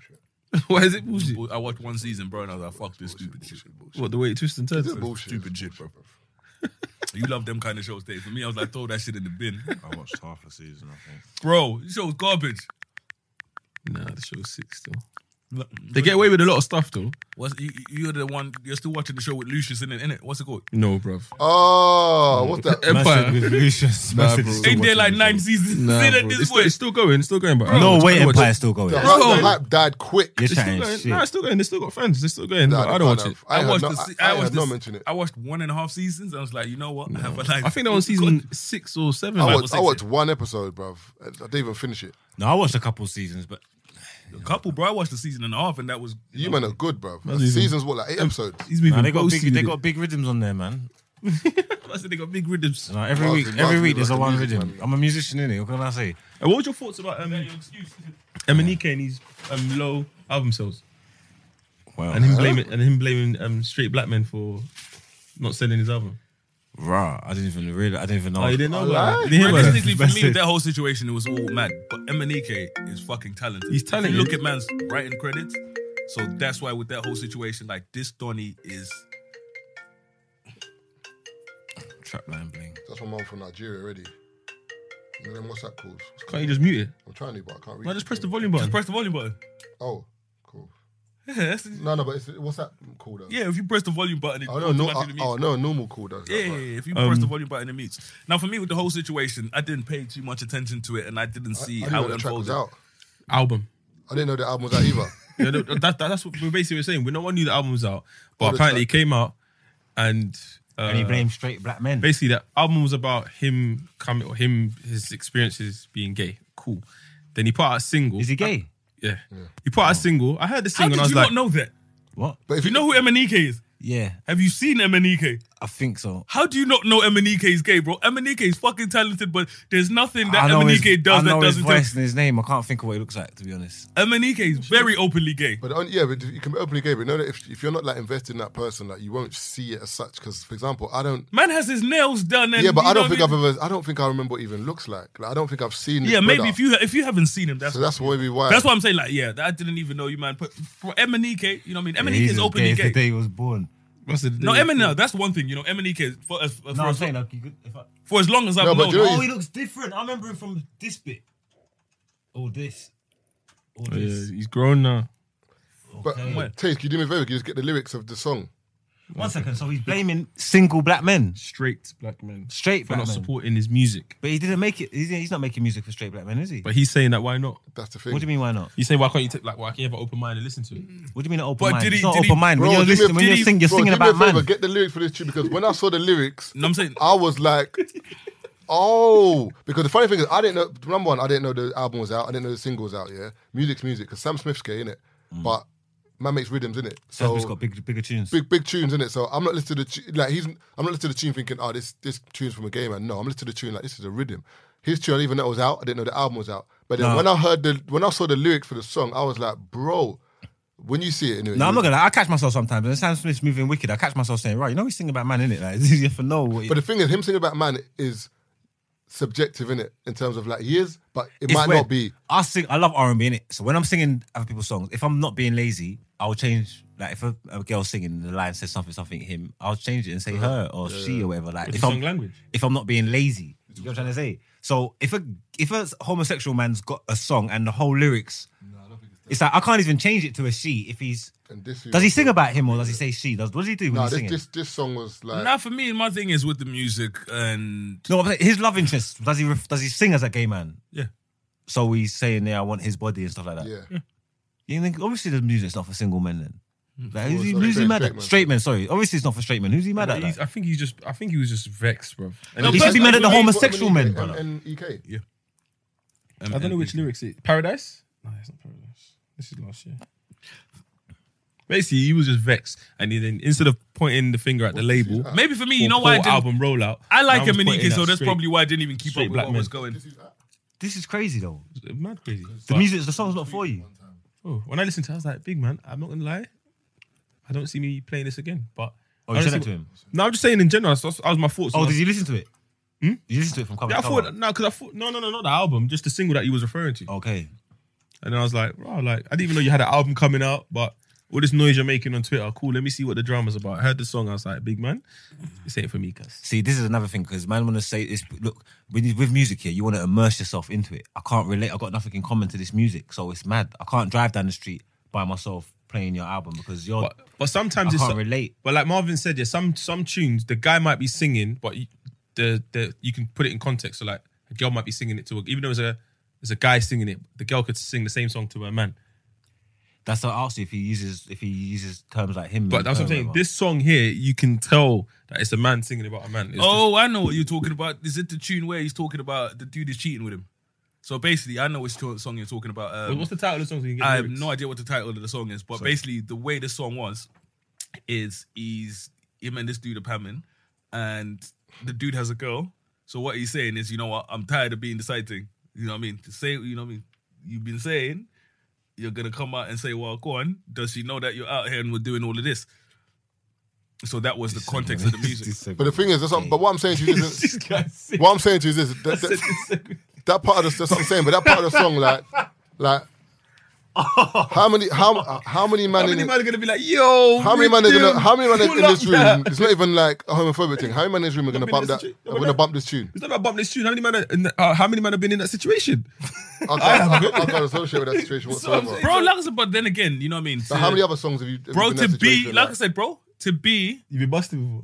[laughs] Why is it bullshit?
I watched one season, bro, and I was like, "Fuck this stupid shit."
What the way it twists and turns?
It's bullshit.
Stupid shit, bro. You love them kind of shows, Dave. For me, I was like, throw that shit in the bin,
[laughs]
I watched half a season, I think.
bro. This show's garbage.
Nah, the show's sick still. They get away with a lot of stuff though.
What's, you, you're the one. You're still watching the show with Lucius in it, innit? What's it called?
No, bruv.
Oh, what's that?
Empire.
Massive with Lucius. Massive
bro.
still
Ain't there
watching
like
the
nine
show.
seasons
Nah,
in
bro.
at
It's,
this
still,
point?
it's still going. It's still going. But I
No
watch-
way,
I watch-
Empire's still going.
The
You're
hype, the hype died quick.
chatting
It's
shit.
still going. Nah, it's still going. They still got fans. They still going.
Nah,
But I don't watch
can't
it.
have- I,
I watched.
not,
the, se-
I,
I,
I
watched.
not
the se-
mention it.
I watched one and a half seasons. I was like, you know [laughs] what? I have a life.
I think that was season six or seven.
I
man.
watched, I watched one episode, bruv. I didn't even finish it.
No, I watched a couple seasons, but
a couple, bro. I watched the season and a half, and that was
You man are good, bruv.
That's easy.
Seasons what, like eight episodes?
He's moving.
nah, they got
closely
big.
with
They
it.
got big rhythms on there, man.
I said they got big rhythms.
Nah, every
Well,
week,
it's
every
like-
week there's a
like the
one
music,
rhythm.
man.
I'm a musician, innit? What can I say?
And what was your thoughts about um, Emanike and his um, low album sales
Well,
and him blaming and him blaming um, straight black men for not selling his album?
rah, I didn't even really, I didn't even know.
Oh, you didn't know about that? You didn't hear about that?
Realistically, for me, that whole situation it was all mad. But Emanike is fucking talented.
He's
If you
talented.
Look at man's writing credits. So that's why with that whole situation, like this Donny is
Trapline bling.
That's my mum from Nigeria already. And then what's that called? What's it
Can't
called?
you just mute it?
I'm trying to, but I can't read
No,
it.
just press the volume button.
just press the volume button.
Oh, cool.
Yeah, that's-
No, no, but it's, what's that called? though?
yeah, if you press the volume button, it
Oh no, no,
automatically
oh no, normal call does that.
Yeah, yeah,
right.
yeah, if you
Um,
press the volume button, it meets. Now, for me, with the whole situation, I didn't pay too much attention to it, and I didn't
I
see
didn't
how
know
it
the track was
unfolded.
out.
album.
I didn't know the album was out either.
Yeah, that, that- that's what we're basically saying. We no one knew the album was out, but
the
apparently it came out, and uh,
And he blamed straight black men.
basically the album was about him coming or him his experiences being gay. Cool. Then he put out a single.
Is he gay?
Yeah. He put out a single. I heard the
How
single
did
and
you
I was
not
like,
know that?
What?
But if
You know who Emanike is?
Yeah,
Have you seen Emanike?
I think so.
How do you not know Emanike is gay, bro? Emanike is fucking talented, but there's nothing
I
that
know his,
Emanike does
I know
that
his
doesn't.
voice
Tell.
and his name. I can't think of what he looks like, to be honest.
Emanike is very openly gay.
But on, yeah, but you can be openly gay. But know that if, if you're not like invested in that person, like you won't see it as such. Because for example, I don't.
Man has his nails done. And
yeah, but
you
I don't
know
think
what
I've ever. I don't think I remember what he even looks like. Like I don't think I've seen.
Yeah,
this
maybe
brother.
if you if you haven't seen him, that's
So that's maybe why.
that's why I'm saying like yeah, that I didn't even know you, man. But for Emanike, you know what I mean? Emanike
he's
is
as
openly
as
gay.
The day he was born.
what's the
No, Emin, no, that's one thing. You know, Emanike is- for as for,
No, I'm
as,
saying like, you could, if I,
for as long as I've
No, but
known.
you know-
oh, he looks different. I remember him from this bit, or this, or
Yeah,
this.
he's grown now.
But
Mm.
Taze, can you do me a favor? Can you just get the lyrics of the song?
One second. So he's blaming single black men,
Straight black men.
straight
For
black
not
men.
supporting his music.
But he didn't make it. He's, he's not making music for straight black men, is he?
But he's saying that why not?
That's the thing.
What do you mean? Why not?
He's saying why can't you take like why can't you have an open mind and listen to it?
What do you mean an open
But
mind?
did he-
it's not
did he-
open mind.
Bro,
When
do
you're
me a-
listening, when
did
you're
he-
singing, you're
Bro,
singing
do me a
about man.
favor, Get the lyrics for this tune because when I saw the
[laughs]
lyrics,
No, I'm saying
I was like, oh, because the funny thing is, I didn't know. Number one, I didn't know the album was out. I didn't know the single was out. Yeah, music's music because Sam Smith's gay, innit? But man makes rhythms in it. So
Seth's Mm. got big, bigger tunes.
big big tunes in it. So I'm not listening to the tu- like he's I'm not listening to the tune thinking, oh, this this tune's from a game. And no, I'm listening to the tune like this is a rhythm. His tune, I didn't even know it was out. I didn't know the album was out. But then
No.
when I heard the when I saw the lyrics for the song, I was like, bro, when you see it anyway.
No, I'm
you-
not gonna. lie. I catch myself sometimes. When Sam Smith's moving wicked, I catch myself saying, "Right, you know he's singing about man, innit? Like, [laughs] it's easier for no." What
But the thing is, him singing about man is subjective in it in terms of like he is, but it
It's
might
weird.
not be.
I sing. I love R and B in it. So when I'm singing other people's songs, if I'm not being lazy, I'll change. Like if a, a girl singing and the line says something, something him, I'll change it and say her or she or whatever. Like if I'm
language.
if I'm not being lazy, you know what I'm trying to say. So if a if a homosexual man's got a song and the whole lyrics, it's like I can't even change it to a she if he's.
And this
Does he sing about him or does he say she? Does what does he do when
No,
he's
this,
singing?
this this song was like
Now, for me, my thing is with the music and
No, I'm saying his love interest. Does he ref- does he sing as a gay man?
Yeah.
So he's saying, "Yeah, I want his body and stuff like that."
yeah.
You think obviously the music's not for single men then. Like, who's, he,
sorry,
who's he
straight-
mad
straight
at?
men.
Straight men, sorry. Obviously it's not for straight men. Who's he mad at?
He's-
Like?
I think he's just. I think he was just vexed, bro.
No,
He should be mad at the
personally,
homosexual men,
N-
brother.
N- E N-E-K.
I don't know which lyrics it. Paradise. No, it's not paradise. This is last year.
Basically, he was just vexed, and he then instead of pointing the finger at the label,
Maybe for me, you
or
know why I
poor
didn't.
album rollout.
I like
Man was
him in
pointing
EK,
at
so that's
straight-
probably why I didn't even keep up
straight
with
black
what
men.
was going.
This is crazy though.
mad crazy.
The music, the song's not for you.
Oh, when I listened to, it, I was like, "Big man, I'm not gonna lie, I don't see me playing this again." But
Oh, you said
honestly,
that to him.
No, I'm just saying in general. That's, that's, that was my thoughts.
Oh,
on-
did you listen to it? Did you listen to it from cover
Yeah,
to
I
cover?
thought no, because I thought no, no, no, not the album, just the single that he was referring to.
Okay.
And then I was like, "Wow, like I didn't even know you had an album coming out." But all this noise you're making on Twitter, cool. Let me see what the drama's about. I heard the song. I was like, "Big man, this ain't for me, cuz."
See, this is another thing because man want to say this. Look, with, with music here, you want to immerse yourself into it. I can't relate. I got nothing in common to this music, so it's mad. I can't drive down the street by myself playing your album because you're.
But, but sometimes
I
it's
can't relate.
But like Marvin said, yeah, some some tunes the guy might be singing, but you, the the you can put it in context. So like a girl might be singing it to a, even though it's a it's a guy singing it, the girl could sing the same song to her man.
That's what I asked you if he uses if he uses terms like him.
But
and
that's what I'm
her,
saying.
whatever.
This song here, you can tell that it's a man singing about a man. It's just-
Oh, I know what you're talking about. Is it the tune where he's talking about the dude is cheating with him? So basically, I know which to- song you're talking about. Um,
what's the title of the song? So you can get the
I have
lyrics?
no idea what the title of the song is, but basically the way the song was is he's him and this dude are pamming, and the dude has a girl. So what he's saying is, you know what, I'm tired of being the side thing. You know what I mean? To say, you know what I mean? You've been saying you're gonna come out and say, well, go on. Does she know that you're out here and we're doing all of this? So that was the context of the
[laughs]
music.
But the thing is, that's what, but what I'm saying to you is, [laughs]
[laughs]
what I'm saying to you is this, that, that, that part of the that's what I'm saying, but that part of the song, like,
[laughs]
like how many how how many man in
are gonna be like, yo,
how many man are gonna how many man in
pull up
this room?
now.
It's not even like a homophobic thing. How many man in this room are gonna
Don't be this
bump that?
tune.
Oh
Are gonna bump this tune?
It's not about bumping this tune. How many man? Are, in the- uh, how many man have been in that situation?
I can't, I, can't- I can't associate with that situation
[laughs]
whatsoever.
Bro, like I said, but then again, you know what I mean?
So how many other songs have you? Have you
bro,
been in
to
that
be,
situation,
like I said, bro, to be
You've been busted before.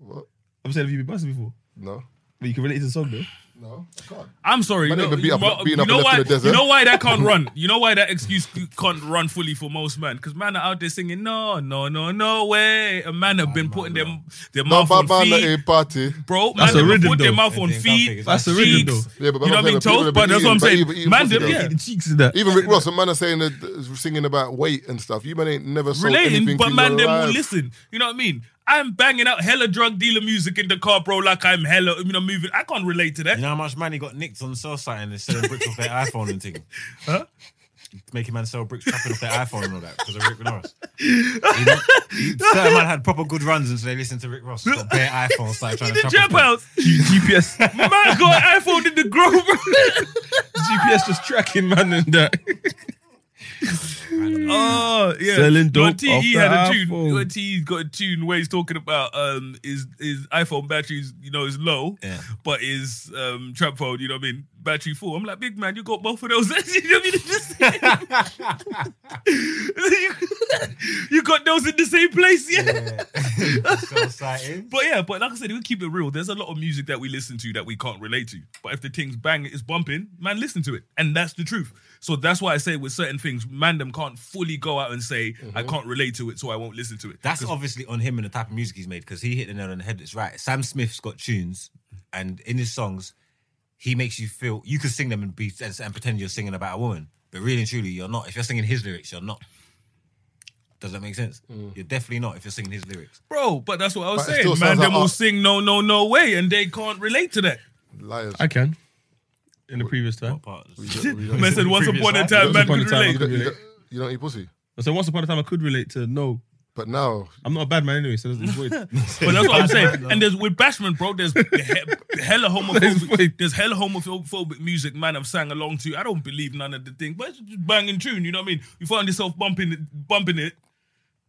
What?
I'm saying, have you been busted before?
no,
But you can relate to the song though.
no, I can't.
I'm sorry. You
Man,
know,
they've been beat up-
you
beaten
know- you
up
know
and left
why?
in the desert.
You know why
[laughs]
that can't run? You know why that excuse can't run fully for most men? Because men are out there singing, no, no, no, no way. A man have been putting them their
No,
mouth on
bad man at a
feet.
party.
Bro, man,
a
them have
rhythm,
put their
though.
mouth on
Anything, something,
feet.
exactly.
That's a rhythm,
cheeks,
though.
Yeah, but
you know what I mean?
that's what I'm saying, but
Toes,
people
but that's what
have
I'm
been
saying.
eating- eating
Man,
pussy,
them,
though.
yeah.
The cheeks is that.
Even Rick Ross, a man are saying that that is singing about weight and stuff. You man ain't never sold
Relating,
anything
but
to
man,
your
them will
life.
listen. You know what I mean? I'm banging out hella drug dealer music in the car, bro. Like I'm hella, you know, moving. I can't relate to that.
You know how much money got nicked on sell site and they're selling bricks
[laughs]
off their iPhone and thing? Huh? Making man sell bricks trapping off their iPhone and all that because of
[laughs]
Rick Ross. You know, certain man had proper good runs and so they listened to Rick Ross. Got bare
[laughs]
iPhone, started trying
In
to
the
trap
trap
off them.
house,
GPS,
[laughs] man got an iPhone in the grove.
GPS just tracking man and that.
Oh yeah,
Selling
No,
dope
T-
off
he
the
had a tune.
iPhone.
no, T- he's got a tune where he's talking about um his his iPhone batteries, you know, is low,
Yeah.
but his um trap phone, you know, what I mean, battery full. I'm like, big man, you got both of those. [laughs] you know what I mean? It's
[laughs]
just- [laughs] you, [laughs] you got those in the same place, yeah.
[laughs] Sell site in.
But yeah, but like I said, we keep it real. There's a lot of music that we listen to that we can't relate to. But if the thing's bang is bumping, man, listen to it, and that's the truth. So that's why I say with certain things, man, them can't fully go out and say I
Mhm.
can't relate to it, so I won't listen to it.
That's obviously on him and the type of music he's made because he hit the nail on the head. It's right. Sam Smith's got tunes, and in his songs, he makes you feel you could sing them and be and, and pretend you're singing about a woman, but really and truly, you're not. If you're singing his lyrics, you're not. Does that make sense?
Mm.
You're definitely not if you're singing his lyrics.
Bro, but that's what I was
But it still
saying. Man,
sounds like oh.
them will
art.
sing no, no, no way, and they can't relate to that.
Liars.
I can. In the previous time.
But
Man said once upon a
Once
time, man
upon a
could
time, I
relate.
You don't, you,
relate.
don't, you don't eat pussy.
I said once upon a time I could relate to no.
But now,
I'm not a bad man anyway, so that's void.
But that's what I'm saying. And there's with Bashman, bro. There's he- hella homophobic. There's hella homophobic music, man. I've sang along to. I don't believe none of the thing, but it's just banging tune. You know what I mean? You find yourself bumping it, bumping it,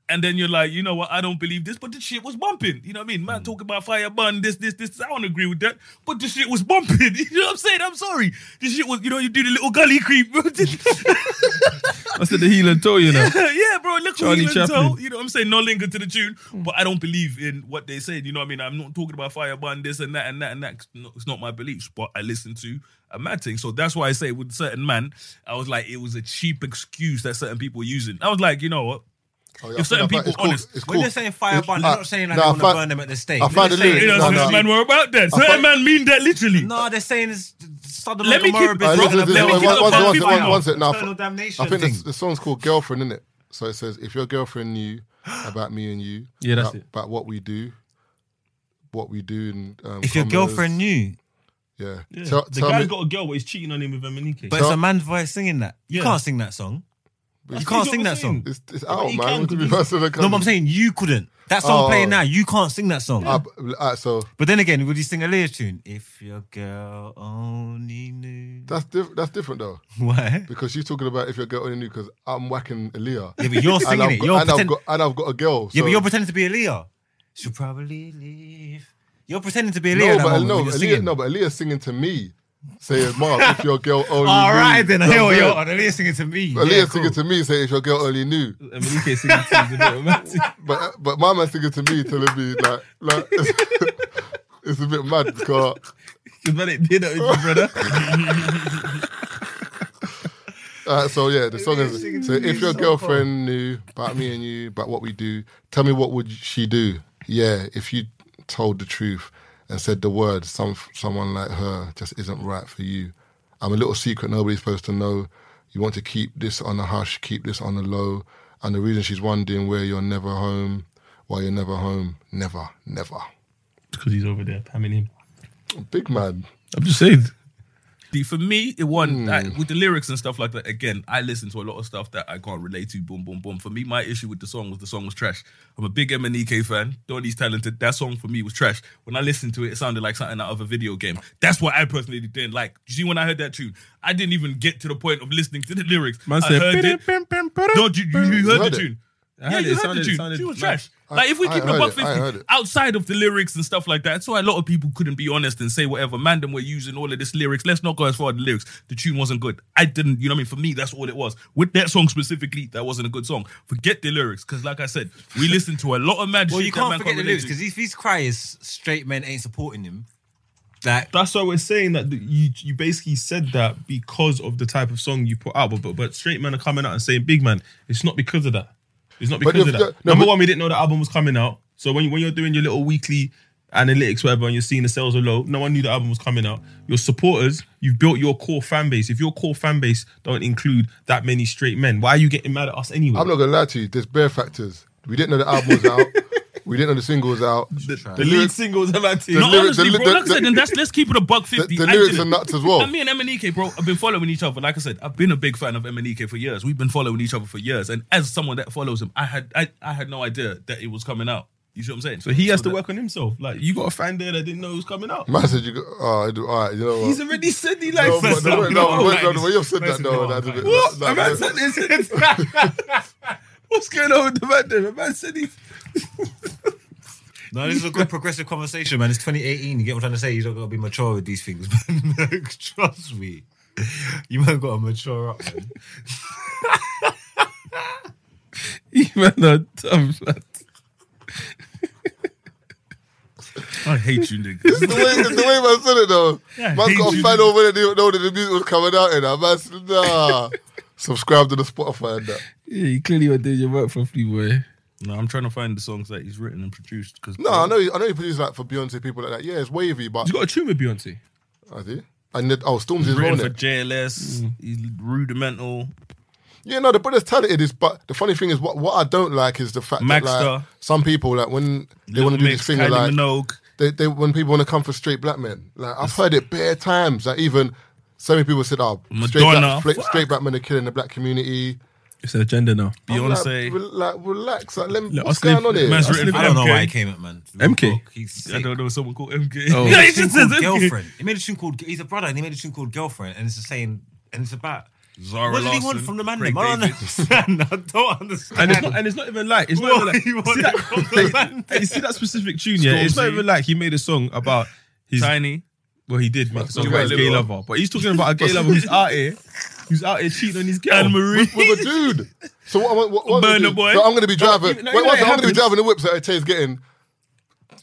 and then you're like, you know what? I don't believe this, but the shit was bumping. You know what I mean? Man, talking about fire bun, this, this, this. I don't agree with that, but the shit was bumping. [laughs] You know what I'm saying? I'm sorry. The shit was, you know, you do the little gully creep.
[laughs]
[laughs]
I said the heel and toe, [laughs] you know.
yeah, bro. Look
Charlie
Charlie toe.
Chaplin.
You know what I'm saying? No linger to the tune, but I don't believe in what they said. You know what I mean? I'm not talking about fire burn this and that and that and that. It's not- It's not my beliefs, but I listen to a mad thing. So that's why I say with certain man, I was like, it was a cheap excuse that certain people were using. I was like, you know what?
oh, yeah,
If
I
certain
found-
people
it's cool.
honest-
it's
when
cool.
they're saying fire
It's-
bun,
I-
they're not saying like
nah,
they
I
want to
found-
burn them at the stake.
I
They're
find the
saying
lyrics-
You know,
No,
certain
no.
man were about that.
I
Certain
thought-
man mean that literally.
No, they're saying it's Sodom
Let
and
me
Gomorrah
keep-
Uh,
business.
listen,
and
listen,
a
Let me
one-
keep
barbecue
one- one-
the
fire
one-
fifty
one-
now.
one sec. Now,
Eternal
for-
damnation
I think
thing.
this, the song's called Girlfriend, isn't it? So it says, if your girlfriend knew about me and you,
Yeah, that's
about,
it.
about what we do, what we do, and um,
If your
commas,
girlfriend knew,
yeah, tell,
The
tell
guy
me,
got a girl, but he's cheating on him with Emanike. [laughs]
but it's a man's voice singing that. You
Yeah.
can't sing that song. You can't sing that song.
it's, it's out,
he
man.
can,
What do you mean [laughs]
because
personal
No, but I'm
commas?
saying you couldn't. That song
Oh.
playing now, you can't sing that song.
Uh, b- alright, so
But then again, would you sing a Leah tune? If your girl
[laughs]
only knew.
that's diff- that's different though,
Why?
because you're talking about if your girl only knew, because I'm whacking Aaliyah.
Yeah, but you're
and
singing
I've,
it.
got,
You're
and, I've
pretend-
got, and I've got a girl.
Yeah,
so-
but you're pretending to be Aaliyah. She'll probably leave. You're pretending to be
no,
Aaliyah.
but
that
no,
no,
Aaliyah, no, but Aaliyah's singing to me, saying, "Mark, if your girl only."
[laughs] All
knew,
right, then. I
You
hear
know
what
what I'm
you're
saying?
on. Aaliyah's singing to me.
Aaliyah's
yeah,
singing to me, saying, "If your girl only knew."
Emanike singing to him is a bit romantic.
But but my man's singing to me, telling me like like it's, [laughs] it's a bit mad because
Because man, it did that with your [laughs] brother.
uh, so yeah, the song is so if your girlfriend knew about me and you, about what we do, tell me what would she do? Yeah, if you told the truth and said the word, some someone like her just isn't right for you. I'm a little secret nobody's supposed to know. You want to keep this on the hush, keep this on the low. And the reason she's wondering where you're never home, why you're never home, never, never.
Because he's over there pamming him.
Big man.
I'm just saying.
The- for me, it won I- with the lyrics and stuff like that. Again, I listen to a lot of stuff that I can't relate to. Boom, boom, boom. For me, my issue with the song was the song was trash. I'm a big MNEK fan. Donny's talented. That song for me was trash. When I listened to it, it sounded like something out of a video game. That's what I personally didn't like. You see, when I heard that tune, I didn't even get to the point of listening to the lyrics.
Man
I
said,
heard it. No, you, you, you heard,
heard
the
it?
tune.
I
yeah,
heard
you
it. It
heard
sounded-
the tune.
sounded
She was
mad.
trash. like if we
I
keep it
heard
buck
it. I heard
fifty
it.
outside of the lyrics and stuff like that, so a lot of people couldn't be honest and say whatever. Man, them were using all of this lyrics. Let's not go as far as the lyrics. The tune wasn't good. I didn't. You know what I mean? For me, that's all it was. With that song specifically, that wasn't a good song. Forget the lyrics, because like I said, we listened to a lot of mad
Well,
shit
you
that
can't
man
forget the
relate
lyrics
to.
because if his cry is straight men ain't supporting him, that
That's why we're saying that you you basically said that because of the type of song you put out. But but, but straight men are coming out and saying, "Big man, it's not because of that. It's not
But
because of that."
if the- no,
Number
but-
one, we didn't know the album was coming out. So when you, when you're doing your little weekly analytics, whatever, and you're seeing the sales are low, no one knew the album was coming out. Your supporters, you've built your core fan base. If your core fan base don't include that many straight men, why are you getting mad at us anyway?
I'm not gonna lie to you. There's bare factors. We didn't know the album
[laughs]
was out. we didn't know the single was out. The,
the lead singles have had
The
to.
No,
lyrics-
honestly,
the-
bro.
the-
like I said,
the-
and that's let's keep it a buck
the
fifty. I
lyrics
didn't-
are nuts as well.
And [laughs] me and Emanike, bro, have been following each other. Like I said, I've been a big fan of Emanike for years. We've been following each other for years, and as someone that follows him, I had I, I had no idea that it was coming out. You see what I'm saying?
So he has to
that-
work on himself. Like you got a fan there that didn't know it was coming out.
Man said you go, oh, I do, all right, you know what?
He's already said he likes
no, but
us.
the way, no,
Like,
the way, no, the way you've said that, though, that's a bit.
What?
that-
A man
that-
said
[laughs]
this. it's- [laughs] What's going on with the man there? A man said he's.
no, this is a good progressive conversation, man. It's 2018. You get what I'm trying to say? You don't got to be mature with these things, [laughs] man. Trust me, you might got to mature up. Man.
Man, are dumb, lad.
[laughs] I hate you, niggas.
the way, the way man said it though, man
he
got a
do
fan
this.
over there. They didn't know that the music was coming out, and I man said,
[laughs]
nah. Subscribe to the Spotify and that.
[laughs] Yeah, you clearly were doing your work properly, boy.
no, I'm trying to find the songs that he's written and produced. Because
No, I know, he- I know he produced like for Beyonce people like that. Yeah, it's wavy, but
You got a tune with Beyonce.
I do. And the, oh, Stormzy's
written
on
for
Mm.
it.
JLS, he's rudimental.
Yeah, no, the brother's talented is, but the funny thing is, what what I don't like is the fact that like,
Maxter.
some people like when they
Lil
want to do
Mix,
this thing, they're
Kylie
like
Minogue.
they, they when people want to come for straight black men. Like I've heard it bare times. Like even so many people said, "Oh, straight
Madonna.
black, fla- straight black men are killing the black community."
It's an agenda now.
I'm like,
Beyonce.
re- like relax. Like, let me,
Look,
what's
I'll
going on
sleep-
here?
Man's written
I don't know
MK.
why he came up, man.
MK.
He's sick.
I don't know someone called MK.
Oh.
yeah, [laughs] he
He made a
just
tune
says
called
MK.
girlfriend. He made a tune called. He's a brother, and he made a tune called girlfriend, and it's the same. And it's about.
Zara
what did he want
Larsson,
from the man? [laughs]
Craig
them? I don't
David.
understand. I don't understand.
And it's not, and it's not even like it's not even
[laughs]
like
what he
see
wanted from
[laughs]
that,
the man.
Hey, you see that specific tune, yeah? It's not
Stormzy.
even like he made a song about his.
Tiny.
Well, he did make a song
you
about his
gotta
gay
live it
lover, but he's talking about a gay lover who's out here, who's out here cheating on his girl.
Anne Marie.
with a dude. So what? what, what, what
Burner
I'm gonna do-
boy.
So I'm going to be driving.
even- no,
wait, one
even though it
second, I'm going to be
happens-
driving the whips that Tate's getting.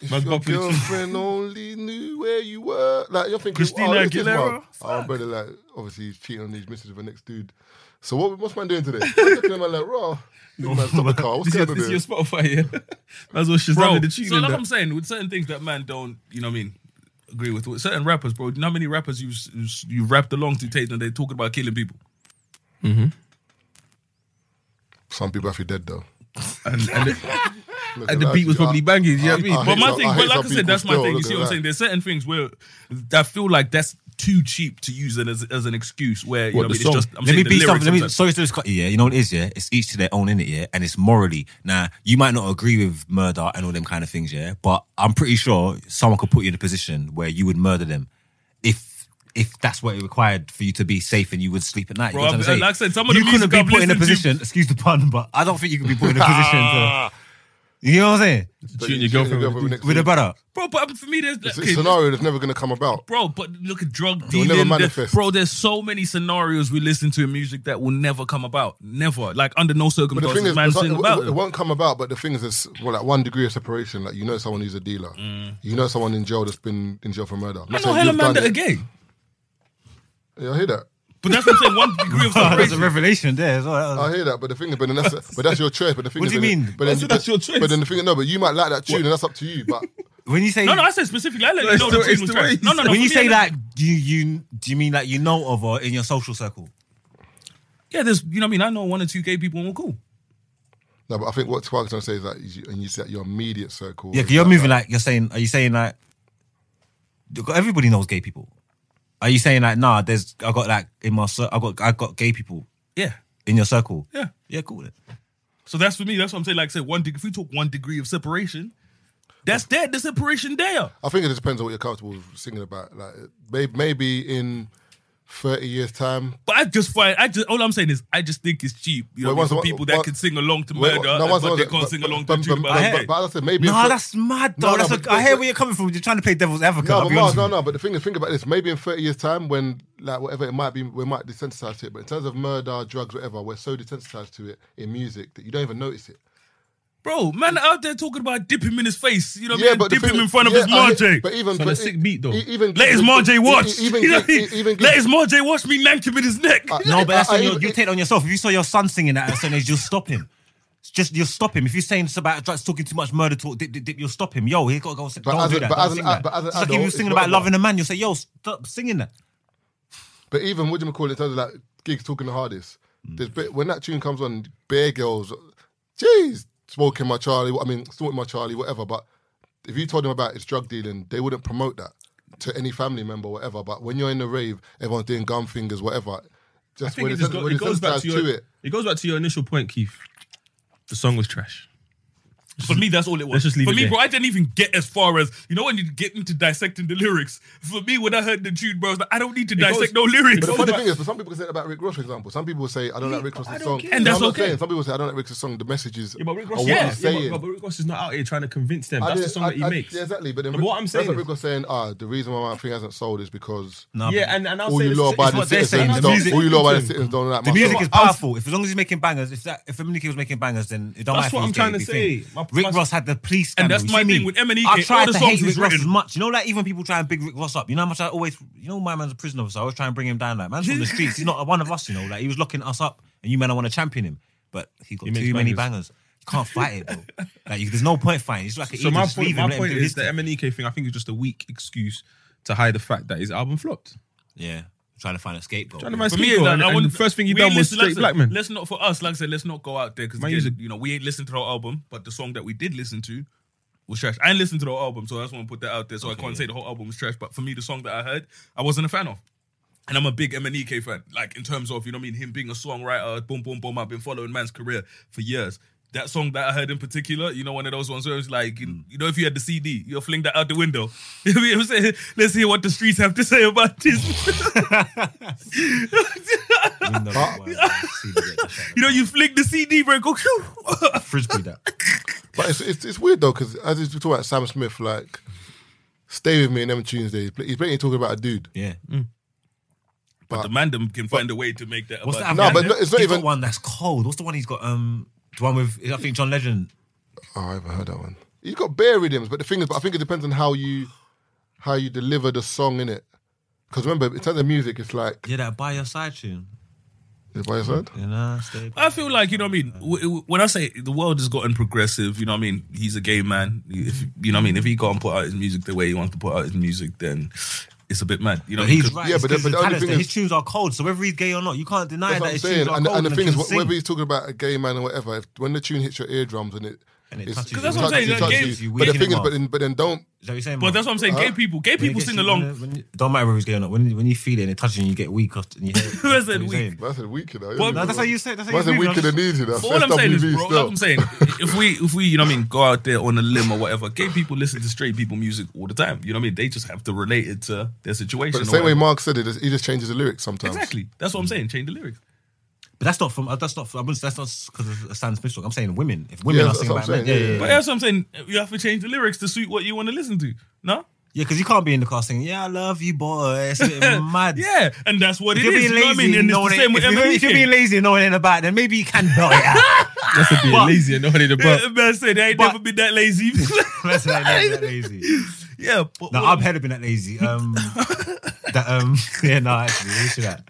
If
Man's
your
bopping it.
girlfriend only knew where you were. Like you're thinking,
Christina
oh, this is
Aguilera?
wild. Oh, brother, like obviously he's cheating on these misses with the next dude. So what? What's man doing today? I'm looking at man like, raw. Man, stop the car. What's
This is
going on
this is
here?
your Spotify,
[laughs]
yeah. As well, she's
Bro,
the
so
cheating.
like
there.
I'm saying, with certain things that man don't, you know what I mean, agree with. With certain rappers, bro, you know how many rappers you you you rapped along to Tate and they're talking about killing people?
Some people have to be dead though.
And, and the,
[laughs] Look,
and
I
the
lied
beat
to
was
you.
probably banging. You know what I mean?
I
But
hate
my
some-
thing,
I
but
hate
like
some
I said, that's
people
my
still,
thing. You
look
see
at
what I'm
that.
saying? There's certain things where I feel like that's too cheap to use and as, as an excuse. Where you
What,
know,
the
what I mean,
song?
it's just I'm
let
saying
me
the
be
lyrics
something. Let me
sometimes.
sorry to this cut you, yeah. You know what it is, yeah. It's each to their own in it, yeah, and it's morally. Now you might not agree with murder and all them kind of things, yeah, but I'm pretty sure someone could put you in a position where you would murder them if if that's what it required for you to be safe and you would sleep at night.
Bro,
you know what I'm
I've-
saying?
like I said, some of the
you couldn't
music
be
I've
put in a
listened to-
position. Excuse the pun, but I don't think you could be put in a
[laughs]
position to. You know what I'm saying?
But
Cheating
you-
your girlfriend
cheating
with
next
With a
dude.
brother.
bro. But um, for me, there's
It's
okay,
a scenario that's never going to come about.
Bro, but look at
It
drug
will
dealing.
never
there-
manifest.
Bro, there's so many scenarios we listen to in music that will never come about. Never. Like, under no
But the
circumstances,
thing is,
man,
it's like-
sing
it,
about
it
them.
won't come about. But the thing is, it's well, like one degree of separation. Like you know, someone who's a dealer. You know, someone in jail that's been in jail for murder.
I know hella man that are gay.
Yeah, I hear that.
But that's what I'm saying.
[laughs]
One degree of
There's a
separation.
revelation there as well. That was-
I hear that, but the thing is, but then that's but that's your choice. But the thing
What
is,
do you
but then-
mean?
But then,
I said
but-
that's your choice.
But then the thing, no, but you might like that tune, and that's up to you. But
When you say
No, no, I said specifically. I let you
it's
know
the-
the
it's
tune was
the way
trash.
he
No, no, no. for
when you
me, I-
say like you you do you mean like you know of or in your social circle?
yeah, there's, you know what I mean? I know one or two gay people and we're cool.
no, but I think what Twark's trying to say is that, you, and you said your immediate circle.
Yeah,
is
because you're
like
moving
that.
like you're saying. Are you saying like everybody knows gay people? Are you saying like nah? There's I got like in my cir- I got I got gay people
Yeah.
in your circle.
Yeah.
yeah, cool. Then.
So that's for me. That's what I'm saying. Like I said, one degree. If we took one degree of separation, that's there. The separation there.
I think it just depends on what you're comfortable with singing about. Like may- maybe in thirty years' time,
But I just find I just all I'm saying is I just think it's cheap. You know,
Wait,
what I mean,
one-
for people that
one-
can sing along to
wait,
murder,
no, one-
but
one-
they can't sing
but-
along to
but-
a tune
but-
about
but-
gay.
But as I said, maybe in
Nah,
thir-
that's mad
No,
though.
no,
that's a,
but-
I hear where you're coming from. You're trying to play devil's advocate.
No,
I'll
but
be
Mars,
honest
no,
with you.
no. But the thing is, think about this. Maybe in thirty years' time, when like whatever it might be, we might desensitize to it. But in terms of murder, drugs, whatever, we're so desensitized to it in music that you don't even notice it.
Bro, man out there talking about dip him in his face. You know what
yeah,
I mean?
but the
Dip him
thing-
in front of
yeah,
his
I hear-
Marjay.
But even
So
but
the sick beat, though.
e- Even
Let his
even-
Marjay
e-
watch.
Even
[laughs] You know what I mean?
e- even
Let his Marjay watch me lank him in his neck.
Uh,
No, but that's
I- I
on your,
even-
you take it on yourself. If you saw your son singing that at a certain age, you'll stop him. It's just you'll stop him. If you're saying it's about drugs, talking too much murder talk, dip, dip, dip, you'll stop him. Yo, he got to go.
But
don't
as
do
a-
that.
but
don't
as an
sing
ad-
that.
but as an
it's like if
adult,
you're
it's
singing about
whatever.
loving a man, you'll say, "Yo, stop singing that."
But even what do you call it in terms of like gigs talking the hardest? There's bit, when that tune comes on, Bear Girls, jeez, smoking my Charlie. I mean, smoking my Charlie, whatever. But if you told them about it's drug dealing, they wouldn't promote that to any family member, whatever. But when you're in the rave, everyone's doing gum fingers, whatever.
I
Just
think
when
it,
it's
just go, it goes back to, your,
to it.
it goes back to your initial point, Keith. The song was trash.
For me, that's all it was.
Let's just leave
for
it
me,
there.
bro, I didn't even get as far as you know when you get into dissecting the lyrics. For me, when I heard the tune, bro, I was like, I don't need to dissect no lyrics.
But the funny thing is, but some people can say that about Rick Ross, for example. Some people say, I don't like Rick Ross's song.
care.
And that's
I'm not
okay.
Saying, some people say, I don't like Rick Ross's song. The messages
Yeah, but Rick Ross,
are Oh, what
yeah,
he's
yeah,
saying.
but, but- but Rick Ross is not out here trying to convince them.
I
That's the
didn't-
song
I-
that he
I-
makes.
Yeah, exactly. But then
But
Rick-
what I'm saying
that's what
is-
Rick was saying. Ah, the reason why my thing hasn't sold is because
No,
Yeah, and, and I'll
all
say
you
it's-
law
it's
abiding
what they're saying.
citizens
The
don't.
music
All you law abiding
into him.
citizens don't like
The
my
music
song.
is powerful. If as long as he's making bangers, if that if Eminem keeps making bangers, then it don't
That's
matter.
what
if
I'm
he's
trying
gay,
to
if he's
say.
gay.
My-
Rick
my-
Ross had the police
And
scandal.
that's
you
my
see
thing
me?
with Eminem, all
I tried
the
to
songs
hate
he's
Rick Ross as
written.
much. You know, like even people try and big Rick Ross up. You know how much I always, you know, my man's a prisoner, so I always try and bring him down. Like man's from
[laughs]
the streets. He's not one of us. You know, like he was locking us up, and you man, I want to champion him, but he got
He makes
too many
bangers.
bangers. You can't fight it, bro.
[laughs]
Like you, there's no point fighting. He's like an
So
eagle,
my
just
point,
leave him,
my
let him
point
do
is
his
the
thing.
Eminem K thing. I think is just a weak excuse to hide the fact that his album flopped.
Yeah. trying to find a scapegoat.
Trying to find
For me, like, I
and,
wouldn't-
the first thing you
we
done
ain't
was
listen- like I
straight
said,
black man.
Let's not for us. Like I said, let's not go out there because
Man, he's a-
you know we ain't listened to our album, but the song that we did listen to was trash. I ain't listened to the whole album, so I just want to put that out there. So I can't say the whole album was trash, but for me, the song that I heard, I wasn't a fan of. And I'm a big MNEK fan, like in terms of, you know what I mean, him being a songwriter, boom, boom, boom. I've been following man's career for years. That song that I heard in particular, you know, one of those ones where it was like, you,
Mm.
you know, if you had the CD, you'll fling that out the window. [laughs] You know what I'm saying? Let's hear what the streets have to say about this.
[laughs]
uh,
you know, you flick the CD, bro, go,
frisbee that.
But it's, it's, it's weird though, because as we talk about Sam Smith, like, stay with me in them tunes there. He's pl- He's basically talking about a dude.
Yeah.
Mm.
But the man them can find a way to make that.
What's
about-
No,
that?
but no, it's not
he's got
even-
one that's cold. What's the one he's got? Um, the one with I think John Legend.
Oh, I haven't heard that one. He's got bare rhythms, but the thing is, but I think it depends on how you how you deliver the song in it. Because remember, in terms of music, it's like
Yeah, that by your side tune.
if I said,
You know, stay.
I feel like you know what I mean. w- w- When I say the world has gotten progressive, you know what I mean. He's a gay man. If you know what I mean, if he can't put out his music the way he wants to put out his music, then it's a bit mad. You know,
But
what I mean?
he's
'Cause-
right.
Yeah,
it's
but the- but
'cause the
the only
talent's
thing
there.
is-
his tunes are cold. So whether he's gay or not, you can't deny
that's
that
what I'm
his
saying.
tunes are
And,
cold.
and the thing
he
is,
can
wh-
sing.
whether he's talking about a gay man or whatever, if, when the tune hits your eardrums and it,
And it
it's-
touches you.
it
That's what I'm saying,
it
like, gays-
you.
you
But the
weaken
thing
him
is,
up.
but then, but then don't.
Is that what you're saying?
but
Mark?
that's what I'm saying. Gay people, gay
When it
people
gets
sing
you-
along.
when it- when it- don't matter whether it's gay or not. When when you feel it and it touches you, and you get weak. After, and
[laughs]
you hear,
Who has said
What are you
weak?
saying?
That's a weak, you know.
Well,
No, that's how you say. That's how you
That's a
move,
weak in
you
the
know?
knees, you know.
But all I'm saying is,
SWV
bro,
still.
like I'm saying, if we, if we, you know, what I mean, go out there on a limb or whatever, gay people listen to straight people music all the time. You know, what I mean, they just have to relate it to their situation.
But the
or
same way
whatever.
Mark said it, he just changes the lyrics sometimes.
exactly. That's what I'm saying. Change the lyrics.
But that's not from. That's not. From, I wouldn't- that's not because of a Sam Smith song. I'm saying women. If women
Yeah,
are
that's
singing
what I'm
about men, yeah,
saying,
yeah,
yeah,
yeah.
But that's what I'm saying. You have to change the lyrics to suit what you want to listen to. No.
Yeah, because you can't be in the car singing, "Yeah, I love you, boy." It's a
[laughs]
bit mad.
Yeah, and that's what
If
it
you're
is.
being
you know what I mean? And
lazy, and
it's
no
the
one
same
ain't-
with
if you- if you're being
Eminem.
lazy and no one ain't about, it, then maybe you can [laughs] know it out.
That's a being lazy and nobody to
Yeah, man said they ain't
But-
never been that lazy. [laughs]
That's like that lazy.
yeah, but
No,
what-
I've heard of been that
[laughs]
lazy. Um, that um, yeah, no, actually, we should that.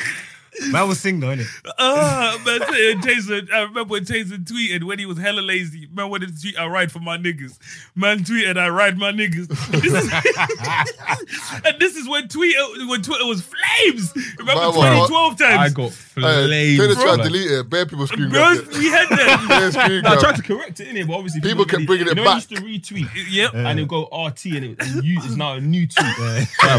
Man will sing though, innit?
Ah, man said Jason. I remember when Jason tweeted when he was hella lazy. Man wanted to tweet, "I ride for my niggas." Man tweeted, "I ride my niggas." This is- [laughs] and this is when Twitter when Twitter was flames. Remember
Wow, wow,
2012
I
times.
got
Uh,
flamed.
Taylor tried to
bro.
delete it. Bare people screamed.
Bro,
[laughs]
we had that. [laughs]
Bare screamed.
No, I tried
grabbed
to
it.
correct it in it, but obviously
People kept
really-
bringing it
you know,
back.
I used to retweet
yep.
and it'll go RT and it and you, it's now a new tweet.
I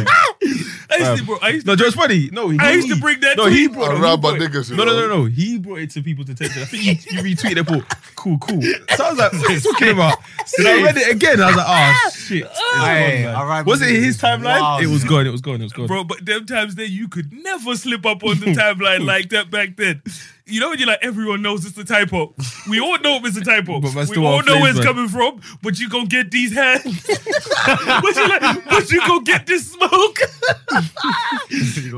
used to, bro, I used to,
No, Joe's funny. No, he,
I used to
he-
bring that
No,
tweet.
he brought.
I
he
rob my
brought it.
niggas, you
No, no,
know.
no, no. He brought it to people's attention. I think you, you retweeted it. Paul. Cool, cool. So I was like, what are you talking about? So I read it again. I was like, oh shit. It's
Aye,
gone, man.
I ride my
was it his
niggas.
timeline?
Wow.
It was gone. It was gone. It was gone.
bro. But them times there, you could never slip up on the
[laughs]
timeline like that back then. You know when you're like, everyone knows it's a typo. We all know it's a typo.
But that's
we
the
all
one
know where it's
flavor.
coming from. But you gonna get these hands.
[laughs]
but you like, but you gonna get this
[laughs]
smoke.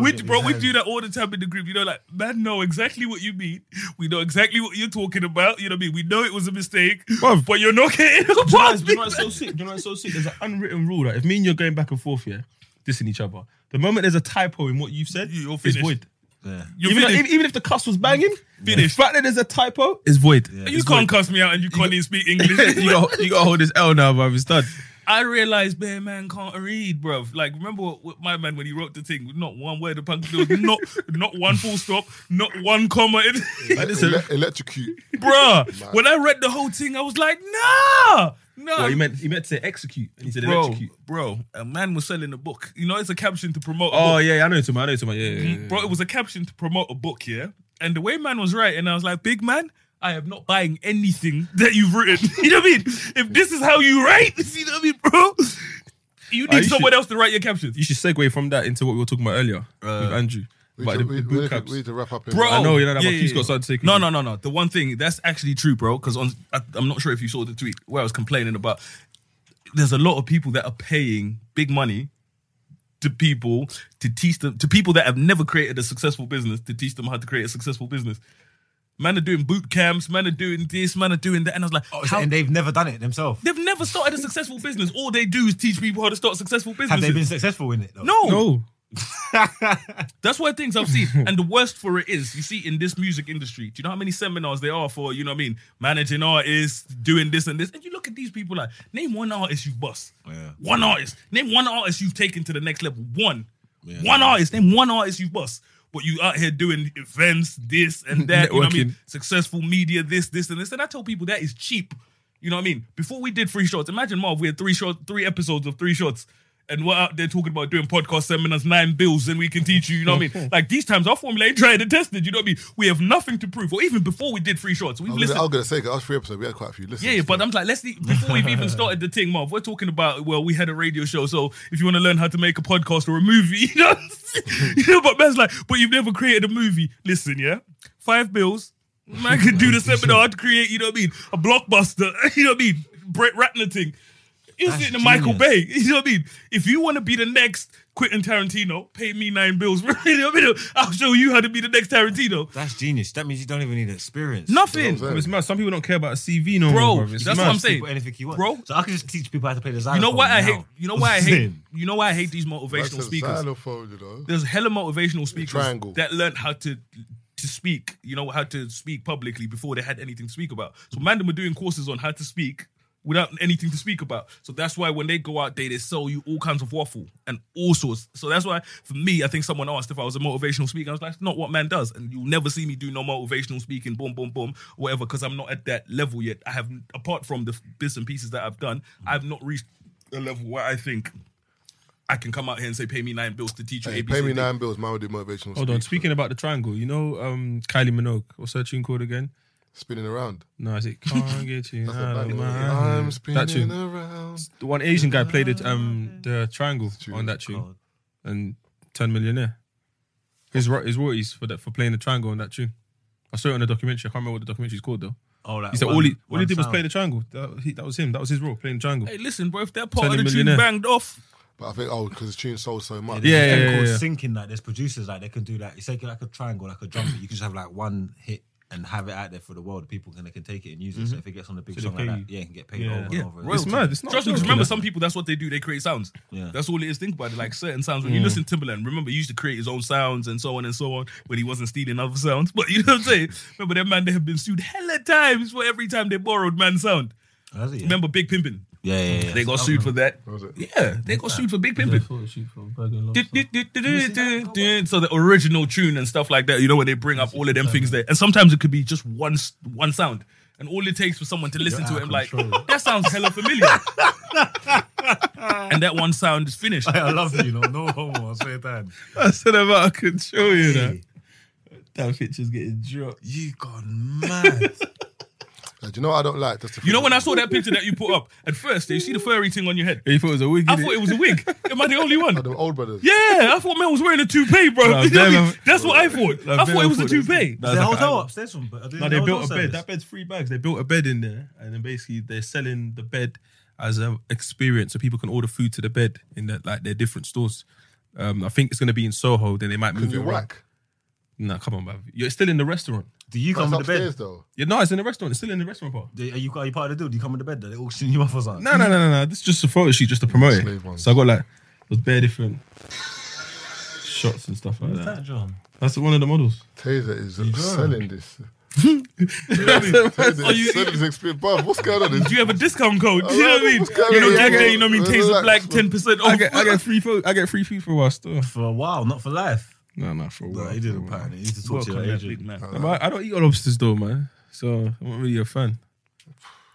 we, bro, we do that all the time in the group. You know, like man, know exactly what you mean. We know exactly what you're talking about. You know what I mean? We know it was a mistake,
Bruv.
but you're not getting [laughs] a
Do you know what's-
pass.
do you know what's [laughs] so sick? Do you know what's so sick? There's an unwritten rule that if me and you're going back and forth, yeah, dissing each other, the moment there's a typo in what you've said,
You're
it's
finished.
void.
Yeah.
You're
even,
finished.
if, even if the cuss was banging,
Finished.
The fact that there's a typo is void.
you can't cuss me out and you can't even speak English.
[laughs] you got you got to hold this L now, bruv. It's done.
I realized Bear Man can't read, bruv. Like, remember what, what my man when he wrote the thing? Not one word of punk. There was not [laughs] not one full stop, not one comma. In, [laughs]
Like, this
Ele- electrocute.
bruh, when I read the whole thing, I was like, nah, nah.
well, he meant he meant to say execute. and He said
bro,
execute.
bro, a man was selling a book. You know, it's a caption to promote. A
Oh
book.
yeah, yeah, I know it's about. I know it's about. Yeah, yeah, yeah, yeah.
bro, it was a caption to promote a book, yeah. And the way man was writing, I was like, big man. I am not buying anything that you've written. [laughs] You know what I mean? If this is how you write, [laughs] you know what I mean, bro? You need
Ah, you should-
someone else to write your captions.
You should segue from that into what we were talking about earlier with Andrew
Uh, We
about
need
the,
to- we- we
the boot
need to-
camps.
we need to wrap up. in-
Bro,
I know, you know, that
Yeah,
my
yeah,
keys
yeah.
got started taking.
No, no, no, no. The one thing that's actually true, bro, because on I, I'm not sure if you saw the tweet where I was complaining about. There's a lot of people that are paying big money to people to teach them to people that have never created a successful business to teach them how to create a successful business. Man are doing boot camps. Man are doing this. Man are doing that. And I was like, how?
and they've never done it themselves.
They've never started a successful business. All they do is teach people how to start successful businesses.
Have they been successful in it? Though?
no,
no.
that's why things I've seen. And the worst for it is, you see, in this music industry, do you know how many seminars there are for, you know what I mean, managing artists, doing this and this? And you look at these people like, name one artist you've bust.
Yeah.
One artist. Name one artist you've taken to the next level. One. One artist, name one artist you've bust. But you out here doing events, this and that. you know what I mean? Successful media, this, this, and this. And I tell people that is cheap. You know what I mean? Before we did three shots, imagine Marv, we had three shots, three episodes of three shots. And we're out there talking about doing podcast seminars, nine bills, and we can teach you, you know what I mean? Like these times, our formula ain't tried and tested, you know what I mean? We have nothing to prove. Or even before we did three shots, we've
I was,
listened.
I was gonna say, 'cause us three episodes, we had quite a few listens.
Yeah, yeah, but I'm like, let's see, before
[laughs]
we've even started the thing, Marv, we're talking about, well, we had a radio show, so if you want to learn how to make a podcast or a movie, [laughs] you know, you know but man's like, but you've never created a movie. Listen, yeah, five bills, man could do the seminar to create, you know what I mean, a blockbuster, [laughs] you know what I mean, Brett Ratner thing. You're
That's
sitting in Michael Bay, [laughs]
genius.
you know what I mean? If you want to be the next Quentin Tarantino, pay me nine bills, [laughs] you know what I mean? I'll show you how to be the next Tarantino.
That's genius. That means you don't even need experience.
Nothing.
That's what I'm
It's
saying.
mad. Some people don't care about a CV no
Bro,
more. Bro, it's
that's
mad.
what I'm saying.
People anything you want,
Bro.
So I can just teach people how to play the
You
xylophone.
know why I hate?
now.
You know why I hate?
Sin.
You know why I hate these
That's
motivational
a
speakers.
xylophone, you know.
There's hella motivational speakers
triangle.
that learned how to to speak. You know how to speak publicly before they had anything to speak about. So Mandem were doing courses on how to speak without anything to speak about. So that's why when they go out there, they sell you all kinds of waffle and all sorts. So that's why for me, I think someone asked if I was a motivational speaker. I was like, that's not what man does. And you'll never see me do no motivational speaking, boom, boom, boom, whatever, because I'm not at that level yet. I have apart from the bits and pieces that I've done, I've not reached a level where I think I can come out here and say, pay me nine bills to teach you
Hey,
ABC.
pay me nine bills, man. Would do motivational.
Hold on.
speech,
Speaking about the triangle, you know um, Kylie Minogue. What's her tune called again?
spinning around.
No, I
[laughs]
said can't get you
That's
out
a
of
bad
my
one.
head."
I'm
That
spinning
tune.
around.
The one Asian guy played it, um, the triangle on that tune,
God.
and turned millionaire. His ro- his royalties for that for playing the triangle on that tune. I saw it on a documentary. I can't remember what the documentary's called though.
Oh, that
He said
one-
all he all
one
he did was
sound.
play the triangle. That, he, that was him. That was his role playing the triangle.
Hey, listen, bro, if that part
Turn
of
him
the tune
millionaire.
banged off,
But I think oh, because the tune sold so much.
Yeah, yeah,
thing
yeah,
called
yeah.
syncing. Like there's producers like they can do that. You say like a triangle, like a drum beat. You can just have like one hit and have it out there for the world. People can they can take it and use it. So if it gets on a big
Mm-hmm. So they
song like
pay
that,
you.
yeah, it can get paid
Yeah.
over
Yeah.
and over.
It's
again.
mad. It's not.
trust me, 'cause
joking.
remember, some people, that's what they do. They create sounds.
Yeah.
That's all it is. Think about it. Like certain sounds, when you listen to Timberland, remember, he used to create his own sounds and so on and so on when he wasn't stealing other sounds. [laughs] But you know what I'm saying? Remember, that man, they have been sued hella times for every time they borrowed man's sound.
Oh, that's it, yeah.
Remember Big Pimpin'?
Yeah, yeah, yeah.
They got sued for that.
Was it?
Yeah, they got sued for Big Pimpin'. So the original tune and stuff like that, you know, when they bring up all of them things there, and sometimes it could be just one s- one sound, and all it takes for someone to listen to it and be like that sounds hella familiar, and that one sound is finished.
[laughs] I love you, no, no homo. I swear that.
[laughs] [laughs] I said about I could show you that. That picture's getting dropped.
You gone
[laughs]
mad.
Uh, do you know what I don't like? That's the
You know, when I saw that picture that you put up at first, you see the furry thing on your head.
You thought it was a wig?
I
innit?
thought it was a wig. Am I the only one?
the old brothers.
Yeah, I thought man was wearing a toupee, bro.
Nah,
You know what I mean?
them-
That's what I thought.
Nah,
I thought it was a
them-
toupay.
Nah,
Is
it's
there a
like a-
hotel upstairs from? Are
No,
doing
they
the
built a
hotel
bed.
service?
That bed's three bags. They built a bed in there, and then basically they're selling the bed as an experience, so people can order food to the bed in their, like their different stores. Um, I think it's going to be in Soho. Then they might
Can
move
you
it. around.
whack?
No, come on, man. You're still in the restaurant.
Do you
But
come
it's
with the
upstairs
bed?
though.
Yeah, no, it's in the restaurant. It's still in the restaurant part.
Do- Are you are you part of the deal? Do you come with the bed? though? They auction you off or something?
No, no, no, no, no. This is just a photo shoot, just to promote it.
Slave ones.
So I got like it was bare different shots and stuff like that.
John.
That's one of
[laughs]
the models.
Taser is selling this. Taser
Oh,
Are Oh, you-
is selling this experience. Bruv, what's going on?
Do you have a discount code? You know what I mean?
What's going
You know,
on?
Jack Day, you know what I mean? Taser
Relax,
Black,
man.
10%
I
off.
get, I get free food. I get free food for a while still.
For a while, not for life.
No, no, for a while.
No, he
for a
didn't
while.
apparently. He used to talk to your agent.
No, but I, I don't eat all lobsters though, man. So I'm not really a fan.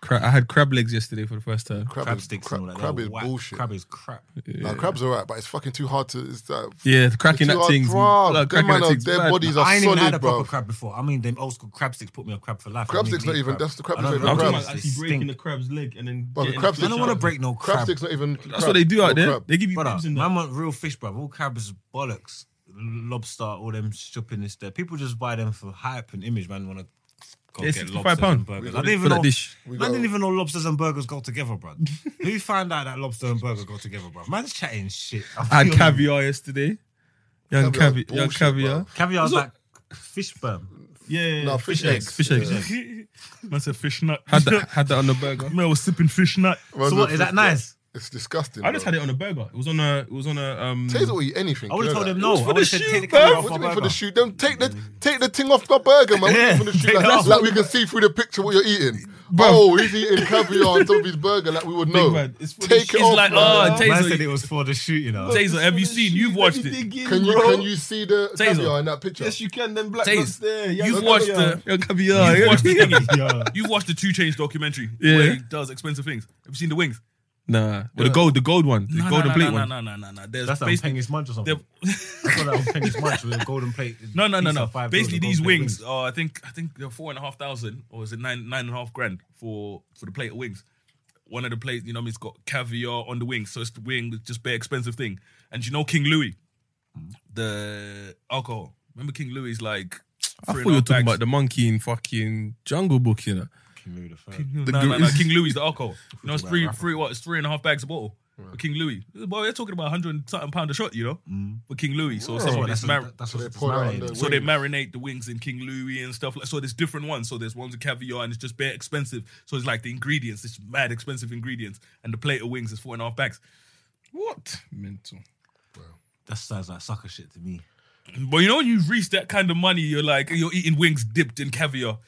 Cra- I had crab legs yesterday for the first time.
Crab sticks
crab,
and all that.
crab
They're
is
whack.
bullshit.
Crab is crap.
Nah, crab's alright, but it's fucking too hard to. It's uh, that.
Yeah, the cracking
It's
that
too
things.
hard, bruv. Them
like, cracking
man
that
are-
things.
their
bad.
bodies are
I ain't
solid,
even had a
bro.
proper crab before. I mean, them old school crab sticks put me on crab for life.
Crab
I mean,
sticks not
meat
even-
crab.
that's the crab
I
is not
don't,
I'm
even
talking
crab.
about actually breaking the crab's leg and then.
Bro, the
getting
crab
the
sticks.
flesh
I don't
out.
want to break no
Crab
crab.
sticks not even.
That's what they do out there.
Crab.
They give you
Brother,
crabs in there.
man want real fish, bro. All crab is bollocks. Lobster, all them shopping this there. People just buy them for hype and image, man. Want to go
Yeah,
get
65
lobsters and
pound.
burgers.
We
I didn't
for
even
that
know.
dish.
We
I didn't
got-
even know lobsters and burgers go together, bro.
[laughs]
Who found out that lobster and burger go together, bro? Man's chatting shit. [laughs]
I had caviar yesterday. Young
Caviar's
caviar. Young
bullshit,
caviar.
bruv.
Caviar's like fish sperm.
Yeah, yeah,
Nah,
yeah.
fish eggs.
Fish
Yeah.
eggs.
Man said fish nut.
Had
[laughs]
that, had that on the burger.
[laughs] Man was sipping fish nut.
So what is that nice?
It's disgusting.
I just
bro.
had it on a burger. It was on a. It was on a. Um,
Taser will eat anything.
I would
you
have
know
told
that.
him no. I would have said take the caviar
What
off
do
my
you mean
burger.
for the shoe? Don't take the take the thing off my burger, man. What do you mean
Yeah,
for the shoe?
[laughs] take
Like,
it off.
like we can see through the picture what you're eating. Oh, he's eating caviar on top of his burger like we would know.
man, "Ah, it's full of
Take it
shit.
off.
He's like,
man.
oh,
Man said
Taser,
it was for the shooting. Us. [laughs]
Taser, have you seen? You've watched it.
can you can you see the
Taser.
caviar in that picture?
Yes, you can. Then black
Taze,
Taze, there. Yeah,
You've
look
watched
at
the.
you. Young caviar.
You've
yeah.
watched the thingy.
Yeah.
You've watched the Two Chains documentary
Yeah.
where he does expensive things. Have you seen The Wings?
Nah, well, the gold, the gold one, the
No,
golden
no,
plate
no,
one.
No, no, no, no, no. There's
That's like
basically
Penguin's Munch or something.
there-
That's what that was Penguin's Munch with a golden plate.
no, no, no,
piece
no.
of five
Basically,
gold,
these
golden plate
wings are I think I think they're four and a half thousand or is it nine nine and a half grand for for the plate of wings. One of the plates, you know, what I mean, it's got caviar on the wings, so it's the wing, it's just bare expensive thing. And you know, King Louis, the alcohol. Remember King Louis like.
I thought you were talking about the monkey in fucking Jungle Book, you know.
the no, no, no, King Louis the
[laughs]
alcohol. You know, it's three, three, what? It's three and a half bags a bottle. For King Louis, well, they're talking about hundred and something pound a shot, you know,
Mm.
for King Louis. So someone
That's
is
what-
mar-
that's what
They
it's
pour it on
marinated.
the
So they
wings.
marinate the wings in King Louis and stuff like so. There's different ones. So there's ones with caviar and it's just bare expensive. So it's like the ingredients, it's mad expensive ingredients, and the plate of wings is four and a half bags.
What mental?
That sounds like sucker shit to me.
But you know when you've reached that kind of money, you're like you're eating wings dipped in caviar.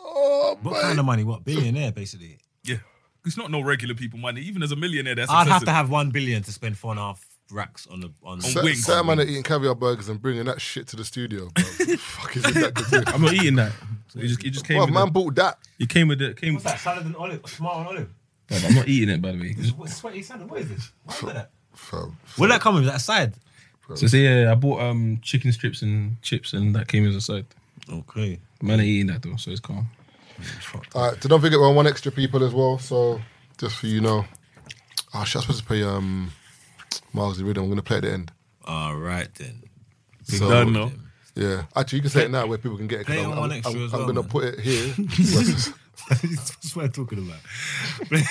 Oh,
What kind of money? What billionaire basically?
Yeah, it's not no regular people money. Even as a millionaire, that's
I'd have
excessive.
to have one billion to spend four and a half racks on the on.
On
Sa-
wings.
Sam man are eating caviar burgers and bringing that shit to the studio. Bro. Fuck is it that good?
I'm not eating that. So you just, you just came.
Well,
with
man
the,
bought that.
you came with the came.
What's that? Salad and olive. Tomato and olive.
Brother, I'm not eating it, by the way.
What, sweaty salad. What is this? What is that?
Fam.
Where that come with? Is That aside.
So, so yeah, I bought um chicken strips and chips, and that came as a side.
Okay.
Man, ain't eating that though, so it's calm.
All right, so don't forget we're on one extra people as well. So just for you know, oh shit, I'm supposed to play um Miles the rhythm. I'm gonna play at the end.
All right then.
So,
Done, no?
Yeah, actually, you can say it now where people can get it. 'cause
Play
I'm,
on one
I'm,
extra
I'm-
as
I'm
well,
gonna
man.
put it
[laughs]
here.
That's what I'm talking about. play,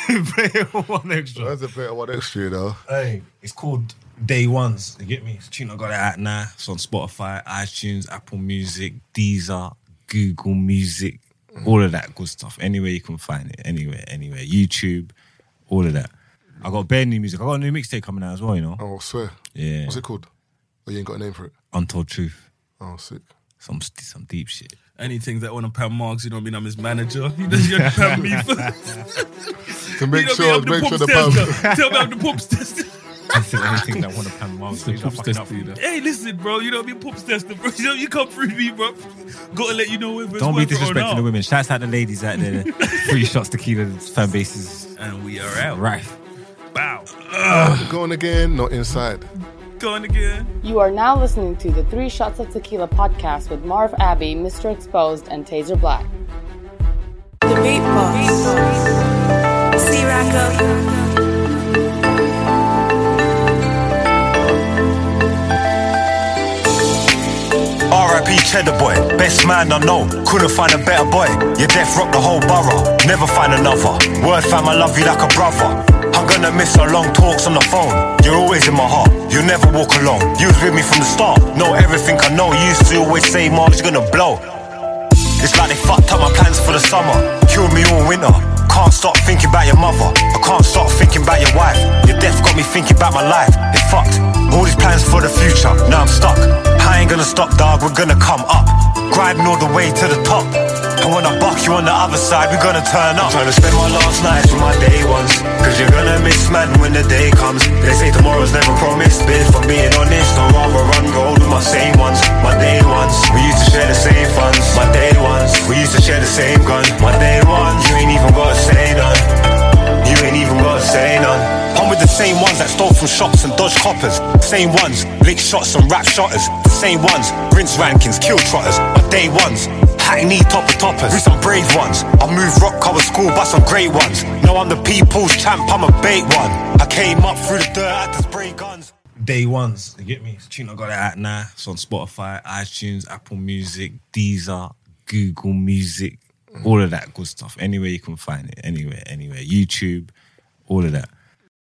play one extra.
That's a play at one extra, you know.
Hey, it's called Day Ones. You get me? It's a tune I got it out now. It's on Spotify, iTunes, Apple Music, Deezer, Google Music, all of that good stuff. Anywhere you can find it, anywhere, anywhere. YouTube, all of that. I got bare new music. I got a new mixtape coming out as well. You know?
Oh, I swear.
Yeah.
What's it called? Oh, you ain't got a name for it.
Untold Truth.
Oh,
[laughs]
sick.
Some some deep shit.
Anything that want to pound marks, you know what I mean? I'm his manager. [laughs] He doesn't get to pound me first. [laughs]
To make
you know
sure,
what I mean? I'm
make sure
the
the
pump
[laughs] pound.
tester. Tell me I'm the pump tester.
Anything that want to pan miles, please, I'm fucking up.
Hey, listen, bro. You know what I mean? Pops tester, bro. You know you come through me, bro. Gotta let you know whether it's
Don't be
worth it or
disrespecting the
not.
women. Shouts out the ladies out
[laughs]
there. Three shots tequila fan bases.
And we are out.
Right.
Bow.
Going again, not inside.
Going again.
You are now listening to the Three Shots of Tequila podcast with Marv Abbey, Mr. Exposed, and Taser Black.
The Beatbox. See Rocco.
R.I.P. Cheddar Boy, best man I know. Couldn't find a better boy. Your death rocked the whole borough. Never find another. Word fam, I love you like a brother. I'm gonna miss our long talks on the phone. You're always in my heart. You'll never walk alone. You was with me from the start. Know everything I know. You used to always say, Mark's gonna blow. It's like they fucked up my plans for the summer. Killed me all winter. Can't stop thinking about your mother. I can't stop thinking about your wife. Your death got me thinking about my life. It fucked. All these plans for the future. Now I'm stuck. I ain't gonna stop, dog. We're gonna come up. Grinding all the way to the top. And when I buck you on the other side, we're gonna turn up. I'm trying to spend my last nights with my day ones. Cause you're gonna miss man when the day comes. They say tomorrow's never promised. But if I'm being honest, I'd rather run gold with my same ones. My day ones. We used to share the same funds. My day ones. We used to share the same gun. My day ones. You ain't even gotta say none. You ain't even gotta say none. I'm with the same ones that stole from shops and dodged coppers. Same ones, lick shots and rap shotters. Same ones, rinse rankings, kill trotters. My day ones, hackney topper toppers. We some brave ones. I move rock cover school, but some great ones. No, I'm the people's champ, I'm a bait one. I came up through the dirt, I just spray guns.
Day ones, you get me? It's a tune I got it out now. It's on Spotify, iTunes, Apple Music, Deezer, Google Music, all of that good stuff. Anywhere you can find it, anywhere, anywhere. YouTube, all of that.